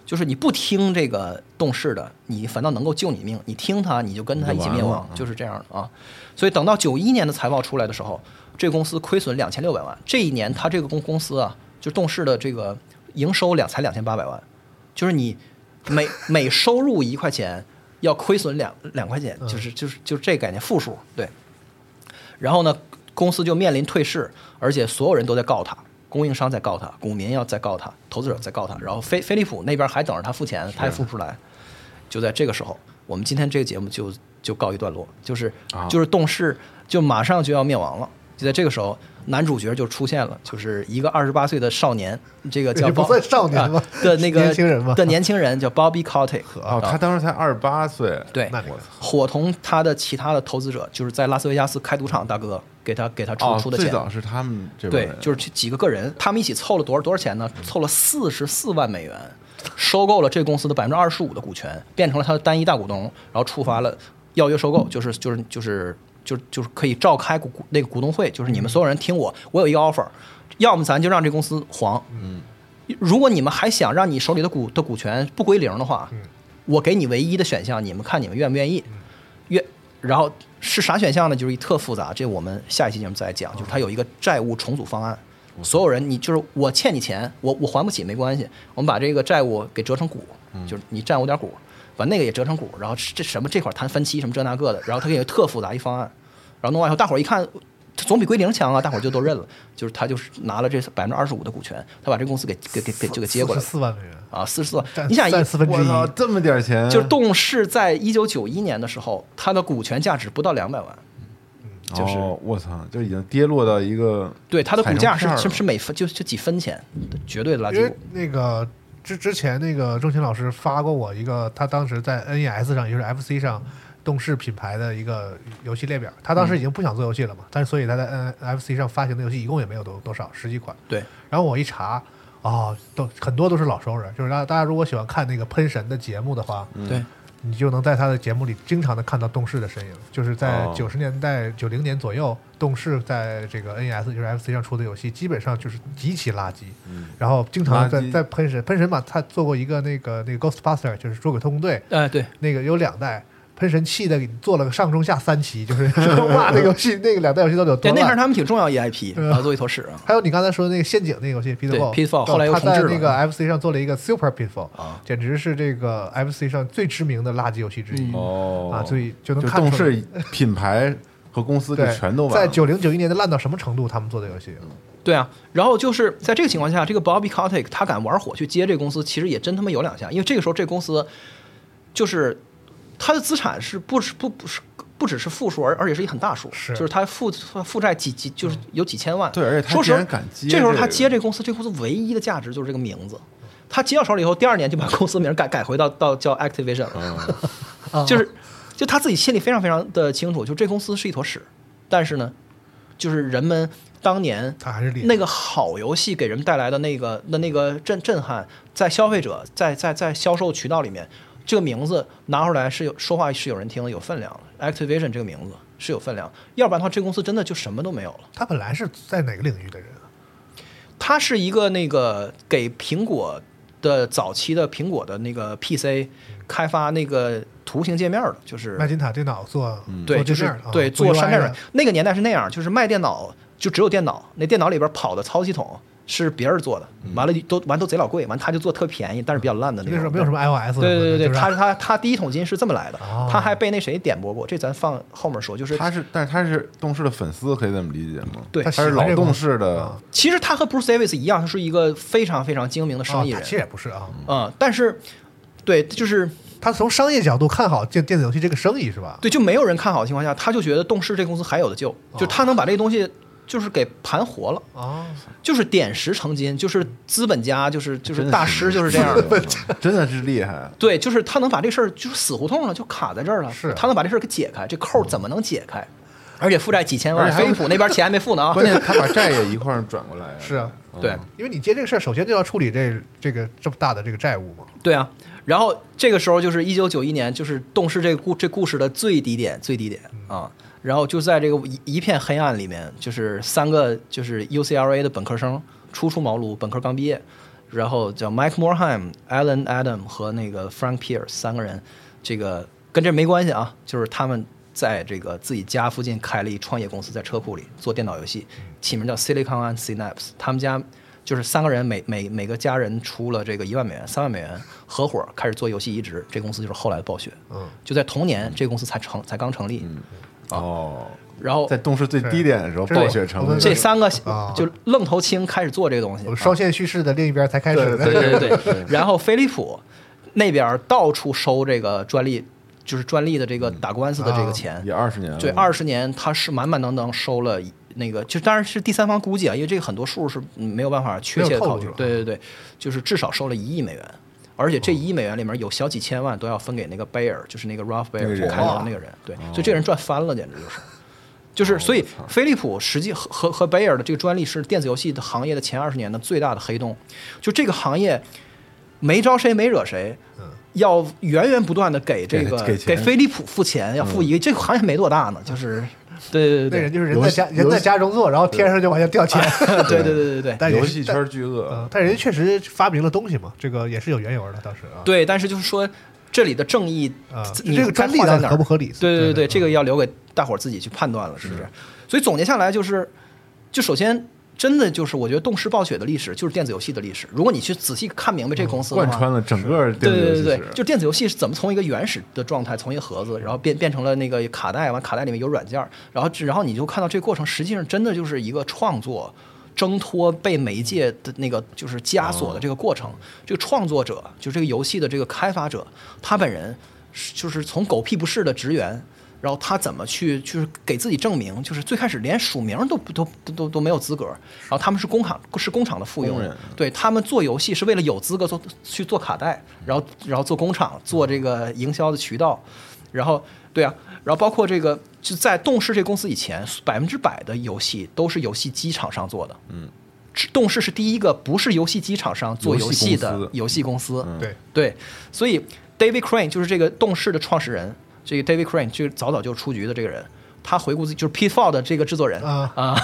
[SPEAKER 8] 就是你不听这个动视的，你反倒能够救你命；你听他，你就跟他一起灭
[SPEAKER 5] 你就完
[SPEAKER 8] 亡
[SPEAKER 5] 了，
[SPEAKER 8] 就是这样的啊。所以等到九一年的财报出来的时候，这个公司亏损两千六百万。这一年，他这个公公司啊，就动视的这个营收两才两千八百万，就是你每每收入一块钱要亏损两两块钱，就是就是就是这个概念，负数对。然后呢，公司就面临退市，而且所有人都在告他，供应商在告他，股民要在告他，投资者在告他，然后菲飞利浦那边还等着他付钱，他也付不出来。就在这个时候，我们今天这个节目就就告一段落，就是、
[SPEAKER 7] 啊
[SPEAKER 8] 就是动视就马上就要灭亡了。就在这个时候，男主角就出现了，就是一个二十八岁的少年，这个叫
[SPEAKER 7] 也不
[SPEAKER 8] Bob-
[SPEAKER 7] 算少年吧
[SPEAKER 8] 啊的那个
[SPEAKER 7] 年轻人吧
[SPEAKER 8] 的年轻人叫 Bobby Kotick 啊
[SPEAKER 5] 哦，他当时才二十八岁，
[SPEAKER 8] 对，
[SPEAKER 7] 那这个
[SPEAKER 8] 伙同他的其他的投资者，就是在拉斯维加斯开赌场，大哥给他给他出、
[SPEAKER 5] 哦
[SPEAKER 8] 出，的
[SPEAKER 5] 最
[SPEAKER 8] 钱，
[SPEAKER 5] 早是他们这帮
[SPEAKER 8] 对
[SPEAKER 5] 人，，
[SPEAKER 8] 就是这几个个人，他们一起凑了多少多少钱呢？凑了四十四万美元，收购了这个公司的百分之二十五的股权，变成了他的单一大股东，然后触发了要约收购，就是就是就是就是就是可以召开股那个股东会，就是你们所有人听我，我有一个 offer，要么咱就让这公司黄，嗯，如果你们还想让你手里的股的股权不归零的话，
[SPEAKER 5] 嗯
[SPEAKER 8] 我给你唯一的选项，你们看你们愿不愿意。愿，然后是啥选项呢？就是一特复杂，这我们下一期节目再讲。就是
[SPEAKER 7] 哦
[SPEAKER 8] 它有一个债务重组方案，所有人你就是我欠你钱，我我还不起没关系，我们把这个债务给折成股，
[SPEAKER 7] 嗯
[SPEAKER 8] 就是你占我点股，把那个也折成股，然后这什么这块儿谈分期什么这那个的，然后它给有特复杂一方案，然后弄完以后大伙儿一看。总比归零强啊！大伙儿就都认了， 就是他就是拿了这百分之二十五的股权，他把这公司给给给给就给接过来 了
[SPEAKER 7] 四万美元，
[SPEAKER 8] 啊，四十四万
[SPEAKER 7] 占。
[SPEAKER 8] 你想一
[SPEAKER 7] 占四分之
[SPEAKER 5] 我
[SPEAKER 7] 一，
[SPEAKER 5] 操，这么点钱，
[SPEAKER 8] 就是动视在一九九一年的时候，它的股权价值不到两百万，就是、
[SPEAKER 5] 哦我操，就已经跌落到一个
[SPEAKER 8] 对它的股价是
[SPEAKER 5] 踩
[SPEAKER 8] 是
[SPEAKER 5] 成
[SPEAKER 8] 是每分就就几分钱，绝对的垃
[SPEAKER 7] 因
[SPEAKER 8] 圾
[SPEAKER 7] 为
[SPEAKER 8] 股。
[SPEAKER 7] 那个之之前那个钟情老师发过我一个，他当时在 NES 上，也就是 FC 上动视品牌的一个游戏列表。他当
[SPEAKER 8] 嗯
[SPEAKER 7] 时已经不想做游戏了嘛，但是所以他在 N FC 上发行的游戏一共也没有多多少，十几款。
[SPEAKER 8] 对，
[SPEAKER 7] 然后我一查，哦，都很多都是老熟人，就是大大家如果喜欢看那个喷神的节目的话，
[SPEAKER 8] 对，
[SPEAKER 7] 你就能在他的节目里经常的看到动视的身影。就是在
[SPEAKER 5] 哦
[SPEAKER 7] 九十年代、九零年左右，动视在这个 NES 就是 FC 上出的游戏，基本上就是极其垃圾。然后经常在
[SPEAKER 5] 嗯垃圾
[SPEAKER 7] 在喷神，喷神嘛，他做过一个那个那个 Ghostbuster，就是捉鬼特工队，
[SPEAKER 8] 哎对，
[SPEAKER 7] 那个有两代。喷神气的给你做了个上中下三期，就是 哇，那个游戏那个两代游戏到底有多
[SPEAKER 8] 对，那会儿
[SPEAKER 7] 烂？
[SPEAKER 8] 他们挺重要一 IP，然后做一坨屎啊。
[SPEAKER 7] 还有你刚才说的那个陷阱那个游戏 Pitfall，
[SPEAKER 8] Pitfall，后来又
[SPEAKER 7] 他
[SPEAKER 8] 重
[SPEAKER 7] 在
[SPEAKER 8] 置了啊
[SPEAKER 7] 那个 FC 上做了一个 Super Pitfall，简直是这个 FC 上最知名的垃圾游戏之一。
[SPEAKER 8] 嗯
[SPEAKER 5] 哦
[SPEAKER 7] 啊，所以就能
[SPEAKER 5] 就
[SPEAKER 7] 看
[SPEAKER 5] 动
[SPEAKER 7] 出来
[SPEAKER 5] 视品牌和公司就
[SPEAKER 7] 对
[SPEAKER 5] 全都完
[SPEAKER 7] 在
[SPEAKER 5] 了
[SPEAKER 7] 九零九一年的烂到什么程度？他们做的游戏，
[SPEAKER 8] 对啊，然后就是在这个情况下，这个 Bobby Kotick 他敢玩火去接这个公司，其实也真他妈有两下，因为这个时候这公司就是他的资产是不是不不是不只是负数，而而且是一很大数，
[SPEAKER 7] 是
[SPEAKER 8] 就是他负负债几几就是有几千万。
[SPEAKER 5] 嗯对而且他
[SPEAKER 8] 说实
[SPEAKER 5] 竟
[SPEAKER 8] 话
[SPEAKER 5] 然敢接
[SPEAKER 8] 这时候
[SPEAKER 5] 这
[SPEAKER 8] 他
[SPEAKER 5] 个
[SPEAKER 8] 接这个公司，这公司唯一的价值就是这个名字。他接到手里以后，第二年就把公司名改改回到到叫 Activision 了。
[SPEAKER 5] 哦
[SPEAKER 8] 就是就他自己心里非常非常的清楚，就这公司是一坨屎，但是呢，就是人们当年
[SPEAKER 7] 他还是厉害
[SPEAKER 8] 那个好游戏给人带来的那个那那个震震撼，在消费者在在在销售渠道里面，这个名字拿出来是有说话是有人听的，有分量的。Activation 这个名字是有分量，要不然的话，这公司真的就什么都没有了。
[SPEAKER 7] 他本来是在哪个领域的人啊？
[SPEAKER 8] 它是一个那个给苹果的早期的苹果的那个 PC 开发那个图形界面的，就是
[SPEAKER 7] 麦金塔电脑做
[SPEAKER 5] 嗯
[SPEAKER 8] 对，
[SPEAKER 7] 做
[SPEAKER 8] 就
[SPEAKER 7] 界
[SPEAKER 8] 是
[SPEAKER 7] 面啊，
[SPEAKER 8] 对做
[SPEAKER 7] UI
[SPEAKER 8] 山寨软
[SPEAKER 7] 的，
[SPEAKER 8] 那个年代是那样，就是卖电脑就只有电脑，那电脑里边跑的操作系统是别人做的，完了都完都贼老贵，完他就做特便宜，但是比较烂的那
[SPEAKER 7] 那个
[SPEAKER 8] 种。
[SPEAKER 7] 时候没有什么 iOS，
[SPEAKER 8] 对。对对对
[SPEAKER 7] 就
[SPEAKER 8] 对，
[SPEAKER 7] 是啊
[SPEAKER 8] 他他他第一桶金是这么来的
[SPEAKER 7] 哦，
[SPEAKER 8] 他还被那谁点拨过，这咱放后面说。就是
[SPEAKER 5] 他是，但是他是动视的粉丝，可以这么理解吗？
[SPEAKER 8] 对
[SPEAKER 5] 他是老动视的
[SPEAKER 7] 啊，
[SPEAKER 8] 其实他和 Bruce Davis 一样，他是一个非常非常精明的
[SPEAKER 7] 啊
[SPEAKER 8] 生意
[SPEAKER 7] 他
[SPEAKER 8] 人
[SPEAKER 7] 其，实也不是啊，
[SPEAKER 8] 嗯，但是对，就是
[SPEAKER 7] 他从商业角度看好电电子游戏这个生意是吧？
[SPEAKER 8] 对，就没有人看好的情况下，他就觉得动视这公司还有的救，就
[SPEAKER 7] 哦
[SPEAKER 8] 他能把这东西就是给盘活了。
[SPEAKER 7] 啊，
[SPEAKER 8] 就是点石成金，就是资本家，就是就是大师，就是这样的。
[SPEAKER 5] 的， 真的是厉害。
[SPEAKER 8] 对，就是他能把这事儿就是死胡同了，就卡在这儿了。
[SPEAKER 5] 啊
[SPEAKER 7] 是
[SPEAKER 8] 他能把这事儿给解开，这扣儿怎么能解开？而且负债几千
[SPEAKER 5] 而
[SPEAKER 8] 万，
[SPEAKER 5] 且还
[SPEAKER 8] 飞利浦那边钱还没付呢啊。
[SPEAKER 5] 关键他把债也一块儿转过来 啊，
[SPEAKER 7] 是啊，
[SPEAKER 8] 对
[SPEAKER 7] 因为你接这个事儿，首先就要处理这这个这么大的这个债务嘛。
[SPEAKER 8] 对啊，然后这个时候就是一九九一年，就是动视这个故这故事的最低点，最低点啊。然后就在这个一一片黑暗里面，就是三个就是 UCLA 的本科生初出茅庐，本科刚毕业，然后叫 Mike Morheim、Alan Adam 和那个 Frank Pierce 三个人，这个跟这没关系啊，就是他们在这个自己家附近开了一创业公司，在车库里做电脑游戏，起名叫 Silicon and Synapse。他们家就是三个人每每每个家人出了这个一万美元、三万美元，合伙开始做游戏移植。这公司就是后来的暴雪。嗯，就在同年，这公司才成才刚成立。
[SPEAKER 5] 哦，
[SPEAKER 8] 然后
[SPEAKER 5] 在动视最低点的时候，
[SPEAKER 7] 这是
[SPEAKER 5] 暴雪成立
[SPEAKER 8] 这三个
[SPEAKER 7] 啊
[SPEAKER 8] 就愣头青开始做这个东西
[SPEAKER 7] 我。们双线叙事的另一边才开 始，
[SPEAKER 8] 对对对对。然后飞利浦那边到处收这个专利，就是专利的这个打官司的这个钱。
[SPEAKER 5] 也二十年了，
[SPEAKER 8] 对，二十年他是满满当当收了一那个，就当然是第三方估计啊，因为这个很多数是嗯没有办法确
[SPEAKER 7] 没
[SPEAKER 8] 切的
[SPEAKER 7] 有透
[SPEAKER 8] 考
[SPEAKER 7] 露
[SPEAKER 8] 据
[SPEAKER 7] 是吧。
[SPEAKER 8] 对对对，就是至少收了一亿美元，而且这一亿美元里面有小几千万都要分给那个贝尔，就是那个 Ralph 贝
[SPEAKER 5] 那个
[SPEAKER 8] 尔
[SPEAKER 5] 人啊
[SPEAKER 8] 开源那个人。对，所以这个人赚翻了，简直就是。
[SPEAKER 5] 哦
[SPEAKER 8] 就是，所以飞利浦实际和和和贝尔的这个专利是电子游戏的行业的前二十年的最大的黑洞。就这个行业，没招谁没惹谁，要源源不断的给这个
[SPEAKER 5] 嗯给给钱
[SPEAKER 8] 飞利浦付钱，要付一个、这个行业没多大呢，就是嗯 对对
[SPEAKER 7] 那
[SPEAKER 8] 对
[SPEAKER 7] 人
[SPEAKER 8] 对
[SPEAKER 7] 就是人在家人在家中坐，然后天上就往下掉钱。
[SPEAKER 8] 啊对对对对对。
[SPEAKER 7] 但也
[SPEAKER 5] 游
[SPEAKER 7] 是
[SPEAKER 5] 戏
[SPEAKER 7] 但
[SPEAKER 5] 圈巨
[SPEAKER 7] 嗯
[SPEAKER 5] 鳄，，
[SPEAKER 7] 但人家确实发明了东西嘛，这个也是有缘由的，当时啊。
[SPEAKER 8] 对，但是就是说这里的正义
[SPEAKER 7] 啊，
[SPEAKER 8] 你
[SPEAKER 7] 这个专利
[SPEAKER 8] 该画
[SPEAKER 7] 到
[SPEAKER 8] 在
[SPEAKER 7] 底
[SPEAKER 8] 哪儿
[SPEAKER 7] 合不合理
[SPEAKER 8] 对对
[SPEAKER 7] 对对
[SPEAKER 8] 对对，这个要留给大伙儿自己去判断了，是不是？所以总结下来就是，就首先。真的就是，我觉得动视暴雪的历史就是电子游戏的历史。如果你去仔细看明白这公司的
[SPEAKER 7] 嗯
[SPEAKER 5] 贯
[SPEAKER 8] 话，
[SPEAKER 5] 穿了整个
[SPEAKER 8] 对
[SPEAKER 5] 电子
[SPEAKER 8] 对
[SPEAKER 5] 游
[SPEAKER 8] 对
[SPEAKER 5] 戏
[SPEAKER 8] 对
[SPEAKER 5] 史，，
[SPEAKER 8] 就电子游戏是怎么从一个原始的状态，从一个盒子，然后变变成了那个卡带，完卡带里面有软件儿，然后然后你就看到这个过程，实际上真的就是一个创作挣脱被媒介的那个就是枷锁的这个过程。
[SPEAKER 5] 嗯
[SPEAKER 8] 这个创作者，就这个游戏的这个开发者，他本人是就是从狗屁不是的职员。然后他怎么去就是给自己证明，就是最开始连署名都不都都都都没有资格，然后他们是工厂是工厂的附庸，对他们做游戏是为了有资格做去做卡带，然后然后做工厂做这个营销的渠道，然后对啊，然后包括这个就在动视这公司以前，百分之百的游戏都是游戏机厂商做的，嗯。动视是第一个不是游戏机厂商做游戏
[SPEAKER 5] 游戏公
[SPEAKER 8] 的
[SPEAKER 5] 司
[SPEAKER 8] 游戏公司，
[SPEAKER 7] 对，
[SPEAKER 8] 对，所以 David Crane 就是这个动视的创始人，这个 David Crane 就早早就出局的这个人，他回顾自己就是 Pitfall 的这个制作人
[SPEAKER 7] 啊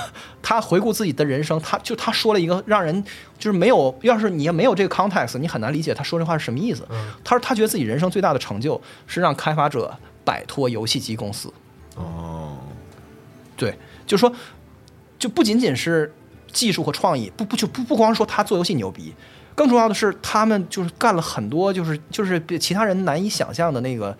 [SPEAKER 8] 他回顾自己的人生，他就他说了一个让人就是没有，要是你没有这个 context，你很难理解他说这话是什么意思。他说他觉得自己人生最大的成就是让开发者摆脱游戏机公司。
[SPEAKER 5] 哦，
[SPEAKER 8] 对，就是说，就不仅仅是技术和创意，不不就不不光说他做游戏牛逼，更重要的是他们就是干了很多就是就是比其他人难以想象的那个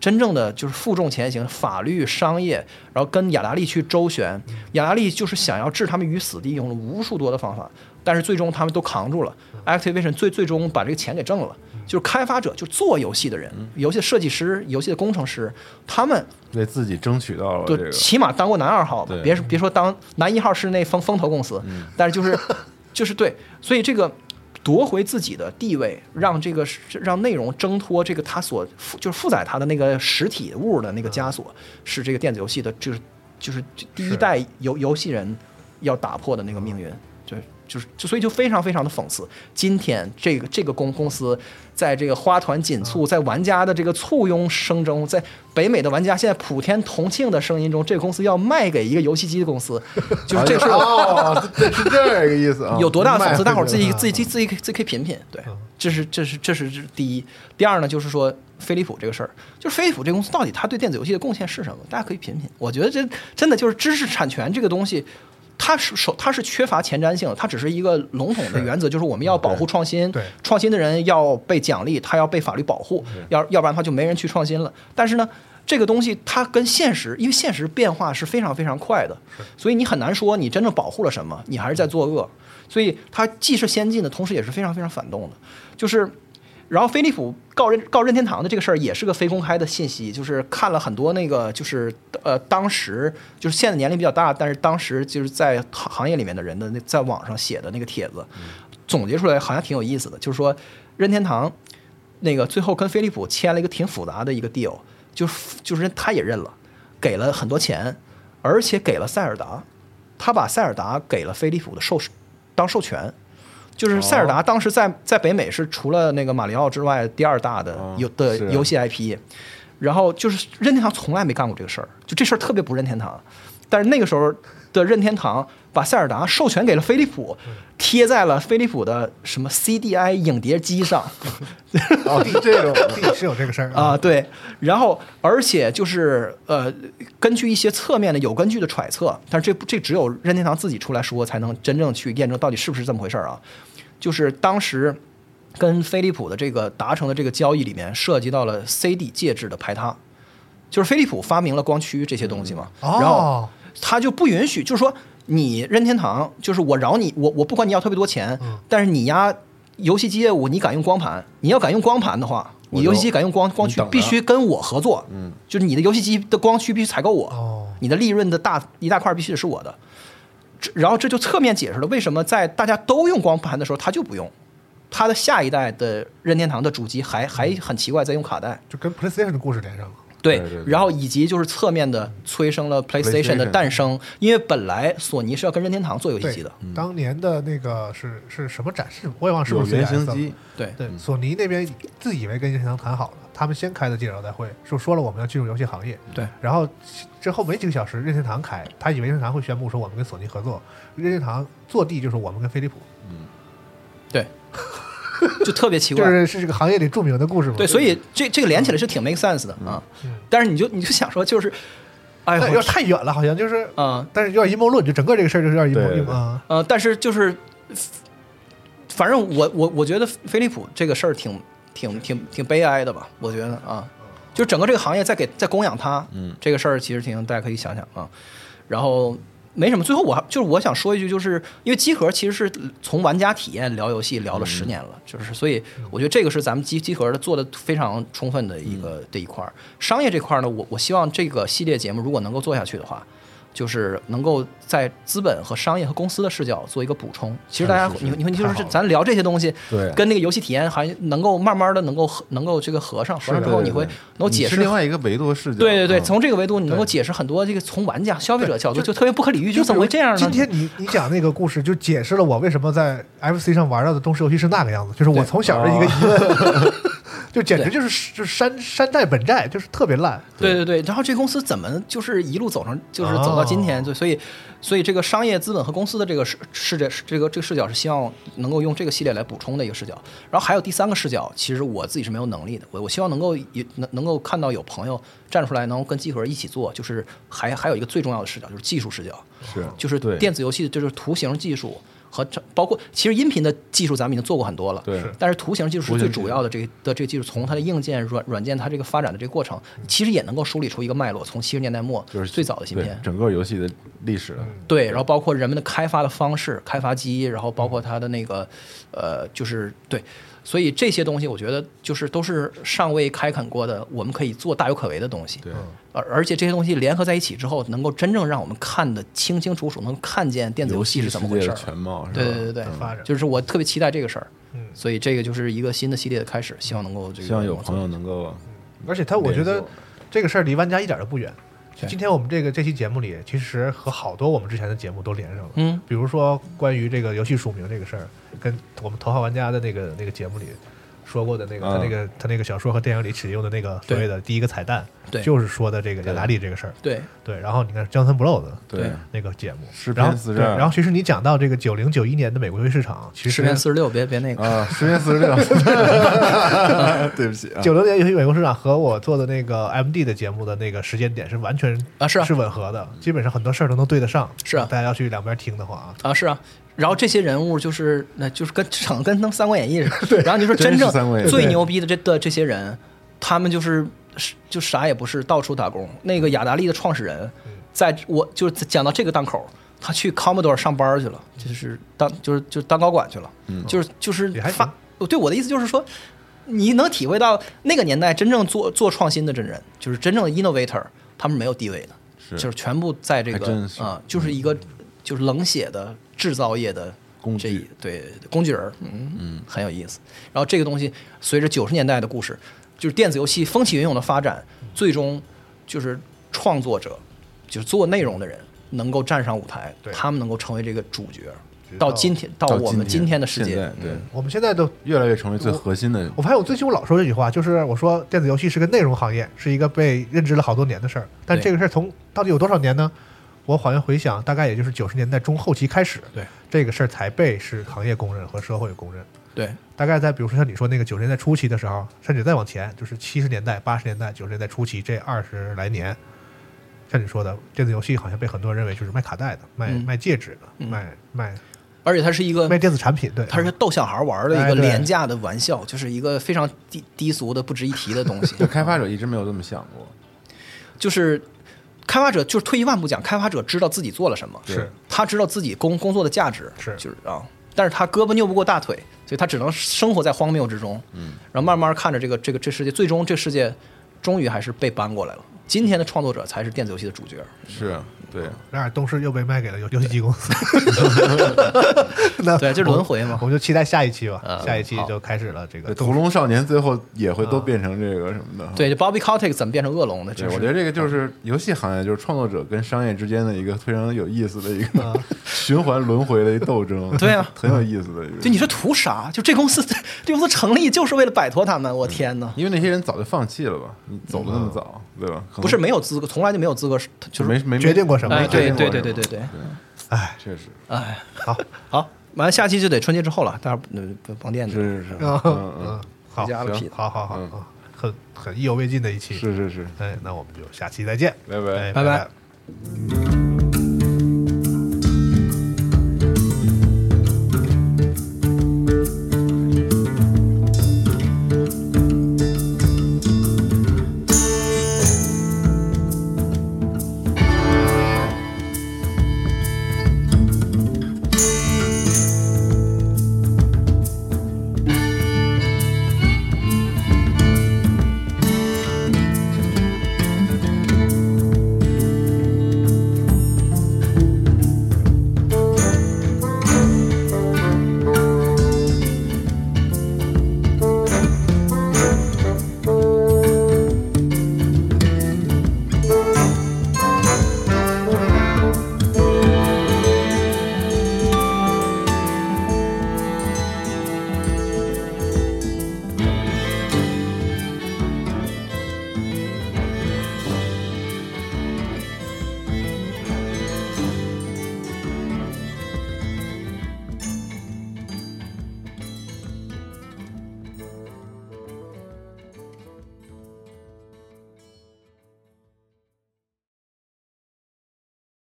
[SPEAKER 8] 真正的就是负重前行，法律、商业，然后跟雅达利去周旋，雅达利就是想要置他们于死地，用了无数多的方法，但是最终他们都扛住了。Activision 最最终把这个钱给挣了，就是开发者，就做游戏的人，游戏的设计师、游戏的工程师，他们
[SPEAKER 5] 为自己争取到了这
[SPEAKER 8] 对，
[SPEAKER 5] 个，
[SPEAKER 8] 起码当过男二号嘛
[SPEAKER 5] 对，嗯
[SPEAKER 8] 别说别说当男一号是那风风投公司，但是就是 就是对，所以这个夺回自己的地位，让这个让内容挣脱这个它所负就是负载它的那个实体物的那个枷
[SPEAKER 5] 嗯
[SPEAKER 8] 锁，是这个电子游戏的，就是就是第一代游游戏人要打破的那个命运，就是就是就所以就非常非常的讽刺。今天这个这个公公司在这个花团锦簇，在玩家的这个簇拥声中，在北美的玩家现在普天同庆的声音中，这个公司要卖给一个游戏机的公司，就是这事儿
[SPEAKER 5] 哦，这是这个意思啊，
[SPEAKER 8] 有多大的讽刺，大伙儿自己
[SPEAKER 7] 了
[SPEAKER 8] 自己自己自己自己可以品品。对，这是这是这是这是第一。第二呢，就是说飞利浦这个事儿，就是飞利浦这公司到底它对电子游戏的贡献是什么？大家可以品品。我觉得这真的就是知识产权这个东西。它是首，它是缺乏前瞻性的，它只是一个笼统的原则，就是我们要保护创新，
[SPEAKER 7] 对
[SPEAKER 8] 创新的人要被奖励，他要被法律保护，要要不然的话就没人去创新了。但是呢，这个东西它跟现实，因为现实变化是非常非常快的，所以你很难说你真正保护了什么，你还是在作恶。所以它既是先进的，同时也是非常非常反动的。就是，然后飞利浦告任告任天堂的这个事儿也是个非公开的信息，就是看了很多那个就是呃当时就是现在年龄比较大，但是当时就是在行行业里面的人的那在网上写的那个帖子，总结出来好像挺有意思的，就是说任天堂那个最后跟飞利浦签了一个挺复杂的一个 deal，就是就是他也认了，给了很多钱，而且给了塞尔达，他把塞尔达给了飞利浦的授当授权，就是塞尔达当时在在北美是除了那个马里奥之外第二大的游、的
[SPEAKER 5] 是
[SPEAKER 8] 游戏 IP，然后就是任天堂从来没干过这个事儿，就这事儿特别不任天堂，但是那个时候的任天堂把塞尔达授权给了飞利浦，贴在了飞利浦的什么 CDI 影碟机上。
[SPEAKER 5] 哦，是这种，
[SPEAKER 7] 地 是有这个事儿
[SPEAKER 8] 啊，，对，然后而且就是呃，根据一些侧面的有根据的揣测，但是这这只有任天堂自己出来说才能真正去验证到底是不是这么回事儿啊。就是当时跟飞利浦的这个达成的这个交易里面涉及到了 CD 介质的排他，就是飞利浦发明了光驱这些东西嘛，
[SPEAKER 7] 哦
[SPEAKER 8] 然后他就不允许，就是说你任天堂，就是我饶你，我我不管你要特别多钱，但是你呀游戏机业务你敢用光盘，你要敢用光盘的话，你游戏机敢用光光驱
[SPEAKER 5] 等着
[SPEAKER 8] 必须跟我合作，嗯，就是你的游戏机的光驱必须采购我，
[SPEAKER 7] 哦
[SPEAKER 8] 你的利润的大一大块必须得是我的，这然后这就侧面解释了为什么在大家都用光盘的时候他就不用。他的下一代的任天堂的主机还还很奇怪，在用卡带，
[SPEAKER 7] 就跟 PlayStation 的故事连上了。
[SPEAKER 8] 对，
[SPEAKER 5] 对对对
[SPEAKER 8] 然后以及就是侧面的催生了 PlayStation 的诞生，因为本来索尼是要跟任天堂做游戏
[SPEAKER 7] 对
[SPEAKER 8] 机的，，嗯
[SPEAKER 7] 当年的那个是是什么展示，我也忘了是不
[SPEAKER 5] 有
[SPEAKER 7] 是 3DS
[SPEAKER 5] 原型
[SPEAKER 7] 了
[SPEAKER 5] 机，
[SPEAKER 8] 对
[SPEAKER 5] 嗯
[SPEAKER 7] 对，索尼那边自以为跟任天堂谈好了，他们先开的记者招待会，就说了我们要进入游戏行业。
[SPEAKER 5] 嗯
[SPEAKER 8] 对，
[SPEAKER 7] 然后之后没几个小时，任天堂开，他以为任天堂会宣布说我们跟索尼合作，任天堂坐地就是我们跟飞利浦，
[SPEAKER 8] 对， 就特别奇怪
[SPEAKER 7] 就。是是这个行业里著名的故事嘛。
[SPEAKER 8] 对，所以这这个连起来是挺 make sense 的啊，但是你就你就想说就是，哎
[SPEAKER 7] 但有
[SPEAKER 8] 呦
[SPEAKER 7] 点，太远了，好像就是
[SPEAKER 8] 啊
[SPEAKER 7] 但是有点阴谋论，就整个这个事儿就是有点阴谋
[SPEAKER 5] 对对
[SPEAKER 7] 阴谋
[SPEAKER 5] 对
[SPEAKER 7] 啊。
[SPEAKER 8] 呃，但是就是，反正我我我觉得飞利浦这个事儿挺挺挺挺悲哀的吧，我觉得啊，就整个这个行业在给在供养他，嗯，这个事儿其实挺大家可以想想啊。然后没什么。最后我还就是我想说一句，就是因为机核其实是从玩家体验聊游戏聊了十年了，
[SPEAKER 5] 嗯
[SPEAKER 8] 就是所以我觉得这个是咱们机机核的做的非常充分的一个、这
[SPEAKER 5] 嗯
[SPEAKER 8] 一块儿。商业这块儿呢，我我希望这个系列节目如果能够做下去的话。就是能够在资本和商业和公司的视角做一个补充。其实大家，你你们就是咱聊这些东西，
[SPEAKER 5] 对
[SPEAKER 8] 跟那个游戏体验还能够慢慢的能够合能够这个合上，合上之后
[SPEAKER 5] 对
[SPEAKER 8] 你
[SPEAKER 5] 对
[SPEAKER 8] 会
[SPEAKER 5] 对
[SPEAKER 8] 能够
[SPEAKER 5] 你
[SPEAKER 8] 解
[SPEAKER 5] 是
[SPEAKER 8] 释
[SPEAKER 5] 另外一个维度的视角。
[SPEAKER 8] 对对对，
[SPEAKER 5] 嗯
[SPEAKER 8] 从这个维度你能够
[SPEAKER 7] 对
[SPEAKER 8] 解释很多这个从玩家、消费者角度就特别不可理喻，就
[SPEAKER 7] 就
[SPEAKER 8] 怎么会这样呢？
[SPEAKER 7] 今天你你讲那个故事，就解释了我为什么在 FC 上玩到的东视游戏是那个样子，就是我从小的一个疑 问，就简直就是就是山山寨本寨，就是特别烂。
[SPEAKER 8] 对对对，然后这公司怎么就是一路走成，就是走到今天，
[SPEAKER 7] 哦
[SPEAKER 8] 就所以，所以这个商业资本和公司的这个视视角，这个这个视角是希望能够用这个系列来补充的一个视角。然后还有第三个视角，其实我自己是没有能力的，我我希望能够也能能够看到有朋友站出来，能够跟集合一起做，就是还还有一个最重要的视角就是技术视角，
[SPEAKER 5] 是
[SPEAKER 8] 就是
[SPEAKER 5] 对
[SPEAKER 8] 电子游戏就是图形技术。和这包括其实音频的技术，咱们已经做过很多了，
[SPEAKER 5] 对是
[SPEAKER 8] 但是图形技术是最主要的这个的这个技术，从它的硬件、软软件，它这个发展的这个过程，其实也能够梳理出一个脉络，从七十年代末
[SPEAKER 5] 就是
[SPEAKER 8] 最早的芯
[SPEAKER 5] 对
[SPEAKER 8] 片，嗯
[SPEAKER 5] 整个游戏的历史了。
[SPEAKER 8] 对，然后包括人们的开发的方式、开发机，然后包括它的那个，呃，就是对，所以这些东西我觉得就是都是尚未开垦过的，我们可以做大有可为的东西。
[SPEAKER 5] 对，
[SPEAKER 8] 而而且这些东西联合在一起之后，能够真正让我们看得清清楚楚，能看见电子游戏是怎么回
[SPEAKER 5] 世
[SPEAKER 8] 事
[SPEAKER 5] 界
[SPEAKER 8] 儿
[SPEAKER 5] 的。全貌？是吧
[SPEAKER 8] 对对对对
[SPEAKER 5] 嗯
[SPEAKER 7] 发展
[SPEAKER 8] 就是我特别期待这个事儿。所以这个就是一个新的系列的开始，希望能够这个
[SPEAKER 5] 希望有
[SPEAKER 8] 能做
[SPEAKER 5] 朋友能够
[SPEAKER 7] 而且他，我觉
[SPEAKER 5] 连
[SPEAKER 7] 得
[SPEAKER 5] 锁
[SPEAKER 7] 这个事儿离玩家一点都不远。就
[SPEAKER 8] 对
[SPEAKER 7] 今天我们这个这期节目里，其实和好多我们之前的节目都连上了。
[SPEAKER 8] 嗯，
[SPEAKER 7] 比如说关于这个游戏署名这个事儿，跟我们《头号玩家》的那个那个节目里说过的那个、
[SPEAKER 5] 嗯
[SPEAKER 7] 他那个他那个小说和电影里使用的那个所谓的第一个彩蛋，
[SPEAKER 8] 对
[SPEAKER 7] 就是说的这个雅达利这个事儿。
[SPEAKER 8] 对
[SPEAKER 7] 对，然后你看江森不漏的
[SPEAKER 5] 对
[SPEAKER 7] 那个节目，
[SPEAKER 5] 十篇
[SPEAKER 7] 然后
[SPEAKER 5] 四十
[SPEAKER 7] 对
[SPEAKER 5] 二
[SPEAKER 7] 然后其实你讲到这个九零九一年的美国游戏市场，其
[SPEAKER 8] 十
[SPEAKER 7] 实
[SPEAKER 8] 年四十六，别别那个，
[SPEAKER 5] 啊，十月四 十六，对不起啊，
[SPEAKER 7] 九六年游戏美国市场和我做的那个 MD 的节目的那个时间点是完全
[SPEAKER 8] 啊是啊
[SPEAKER 7] 是吻合的，基本上很多事儿都能对得上。
[SPEAKER 8] 是啊
[SPEAKER 7] 大家要去两边听的话啊，
[SPEAKER 8] 啊，是啊。然后这些人物就是，那就是跟 整个跟他们《三国演义》似的。然后你说
[SPEAKER 5] 真
[SPEAKER 8] 真
[SPEAKER 5] 是
[SPEAKER 8] 正
[SPEAKER 5] 三国演义
[SPEAKER 8] 最
[SPEAKER 5] 对
[SPEAKER 8] 牛逼的这的这些人，他们就是就啥也不是，到处打工。那个雅达利的创始人，
[SPEAKER 5] 嗯
[SPEAKER 8] 在我就是讲到这个档口，他去 Commodore 上班去了，就是当就是就是当高管去了，
[SPEAKER 5] 嗯
[SPEAKER 8] 就是就是
[SPEAKER 7] 也还行
[SPEAKER 8] 发。对我的意思就是说，你能体会到那个年代真正做做创新的真人，就是真正的 innovator，他们没有地位的，
[SPEAKER 5] 是
[SPEAKER 8] 就是全部在这
[SPEAKER 5] 还
[SPEAKER 8] 个
[SPEAKER 5] 真是
[SPEAKER 8] 啊、就是一个就是冷血的制造业的
[SPEAKER 5] 工
[SPEAKER 8] 这
[SPEAKER 5] 具
[SPEAKER 8] 一对工具人儿，嗯嗯，很有意思。然后这个东西随着九十年代的故事，就是电子游戏风起云涌的发展，最终就是创作者，就是做内容的人能够站上舞台，
[SPEAKER 7] 对
[SPEAKER 8] 他们能够成为这个主角。
[SPEAKER 7] 到
[SPEAKER 8] 到今天，到
[SPEAKER 5] 到
[SPEAKER 8] 我们今天的世界嗯
[SPEAKER 5] 现，在对，
[SPEAKER 7] 我们现在都，
[SPEAKER 5] 越来越成为最核心的
[SPEAKER 7] 我发现我最近我老说这句话，就是我说电子游戏是个内容行业，是一个被认知了好多年的事儿，但
[SPEAKER 8] 对
[SPEAKER 7] 这个事儿从到底有多少年呢？我好像回想，大概也就是九十年代中后期开始，
[SPEAKER 8] 对
[SPEAKER 7] 这个事儿才被是行业公认和社会公认。
[SPEAKER 8] 对
[SPEAKER 7] 大概在比如说像你说那个九十年代初期的时候，甚至再往前，就是七十年代、八十年代、九十年代初期这二十来年，像你说的，电子游戏好像被很多人认为就是卖卡带的、卖、
[SPEAKER 8] 嗯
[SPEAKER 7] 卖戒指的、卖卖
[SPEAKER 8] 而且它是一个
[SPEAKER 7] 卖电子产品，对，
[SPEAKER 8] 它是逗小孩玩的一
[SPEAKER 7] 哎
[SPEAKER 8] 个
[SPEAKER 7] 对
[SPEAKER 8] 廉价的玩笑，就是一个非常低低俗的、不值一提的东西。
[SPEAKER 5] 就开发者一直没有这么想过，
[SPEAKER 8] 就是开发者，就是退一万步讲，开发者知道自己做了什么，
[SPEAKER 5] 是
[SPEAKER 8] 他知道自己工工作的价值，
[SPEAKER 7] 是
[SPEAKER 8] 就是啊，但是他胳膊拗不过大腿，所以他只能生活在荒谬之中，嗯，然后慢慢看着这个这个这世界，最终这世界终于还是被搬过来了。今天的创作者才是电子游戏的主角，
[SPEAKER 5] 是对，
[SPEAKER 7] 然而东视又被卖给了游游戏机公 司， 那
[SPEAKER 8] 对这
[SPEAKER 7] 我
[SPEAKER 8] 轮回嘛
[SPEAKER 7] 我们就期待下一期吧，
[SPEAKER 8] 嗯
[SPEAKER 7] 下一期
[SPEAKER 8] 好
[SPEAKER 7] 就开始了这个
[SPEAKER 5] 对屠龙少年最后也会都变成这个什么的，
[SPEAKER 8] 对，就 Bobby Kotick 怎么变成恶龙的？
[SPEAKER 5] 对，
[SPEAKER 8] 就是
[SPEAKER 5] 我觉得这个就是游戏行业，就是创作者跟商业之间的一个非常有意思的一个循环轮回的一个斗争。
[SPEAKER 8] 啊 对啊
[SPEAKER 5] 很有意思的一个。
[SPEAKER 8] 就你说图啥？就这公司， 这公司成立就是为了摆脱他们。我天哪！
[SPEAKER 5] 因为那些人早就放弃了吧？你走的那么早，对吧？可能
[SPEAKER 8] 嗯不是没有资格，从来就没有资格，就
[SPEAKER 5] 就是没没
[SPEAKER 7] 决定过什么
[SPEAKER 8] 哎，
[SPEAKER 5] 没决
[SPEAKER 8] 对
[SPEAKER 5] 定过
[SPEAKER 8] 对
[SPEAKER 5] 什
[SPEAKER 8] 对
[SPEAKER 5] 么
[SPEAKER 8] 对对对。
[SPEAKER 7] 哎
[SPEAKER 5] 确实
[SPEAKER 8] 哎，
[SPEAKER 7] 好
[SPEAKER 8] 好，完了下期就得春节之后了，大家呃不不甭惦记了。
[SPEAKER 5] 是是是，
[SPEAKER 7] 啊
[SPEAKER 5] 嗯嗯，
[SPEAKER 7] 好
[SPEAKER 8] 家了
[SPEAKER 5] 行
[SPEAKER 8] 屁
[SPEAKER 7] 好好好
[SPEAKER 5] 嗯
[SPEAKER 7] 啊，很很意犹未尽的一期，
[SPEAKER 5] 是是是，
[SPEAKER 7] 哎，那我们就下期再见，
[SPEAKER 5] 拜拜
[SPEAKER 7] 哎
[SPEAKER 8] 拜拜
[SPEAKER 7] 拜